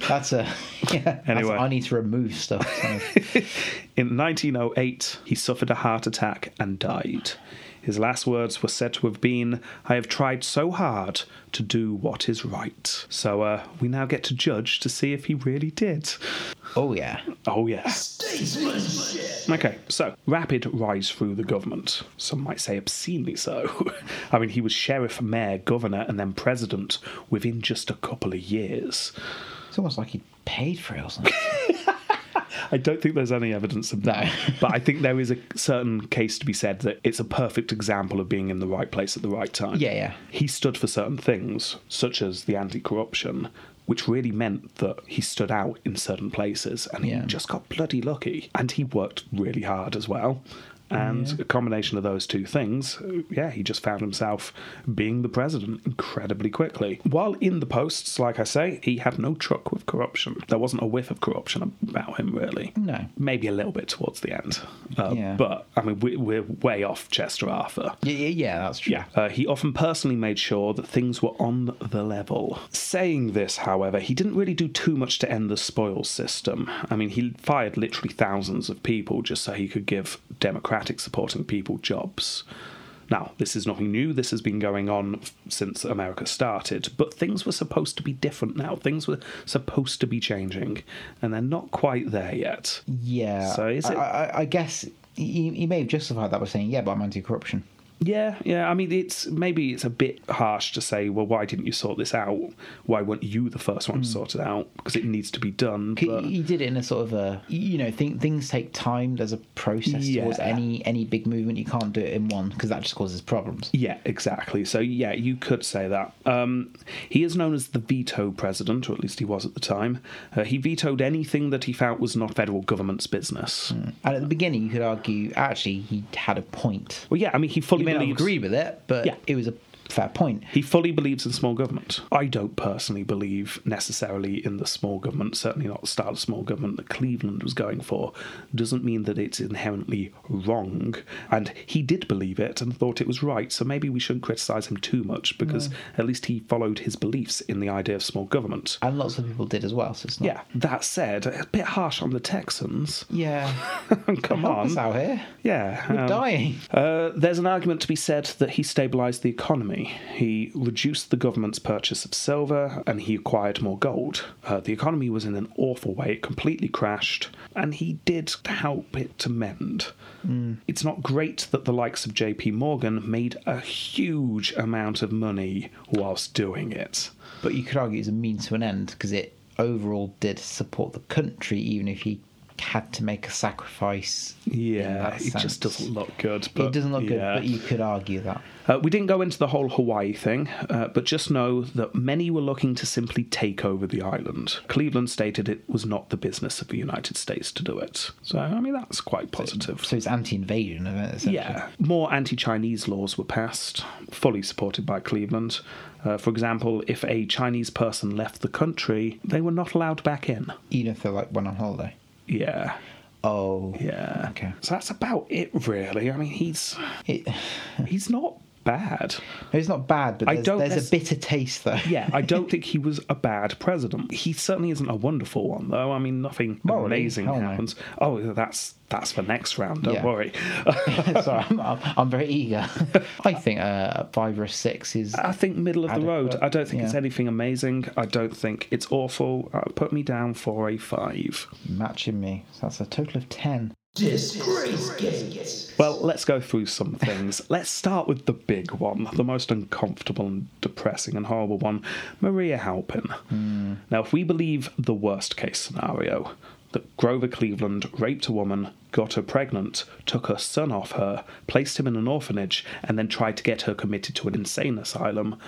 Speaker 2: That's a. [LAUGHS] Yeah, that's-
Speaker 3: Anyway.
Speaker 2: I need to remove stuff. [LAUGHS] So.
Speaker 3: In 1908, he suffered a heart attack and died. His last words were said to have been, I have tried so hard to do what is right. So uh, we now get to judge to see if he really did.
Speaker 2: oh yeah.
Speaker 3: Oh, yeah. Okay, so rapid rise through the government. Some might say obscenely so. [LAUGHS] I mean, he was sheriff, mayor, governor, and then president within just a couple of years.
Speaker 2: It's almost like he paid for it or something.
Speaker 3: I don't think there's any evidence of that,
Speaker 2: No.
Speaker 3: but
Speaker 2: [LAUGHS]
Speaker 3: I think there is a certain case to be said that it's a perfect example of being in the right place at the right time.
Speaker 2: Yeah, yeah.
Speaker 3: He stood for certain things, such as the anti corruption, which really meant that he stood out in certain places and
Speaker 2: Yeah.
Speaker 3: he just got bloody lucky. And he worked really hard as well. And a combination of those two things, uh, yeah, he just found himself being the president incredibly quickly. While in the posts, like I say, he had no truck with corruption. There wasn't a whiff of corruption about him, really.
Speaker 2: No.
Speaker 3: Maybe a little bit towards the end. Uh,
Speaker 2: Yeah.
Speaker 3: But, I mean, we, we're way off Chester Arthur.
Speaker 2: Yeah, yeah, yeah. That's true.
Speaker 3: Yeah. Uh, he often personally made sure that things were on the level. Saying this, however, he didn't really do too much to end the spoils system. I mean, he fired literally thousands of people just so he could give Democratic supporting people jobs. Now, this is nothing new. This has been going on f- since America started, but things were supposed to be different now. Things were supposed to be changing, and they're not quite there yet.
Speaker 2: Yeah.
Speaker 3: So is
Speaker 2: I-
Speaker 3: it-
Speaker 2: I, I, I guess he, he may have justified that by saying, "Yeah, but I'm anti-corruption."
Speaker 3: Yeah, yeah. I mean, it's maybe it's a bit harsh to say, well, why didn't you sort this out? Why weren't you the first one to sort it out? Because it needs to be done.
Speaker 2: C-
Speaker 3: But
Speaker 2: Hmm. He did it in a sort of a, you know, think, things take time. There's a process towards
Speaker 3: Yeah.
Speaker 2: any any big movement. You can't do it in one because that just causes problems.
Speaker 3: yeah, exactly. So yeah, you could say that. Um, he is known as the veto president, or at least he was at the time. Uh, he vetoed anything that he felt was not federal government's business.
Speaker 2: And at the beginning, you could argue actually he had a point.
Speaker 3: Well, yeah, I mean, he
Speaker 2: You
Speaker 3: fully
Speaker 2: may not
Speaker 3: believes.
Speaker 2: agree with it, but
Speaker 3: Yeah.
Speaker 2: it was a fair point.
Speaker 3: He fully believes in small government. I don't personally believe necessarily in the small government, certainly not the style of small government that Cleveland was going for. Doesn't mean that it's inherently wrong. And he did believe it and thought it was right, so maybe we shouldn't criticise him too much because at least he followed his beliefs in the idea of small government.
Speaker 2: And lots of people did as well. So it's not.
Speaker 3: Yeah, that said, a bit harsh on the Texans. [LAUGHS]
Speaker 2: Yeah.
Speaker 3: Come
Speaker 2: Help us
Speaker 3: on.
Speaker 2: out here.
Speaker 3: Yeah.
Speaker 2: We're
Speaker 3: um,
Speaker 2: dying.
Speaker 3: Uh, there's an argument to be said that he stabilized the economy. He reduced the government's purchase of silver and he acquired more gold. Uh, the economy was in an awful way, it completely crashed, and he did help it to mend.
Speaker 2: Hmm.
Speaker 3: It's not great that the likes of JP Morgan made a huge amount of money whilst doing it.
Speaker 2: But you could argue it's a means to an end because it overall did support the country, even if he had to make a sacrifice.
Speaker 3: Yeah,
Speaker 2: that
Speaker 3: it
Speaker 2: sense.
Speaker 3: just doesn't look good. But
Speaker 2: it doesn't look
Speaker 3: yeah.
Speaker 2: good, but you could argue that.
Speaker 3: Uh, we didn't go into the whole Hawaii thing, uh, but just know that many were looking to simply take over the island. Cleveland stated it was not the business of the United States to do it. So, I mean, that's quite positive.
Speaker 2: So it's anti-invasion, isn't it? essentially?
Speaker 3: Yeah. More anti Chinese laws were passed, fully supported by Cleveland. Uh, for example, if a Chinese person left the country, they were not allowed back in.
Speaker 2: Even if they like went on holiday.
Speaker 3: Yeah.
Speaker 2: Oh.
Speaker 3: Yeah.
Speaker 2: Okay.
Speaker 3: So that's about it, really. I mean, he's
Speaker 2: It,
Speaker 3: he's not bad.
Speaker 2: it's not bad, but
Speaker 3: I
Speaker 2: there's,
Speaker 3: don't
Speaker 2: there's
Speaker 3: nec-
Speaker 2: a bitter taste though.
Speaker 3: Yeah, I don't think he was a bad president. He certainly isn't a wonderful one, though. I mean, nothing
Speaker 2: Morally,
Speaker 3: amazing
Speaker 2: hell no.
Speaker 3: happens. Oh, that's that's for next round. Don't
Speaker 2: Yeah.
Speaker 3: worry.
Speaker 2: [LAUGHS]
Speaker 3: [LAUGHS]
Speaker 2: Sorry, I'm, I'm, I'm very eager. I think uh, five or a six is.
Speaker 3: I think middle of the road.
Speaker 2: Adequate,
Speaker 3: I don't think it's
Speaker 2: yeah.
Speaker 3: anything amazing. I don't think it's awful. Uh, put me down for a five.
Speaker 2: matching me. So that's a total of 10.
Speaker 1: Disgrace Gate.
Speaker 3: Well, let's go through some things. let's start with the big one, the most uncomfortable and depressing and horrible one Maria Halpin. Now, if we believe the worst case scenario, that Grover Cleveland raped a woman, got her pregnant, took her son off her, placed him in an orphanage, and then tried to get her committed to an insane asylum.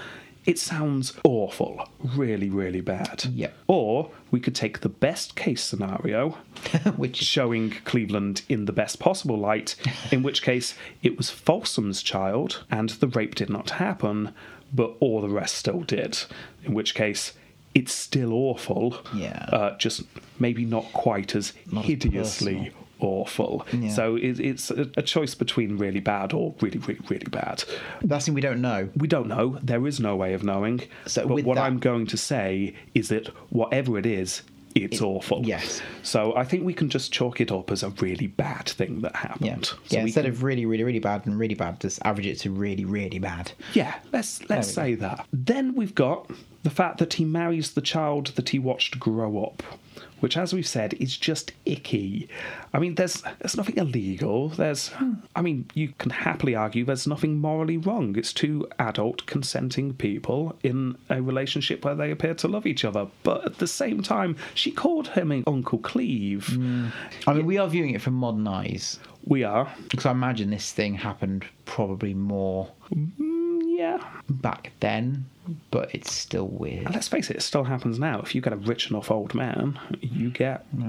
Speaker 3: It sounds awful, really, really bad.
Speaker 2: Yep.
Speaker 3: Or we could take the best case scenario,
Speaker 2: [LAUGHS] Which is
Speaker 3: showing Cleveland in the best possible
Speaker 2: [LAUGHS]
Speaker 3: light, in which case it was Folsom's child and the rape did not happen, but all the rest still did, in which case it's still awful.
Speaker 2: Yeah.
Speaker 3: Uh, just maybe not quite as
Speaker 2: Not as
Speaker 3: hideously awful.
Speaker 2: Yeah.
Speaker 3: So it, it's a, a choice between really bad or really, really, really bad.
Speaker 2: that's thing we don't know.
Speaker 3: We don't know. There is no way of knowing.
Speaker 2: So
Speaker 3: but
Speaker 2: with
Speaker 3: what
Speaker 2: that-
Speaker 3: I'm going to say is that whatever it is, it's awful.
Speaker 2: yes.
Speaker 3: So I think we can just chalk it up as a really bad thing that
Speaker 2: Yeah.
Speaker 3: happened. So
Speaker 2: yeah
Speaker 3: we
Speaker 2: instead
Speaker 3: can-
Speaker 2: of really, really, really bad and really bad, just average it to really, really bad.
Speaker 3: yeah, let's let's
Speaker 2: There
Speaker 3: say that. Then we've got the fact that he marries the child that he watched grow up, which, as we've said, is just icky. I mean, there's there's nothing illegal. There's, I mean, you can happily argue there's nothing morally wrong. It's two adult consenting people in a relationship where they appear to love each other, but at the same time, she called him Uncle Cleve.
Speaker 2: I mean, we are viewing it from modern eyes.
Speaker 3: We are,
Speaker 2: Because I imagine this thing happened probably more
Speaker 3: yeah.
Speaker 2: back then, but it's still
Speaker 3: And
Speaker 2: weird.
Speaker 3: let's face it, it still happens now. If you get a rich enough old man, you get
Speaker 2: Oh,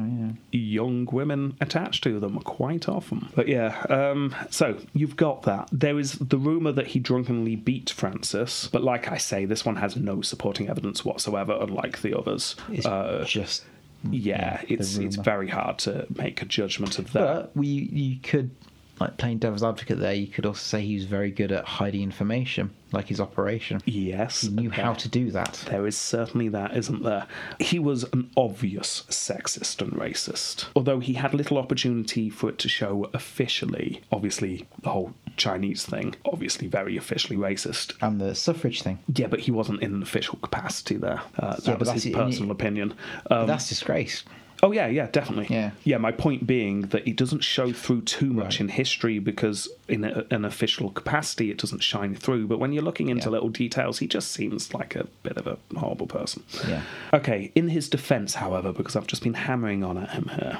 Speaker 3: young women attached to them quite often. But yeah, um, so you've got that. There is the rumour that he drunkenly beat Francis, but like I say, this one has no supporting evidence whatsoever, unlike the others.
Speaker 2: It's
Speaker 3: Uh,
Speaker 2: just.
Speaker 3: yeah,
Speaker 2: the
Speaker 3: it's it's
Speaker 2: rumour.
Speaker 3: very hard to make a judgment of that.
Speaker 2: But uh, we, you could, like playing devil's advocate there, you could also say he was very good at hiding information, like his operation.
Speaker 3: yes,
Speaker 2: He knew how
Speaker 3: okay.
Speaker 2: to do that.
Speaker 3: There is certainly that, isn't there? He was an obvious sexist and racist, although he had little opportunity for it to show officially. Obviously, the whole Chinese thing, obviously, very officially racist.
Speaker 2: And the suffrage thing.
Speaker 3: Yeah, but he wasn't in an official capacity there. Uh, that
Speaker 2: Yeah, but
Speaker 3: was
Speaker 2: that's
Speaker 3: his
Speaker 2: it, and
Speaker 3: personal
Speaker 2: it-
Speaker 3: opinion. Um,
Speaker 2: That's disgrace.
Speaker 3: Oh yeah, yeah, definitely.
Speaker 2: Yeah.
Speaker 3: yeah. My point being that it doesn't show through too much in history because in a, an official capacity it doesn't shine through. But when you're looking into
Speaker 2: Yeah.
Speaker 3: little details, he just seems like a bit of a horrible person.
Speaker 2: Yeah.
Speaker 3: Okay. In his defence, however, because I've just been hammering on at him here,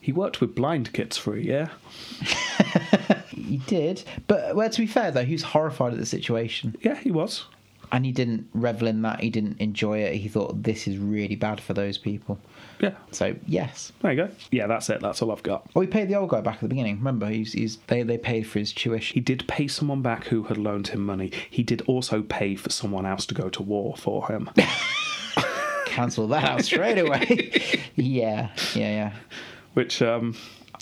Speaker 3: he worked with blind kids for a year.
Speaker 2: He did, but well, to be fair though, he was horrified at the situation,
Speaker 3: Yeah, he was.
Speaker 2: and he didn't revel in that. He didn't enjoy it. He thought this is really bad for those people.
Speaker 3: Yeah.
Speaker 2: So yes,
Speaker 3: There you go. Yeah, that's it. That's all I've got.
Speaker 2: well, we paid the old guy back at the beginning. Remember, he's, he's they they paid for his tuition.
Speaker 3: He did pay someone back who had loaned him money. He did also pay for someone else to go to war for
Speaker 2: [LAUGHS]
Speaker 3: him.
Speaker 2: Cancel that out straight
Speaker 3: [LAUGHS]
Speaker 2: away. yeah, yeah, yeah.
Speaker 3: Which um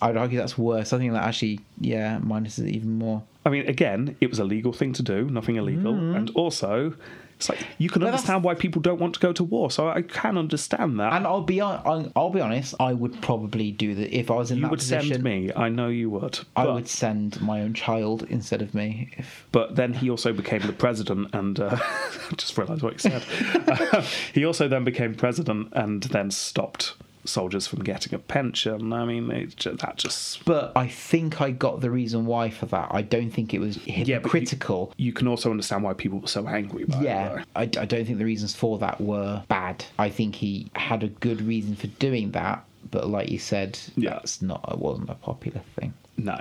Speaker 2: I'd argue that's worse. I think that actually, yeah, minuses it even more.
Speaker 3: I mean, again, it was a legal thing to do, nothing illegal. And also, it's like you can
Speaker 2: Mm. But that's-
Speaker 3: understand why people don't want to go to war. So I can understand that.
Speaker 2: And I'll be on. I'll be honest. I would probably do that if I was in
Speaker 3: you
Speaker 2: that
Speaker 3: would
Speaker 2: position.
Speaker 3: send me. I know you would.
Speaker 2: I
Speaker 3: but,
Speaker 2: would send my own child instead of me. If
Speaker 3: But then he also became the president, and uh, [LAUGHS] I just realised what
Speaker 2: [LAUGHS]
Speaker 3: you said. [LAUGHS] he also then became president, and then stopped soldiers from getting a pension. I mean, it, ju- that just.
Speaker 2: But I think I got the reason why for that. I don't think it was
Speaker 3: but you-
Speaker 2: hypocritical.
Speaker 3: You, can also understand why people were so angry. By it, though.
Speaker 2: yeah, I, I don't think the reasons for that were bad. I think he had a good reason for doing that, But like you said,
Speaker 3: Yeah.
Speaker 2: that's not it wasn't a popular thing.
Speaker 3: No,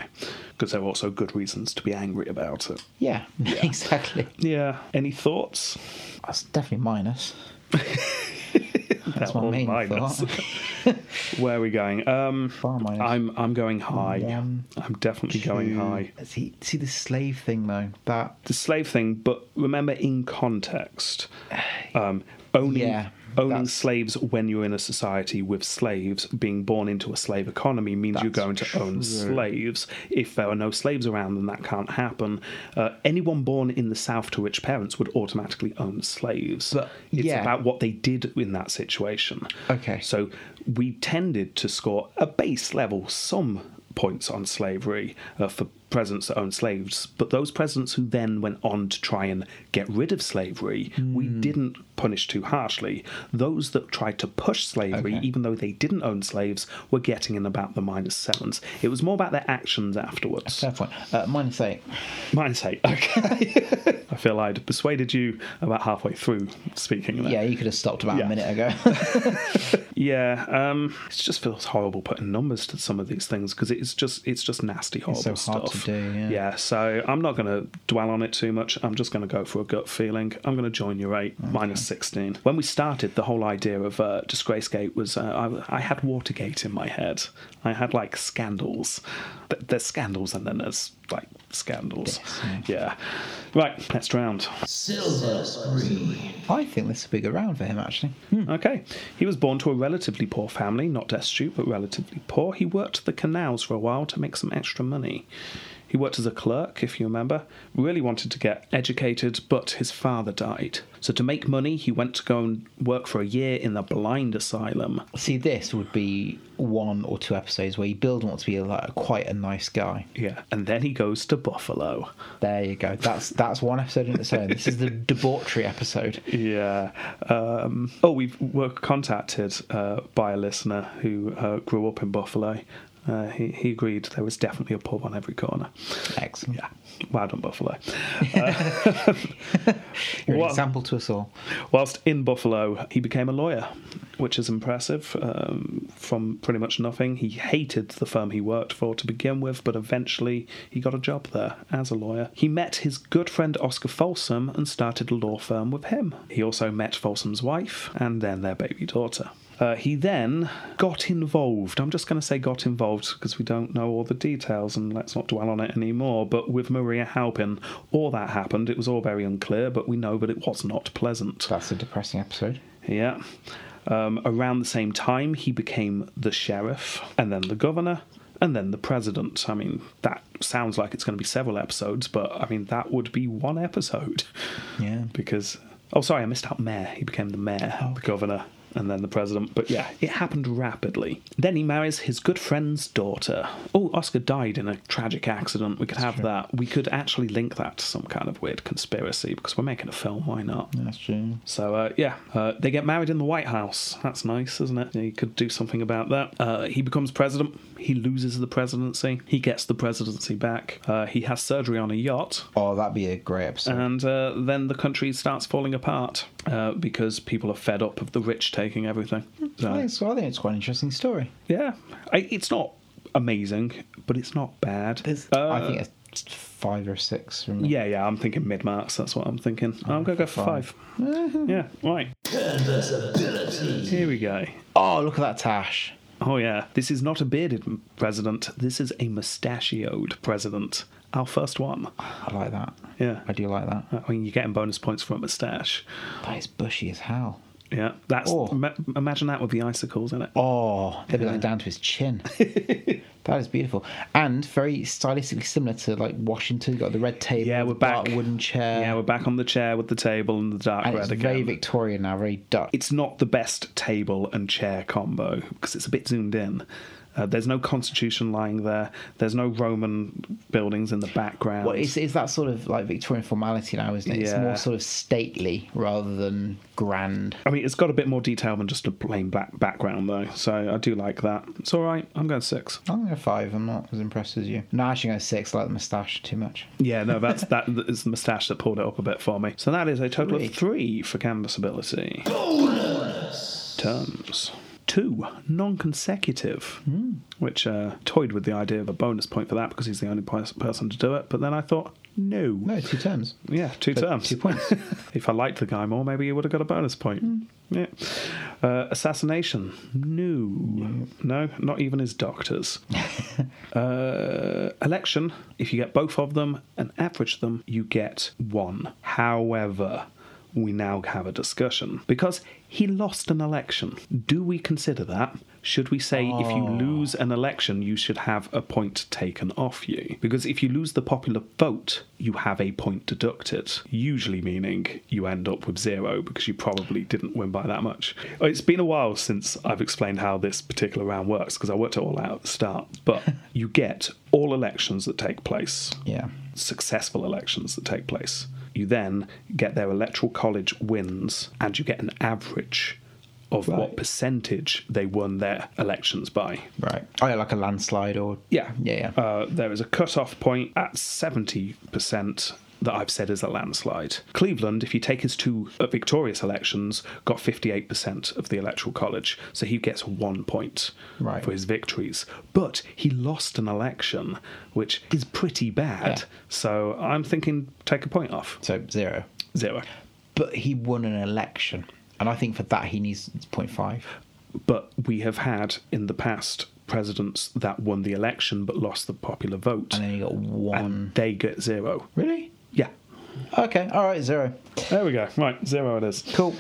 Speaker 3: because there are also good reasons to be angry about it.
Speaker 2: Yeah, [LAUGHS] exactly.
Speaker 3: Yeah. Any thoughts?
Speaker 2: That's definitely
Speaker 3: [LAUGHS]
Speaker 2: minus. That's my
Speaker 3: Or
Speaker 2: main
Speaker 3: minus?
Speaker 2: thought.
Speaker 3: [LAUGHS] Where are we going? Um,
Speaker 2: Far minus.
Speaker 3: I'm I'm going high.
Speaker 2: One,
Speaker 3: I'm definitely going
Speaker 2: Two.
Speaker 3: high.
Speaker 2: See, see the slave thing though. That
Speaker 3: The slave thing, but remember
Speaker 2: [SIGHS]
Speaker 3: in context. Um, owning
Speaker 2: Yeah,
Speaker 3: owning
Speaker 2: that's-
Speaker 3: slaves when you're in a society with slaves, being born into a slave economy means you're
Speaker 2: That's
Speaker 3: going to own
Speaker 2: true.
Speaker 3: slaves. If there are no slaves around, then that can't happen. Uh, anyone born in the South to rich parents would automatically own slaves.
Speaker 2: But-
Speaker 3: it's
Speaker 2: yeah.
Speaker 3: about what they did in that situation.
Speaker 2: Okay.
Speaker 3: So we tended to score a base level some points on slavery uh, for presidents that owned slaves, but those presidents who then went on to try and get rid of slavery, we didn't punish too harshly. Those that tried to push slavery,
Speaker 2: Okay.
Speaker 3: even though they didn't own slaves, were getting in about the minus sevens. It was more about their actions afterwards.
Speaker 2: fair point. Uh, minus eight.
Speaker 3: Minus eight, okay. [LAUGHS] I feel I'd persuaded you about halfway through speaking there.
Speaker 2: Yeah, you could have stopped about
Speaker 3: Yeah.
Speaker 2: a minute ago. [LAUGHS]
Speaker 3: Yeah, um, it just feels horrible putting numbers to some of these things because it's just it's just nasty, horrible
Speaker 2: so hard
Speaker 3: stuff.
Speaker 2: to do, yeah.
Speaker 3: so I'm not going to dwell on it too much. I'm just going to go for a gut feeling. I'm going to join your eight minus sixteen. When we started, the whole idea of uh, Disgracegate was uh, I, I had Watergate in my head. I had like scandals. Th- There's scandals and then there's like scandals. Yeah. Right, next round.
Speaker 1: Silver Spree.
Speaker 2: I think this will be a good round for him actually.
Speaker 3: Okay. He was born to a relatively poor family, not destitute, but relatively poor. He worked the canals for a while to make some extra money. He worked as a clerk, if you remember. Really wanted to get educated, but his father died. So to make money, he went to go and work for a year in the blind asylum.
Speaker 2: See, this would be one or two episodes where you build him up to be like quite a nice guy.
Speaker 3: Yeah. And then he goes to Buffalo.
Speaker 2: There you go. That's that's one episode in its own. This is the debauchery episode.
Speaker 3: Yeah. Um, oh, we were contacted uh, by a listener who uh, grew up in Buffalo. Uh, he, he agreed there was definitely a pub on every corner.
Speaker 2: Excellent.
Speaker 3: Yeah, well done, Buffalo.
Speaker 2: You're
Speaker 3: Well-
Speaker 2: an example to us all.
Speaker 3: Whilst in Buffalo, he became a lawyer, which is impressive um, from pretty much nothing. He hated the firm he worked for to begin with, but eventually he got a job there as a lawyer. He met his good friend Oscar Folsom and started a law firm with him. He also met Folsom's wife and then their baby daughter. Uh, he then got involved. I'm just going to say got involved because we don't know all the details and let's not dwell on it anymore. But with Maria Halpin, all that happened. It was all very unclear, but we know that it was not pleasant.
Speaker 2: That's a depressing episode.
Speaker 3: Yeah. Um, around the same time, he became the sheriff, and then the governor, and then the president. I mean, that sounds like it's going to be several episodes, but I mean, that would be one episode.
Speaker 2: Yeah.
Speaker 3: Because, oh, sorry, I missed out mayor. He became the mayor, the governor, and then the president. But yeah, it happened rapidly. Then he marries his good friend's daughter. Oh, Oscar died in a tragic accident. We could have that. We could actually link that to some kind of weird conspiracy because we're making a film. Why not?
Speaker 2: That's true.
Speaker 3: So uh, yeah, uh, they get married in the White House. That's nice, isn't it? You could do something about that. Uh, he becomes president. He loses the presidency. He gets the presidency back. Uh, he has surgery on a yacht,
Speaker 2: Oh, that'd be a great episode.
Speaker 3: and uh, then the country starts falling apart uh, because people are fed up of the rich taking everything.
Speaker 2: I,
Speaker 3: So,
Speaker 2: think, so I think it's quite an interesting story.
Speaker 3: yeah, I, it's not amazing, but it's not bad.
Speaker 2: I
Speaker 3: Uh,
Speaker 2: think it's five or six from me.
Speaker 3: yeah, yeah, I'm thinking mid marks. That's what I'm thinking.
Speaker 2: Oh,
Speaker 3: I'm gonna go for five.
Speaker 2: five. [LAUGHS]
Speaker 3: yeah, right.
Speaker 1: Conversibility.
Speaker 3: Here we go.
Speaker 2: Oh, look at that Tash.
Speaker 3: Oh, yeah. This is not a bearded m- president. This is a mustachioed president. Our first one.
Speaker 2: I like that.
Speaker 3: Yeah.
Speaker 2: I do like that.
Speaker 3: I mean, you're getting bonus points for a mustache.
Speaker 2: That is bushy as hell.
Speaker 3: Yeah. That's.
Speaker 2: Oh.
Speaker 3: ma- imagine that with the icicles in it.
Speaker 2: Oh, they'd be like down to his
Speaker 3: [LAUGHS]
Speaker 2: chin. that is beautiful and very stylistically similar to like Washington. You've got the red table,
Speaker 3: Yeah, we're
Speaker 2: the dark
Speaker 3: back.
Speaker 2: wooden chair.
Speaker 3: Yeah, we're back on the chair with the table and the dark
Speaker 2: and
Speaker 3: red
Speaker 2: it's
Speaker 3: again.
Speaker 2: very Victorian now, very dark.
Speaker 3: it's not the best table and chair combo because it's a bit zoomed in. Uh, there's no constitution lying there. There's no Roman buildings in the background.
Speaker 2: Well, it's, it's that sort of like Victorian formality now, isn't it? It's
Speaker 3: Yeah.
Speaker 2: more sort of stately rather than grand.
Speaker 3: I mean, it's got a bit more detail than just a plain black background, though. So I do like that. It's all right. I'm going six.
Speaker 2: I'm going to five. I'm not as impressed as you. No, actually, I'm going to six. I like the moustache too much.
Speaker 3: Yeah, no, that's that is the moustache that pulled it up a bit for me. So that is a total of three for canvas ability. Terms. two non consecutive, which uh, toyed with the idea of a bonus point for that because he's the only pers- person to do it. But then I thought, no.
Speaker 2: No, two terms.
Speaker 3: Yeah, two
Speaker 2: But
Speaker 3: terms.
Speaker 2: two points.
Speaker 3: [LAUGHS] if I liked the guy more, maybe he would have got a bonus point. Yeah. Uh, assassination. No. No, not even his doctors. uh, election. If you get both of them and average them, you get one. However, we now have a discussion because he lost an election. Do we consider that? Should we say if you lose an election, you should have a point taken off you? Because if you lose the popular vote, you have a point deducted, usually meaning you end up with zero because you probably didn't win by that much. Oh, It's been a while since I've explained how this particular round works because I worked it all out at the start,
Speaker 2: [LAUGHS]
Speaker 3: but you get all elections that take place
Speaker 2: Yeah.
Speaker 3: successful elections that take place. You then get their electoral college wins and you get an average of what
Speaker 2: Right.
Speaker 3: percentage they won their elections by.
Speaker 2: [LAUGHS] Right. Oh, yeah, like a landslide or.
Speaker 3: Yeah.
Speaker 2: Yeah, yeah.
Speaker 3: Uh, there is a cut-off point at 70% that I've said is a landslide. Cleveland, if you take his two uh, victorious elections, got 58% of the electoral college, so he gets one point
Speaker 2: Right.
Speaker 3: for his victories. But he lost an election, which is pretty bad.
Speaker 2: Yeah.
Speaker 3: So I'm thinking take a point off.
Speaker 2: So zero.
Speaker 3: Zero.
Speaker 2: But he won an election. And I think for that he needs 0.5.
Speaker 3: But we have had in the past presidents that won the election but lost the popular vote.
Speaker 2: And then he got
Speaker 3: and
Speaker 2: one.
Speaker 3: they get zero.
Speaker 2: Really?
Speaker 3: Yeah.
Speaker 2: Okay. All right. Zero.
Speaker 3: There we go. Right, zero it is.
Speaker 2: Cool.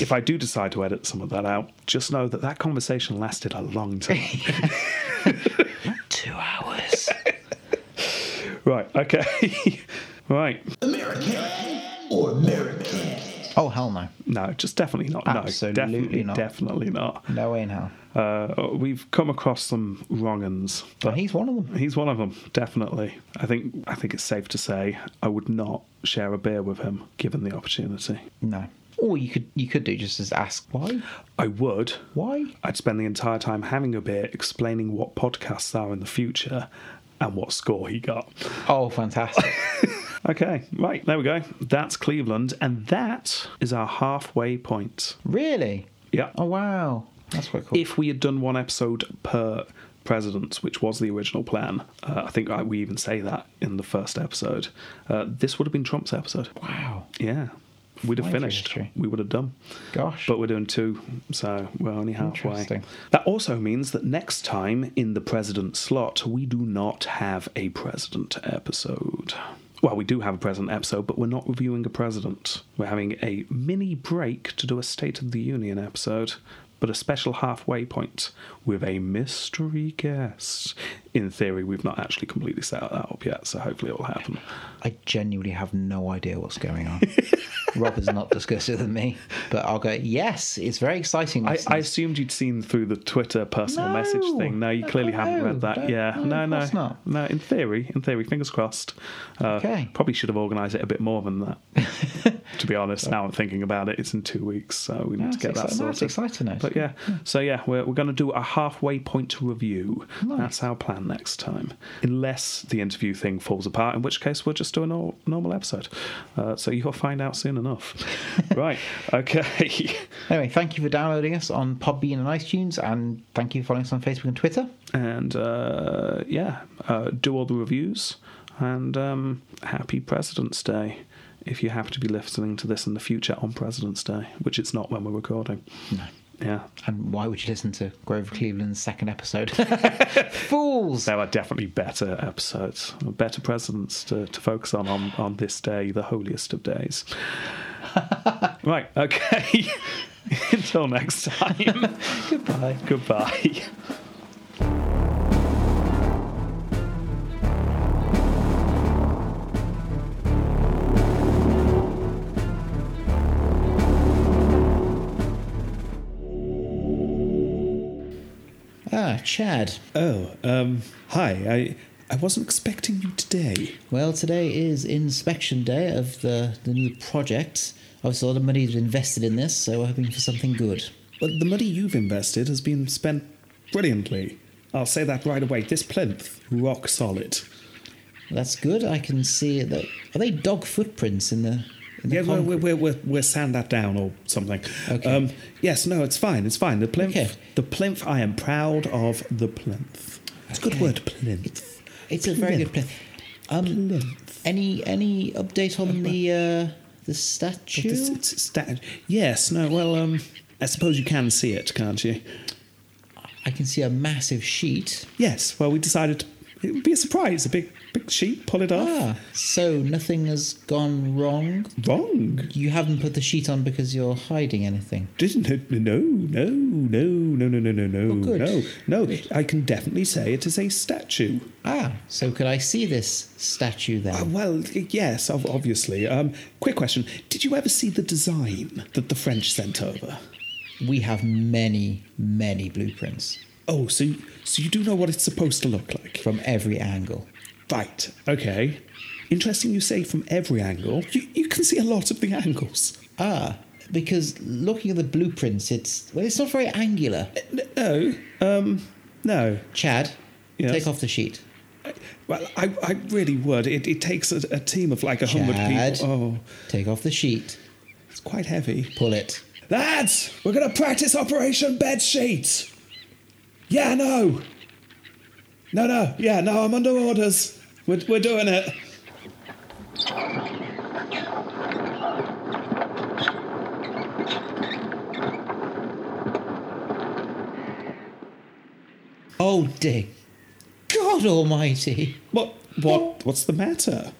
Speaker 3: If I do decide to edit some of that out, just know that that conversation lasted a
Speaker 2: [LAUGHS]
Speaker 3: long time.
Speaker 2: Two hours.
Speaker 3: right, okay. [LAUGHS] right.
Speaker 1: American or American?
Speaker 2: Oh, hell no.
Speaker 3: No, just definitely not.
Speaker 2: Absolutely
Speaker 3: no, definitely,
Speaker 2: not.
Speaker 3: Definitely not.
Speaker 2: No way in hell.
Speaker 3: Uh, we've come across some wrong uns,
Speaker 2: But
Speaker 3: but
Speaker 2: he's one of them.
Speaker 3: he's one of them, definitely. I think I think it's safe to say I would not share a beer with him given the opportunity.
Speaker 2: No. Or you could you could do just as ask why?
Speaker 3: I would.
Speaker 2: Why?
Speaker 3: I'd spend the entire time having a beer explaining what podcasts are in the future and what score he got.
Speaker 2: Oh,
Speaker 3: [LAUGHS]
Speaker 2: fantastic.
Speaker 3: Okay, right, there we go. That's Cleveland, and that is our halfway point.
Speaker 2: really?
Speaker 3: Yeah.
Speaker 2: Oh, wow. That's quite cool.
Speaker 3: If we had done one episode per president, which was the original plan, uh, I think I, we even say that in the first episode, uh, this would have been Trump's episode.
Speaker 2: wow.
Speaker 3: Yeah. We'd have
Speaker 2: Flying through
Speaker 3: finished.
Speaker 2: history.
Speaker 3: We would have done.
Speaker 2: Gosh.
Speaker 3: But we're doing two, so we're only halfway.
Speaker 2: Interesting.
Speaker 3: That also means that next time in the president slot, we do not have a president episode. Well, we do have a president episode, but we're not reviewing a president. We're having a mini break to do a State of the Union episode, but a special halfway point with a mystery guest. In theory, we've not actually completely set that up yet, so hopefully it'll happen.
Speaker 2: I genuinely have no idea what's going
Speaker 3: [LAUGHS]
Speaker 2: on. Rob has not discussed it with me, but I'll go, yes, it's very exciting.
Speaker 3: I, I
Speaker 2: listeners."
Speaker 3: assumed you'd seen through the Twitter personal
Speaker 2: No.
Speaker 3: message thing. No, you
Speaker 2: No,
Speaker 3: clearly
Speaker 2: no,
Speaker 3: haven't read that.
Speaker 2: don't-
Speaker 3: yeah,
Speaker 2: no,
Speaker 3: no,
Speaker 2: of
Speaker 3: no,
Speaker 2: course not.
Speaker 3: no. In theory, in theory, fingers crossed. Uh,
Speaker 2: Okay.
Speaker 3: Probably should have organised it a bit more than that.
Speaker 2: [LAUGHS]
Speaker 3: to be honest, now I'm thinking about it, it's in two weeks, so we need to
Speaker 2: That's
Speaker 3: get that
Speaker 2: exciting. That's
Speaker 3: sorted.
Speaker 2: exciting, actually.
Speaker 3: But yeah, so yeah, we're, we're going to do a halfway point review. That's our plan next time, unless the interview thing falls apart, in which case we'll just do a nor- normal episode. Uh, so you'll find out soon
Speaker 2: [LAUGHS]
Speaker 3: enough. right. Okay. [LAUGHS]
Speaker 2: Anyway, thank you for downloading us on Podbean and iTunes, and thank you for following us on Facebook and Twitter.
Speaker 3: and uh, yeah, uh, do all the reviews. And um, happy President's Day if you happen to be listening to this in the future on President's Day, which it's not when we're recording. No. Yeah.
Speaker 2: And why would you listen to Grover Cleveland's second episode? [LAUGHS]
Speaker 3: [LAUGHS]
Speaker 2: Fools!
Speaker 3: There are definitely better episodes, better presidents to, to focus on, on on this day, the holiest of [LAUGHS] days. right, okay. [LAUGHS] Until next time. [LAUGHS] Goodbye. Goodbye.
Speaker 4: Ah, Chad.
Speaker 5: Oh, um, hi. I I wasn't expecting you today.
Speaker 4: Well, today is inspection day of the, the new project. Obviously, a lot of money is invested in this, so we're hoping for something good.
Speaker 5: But the money you've invested has been spent brilliantly. I'll say that right away. This plinth, rock solid.
Speaker 4: That's good. I can see that. Are they dog footprints in the
Speaker 3: Yeah,
Speaker 2: the
Speaker 3: we'll,
Speaker 2: concrete.
Speaker 3: we'll, we'll, we'll sand that down or something.
Speaker 2: Okay.
Speaker 3: Um, yes, no, it's fine. It's fine. The plinth.
Speaker 2: Okay.
Speaker 3: The plinth. I am proud of the plinth. It's a good
Speaker 2: Okay.
Speaker 3: word, plinth.
Speaker 2: It's a very good play. Um, any any update on the uh, the statue?
Speaker 3: This- it's sta- yes. No. Well, um, I suppose you can see it, can't you?
Speaker 2: I can see a massive sheet.
Speaker 3: Yes. Well, we decided it would be a surprise. A big, big sheet. Pull it off.
Speaker 2: Ah, so nothing has gone wrong.
Speaker 3: Wrong.
Speaker 2: You haven't put the sheet on because you're hiding anything.
Speaker 3: Didn't no no no no no no no no
Speaker 2: Oh, good.
Speaker 3: no no. I can definitely say it is a statue.
Speaker 2: Ah, so could I see this statue then?
Speaker 3: Uh, well, yes, ob- obviously. Um, quick question: Did you ever see the design that the French sent over?
Speaker 2: we have many, many blueprints
Speaker 3: Oh, so you- so you do know what it's supposed to look like,
Speaker 2: from every angle.
Speaker 3: right? Okay. Interesting. You say from every angle. You, you can see a lot of the angles.
Speaker 2: Ah, because looking at the blueprints, it's well, it's not very angular.
Speaker 3: N- No. Um. No.
Speaker 2: Chad,
Speaker 3: Yes.
Speaker 2: take off the sheet.
Speaker 3: I- Well, I, I really would. It, it takes a, a team of like a hundred
Speaker 2: Chad.
Speaker 3: people. Oh,
Speaker 2: Take off the sheet.
Speaker 3: it's quite heavy.
Speaker 2: Pull it.
Speaker 3: Lads, we're gonna practice Operation Bedsheet. Yeah, no. No, no, yeah, no, I'm under orders. We're, we're doing it.
Speaker 2: Oh dear, God Almighty!
Speaker 3: What, what, what's the matter?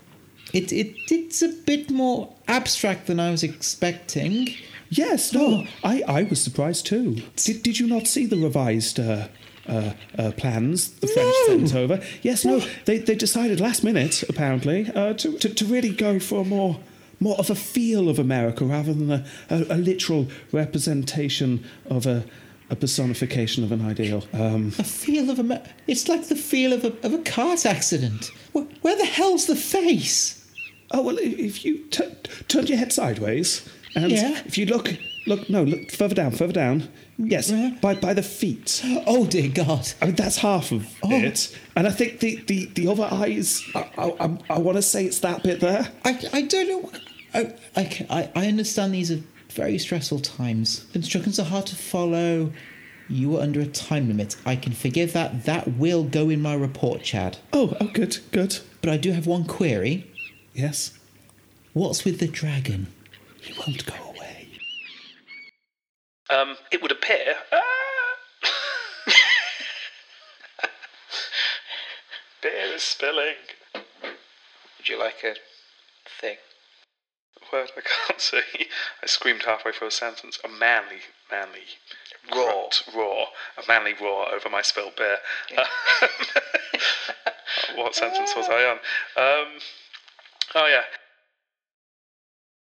Speaker 2: It it it's a bit more abstract than I was expecting.
Speaker 3: Yes, no, I, I was surprised too. Did, did you not see the revised uh, uh, uh, plans the French sent over? Yes, no, they, they decided last minute, apparently, uh, to, to, to really go for a more more of a feel of America rather than a, a, a literal representation of a, a personification of an ideal. Um,
Speaker 2: A feel of a ma- it's like the feel of a of a cart accident. Where, where the hell's the face?
Speaker 3: oh, well, i- if you t- turn your head sideways and
Speaker 2: Yeah.
Speaker 3: if you look, look, no, look further down, further down. Yes,
Speaker 2: Yeah.
Speaker 3: by, by the feet.
Speaker 2: Oh dear God!
Speaker 3: I mean, that's half of it. And I think the, the, the other eyes, I, I, I, I want to say it's that bit there.
Speaker 2: I, I don't know. I, I, ca- I, I understand these are very stressful times. Instructions are hard to follow. You were under a time limit. I can forgive that. That will go in my report, Chad.
Speaker 3: Oh, oh, good, good.
Speaker 2: But I do have one query.
Speaker 3: Yes.
Speaker 2: What's with the dragon?
Speaker 3: He won't go away.
Speaker 6: Um, it would appear. Ah! Beer is spilling. Would you like a thing? Word I can't [LAUGHS] say. I screamed halfway through a sentence. A manly, manly. Raw. Raw. A manly roar over my spilled beer. [LAUGHS] what sentence was I on? Um, oh, yeah.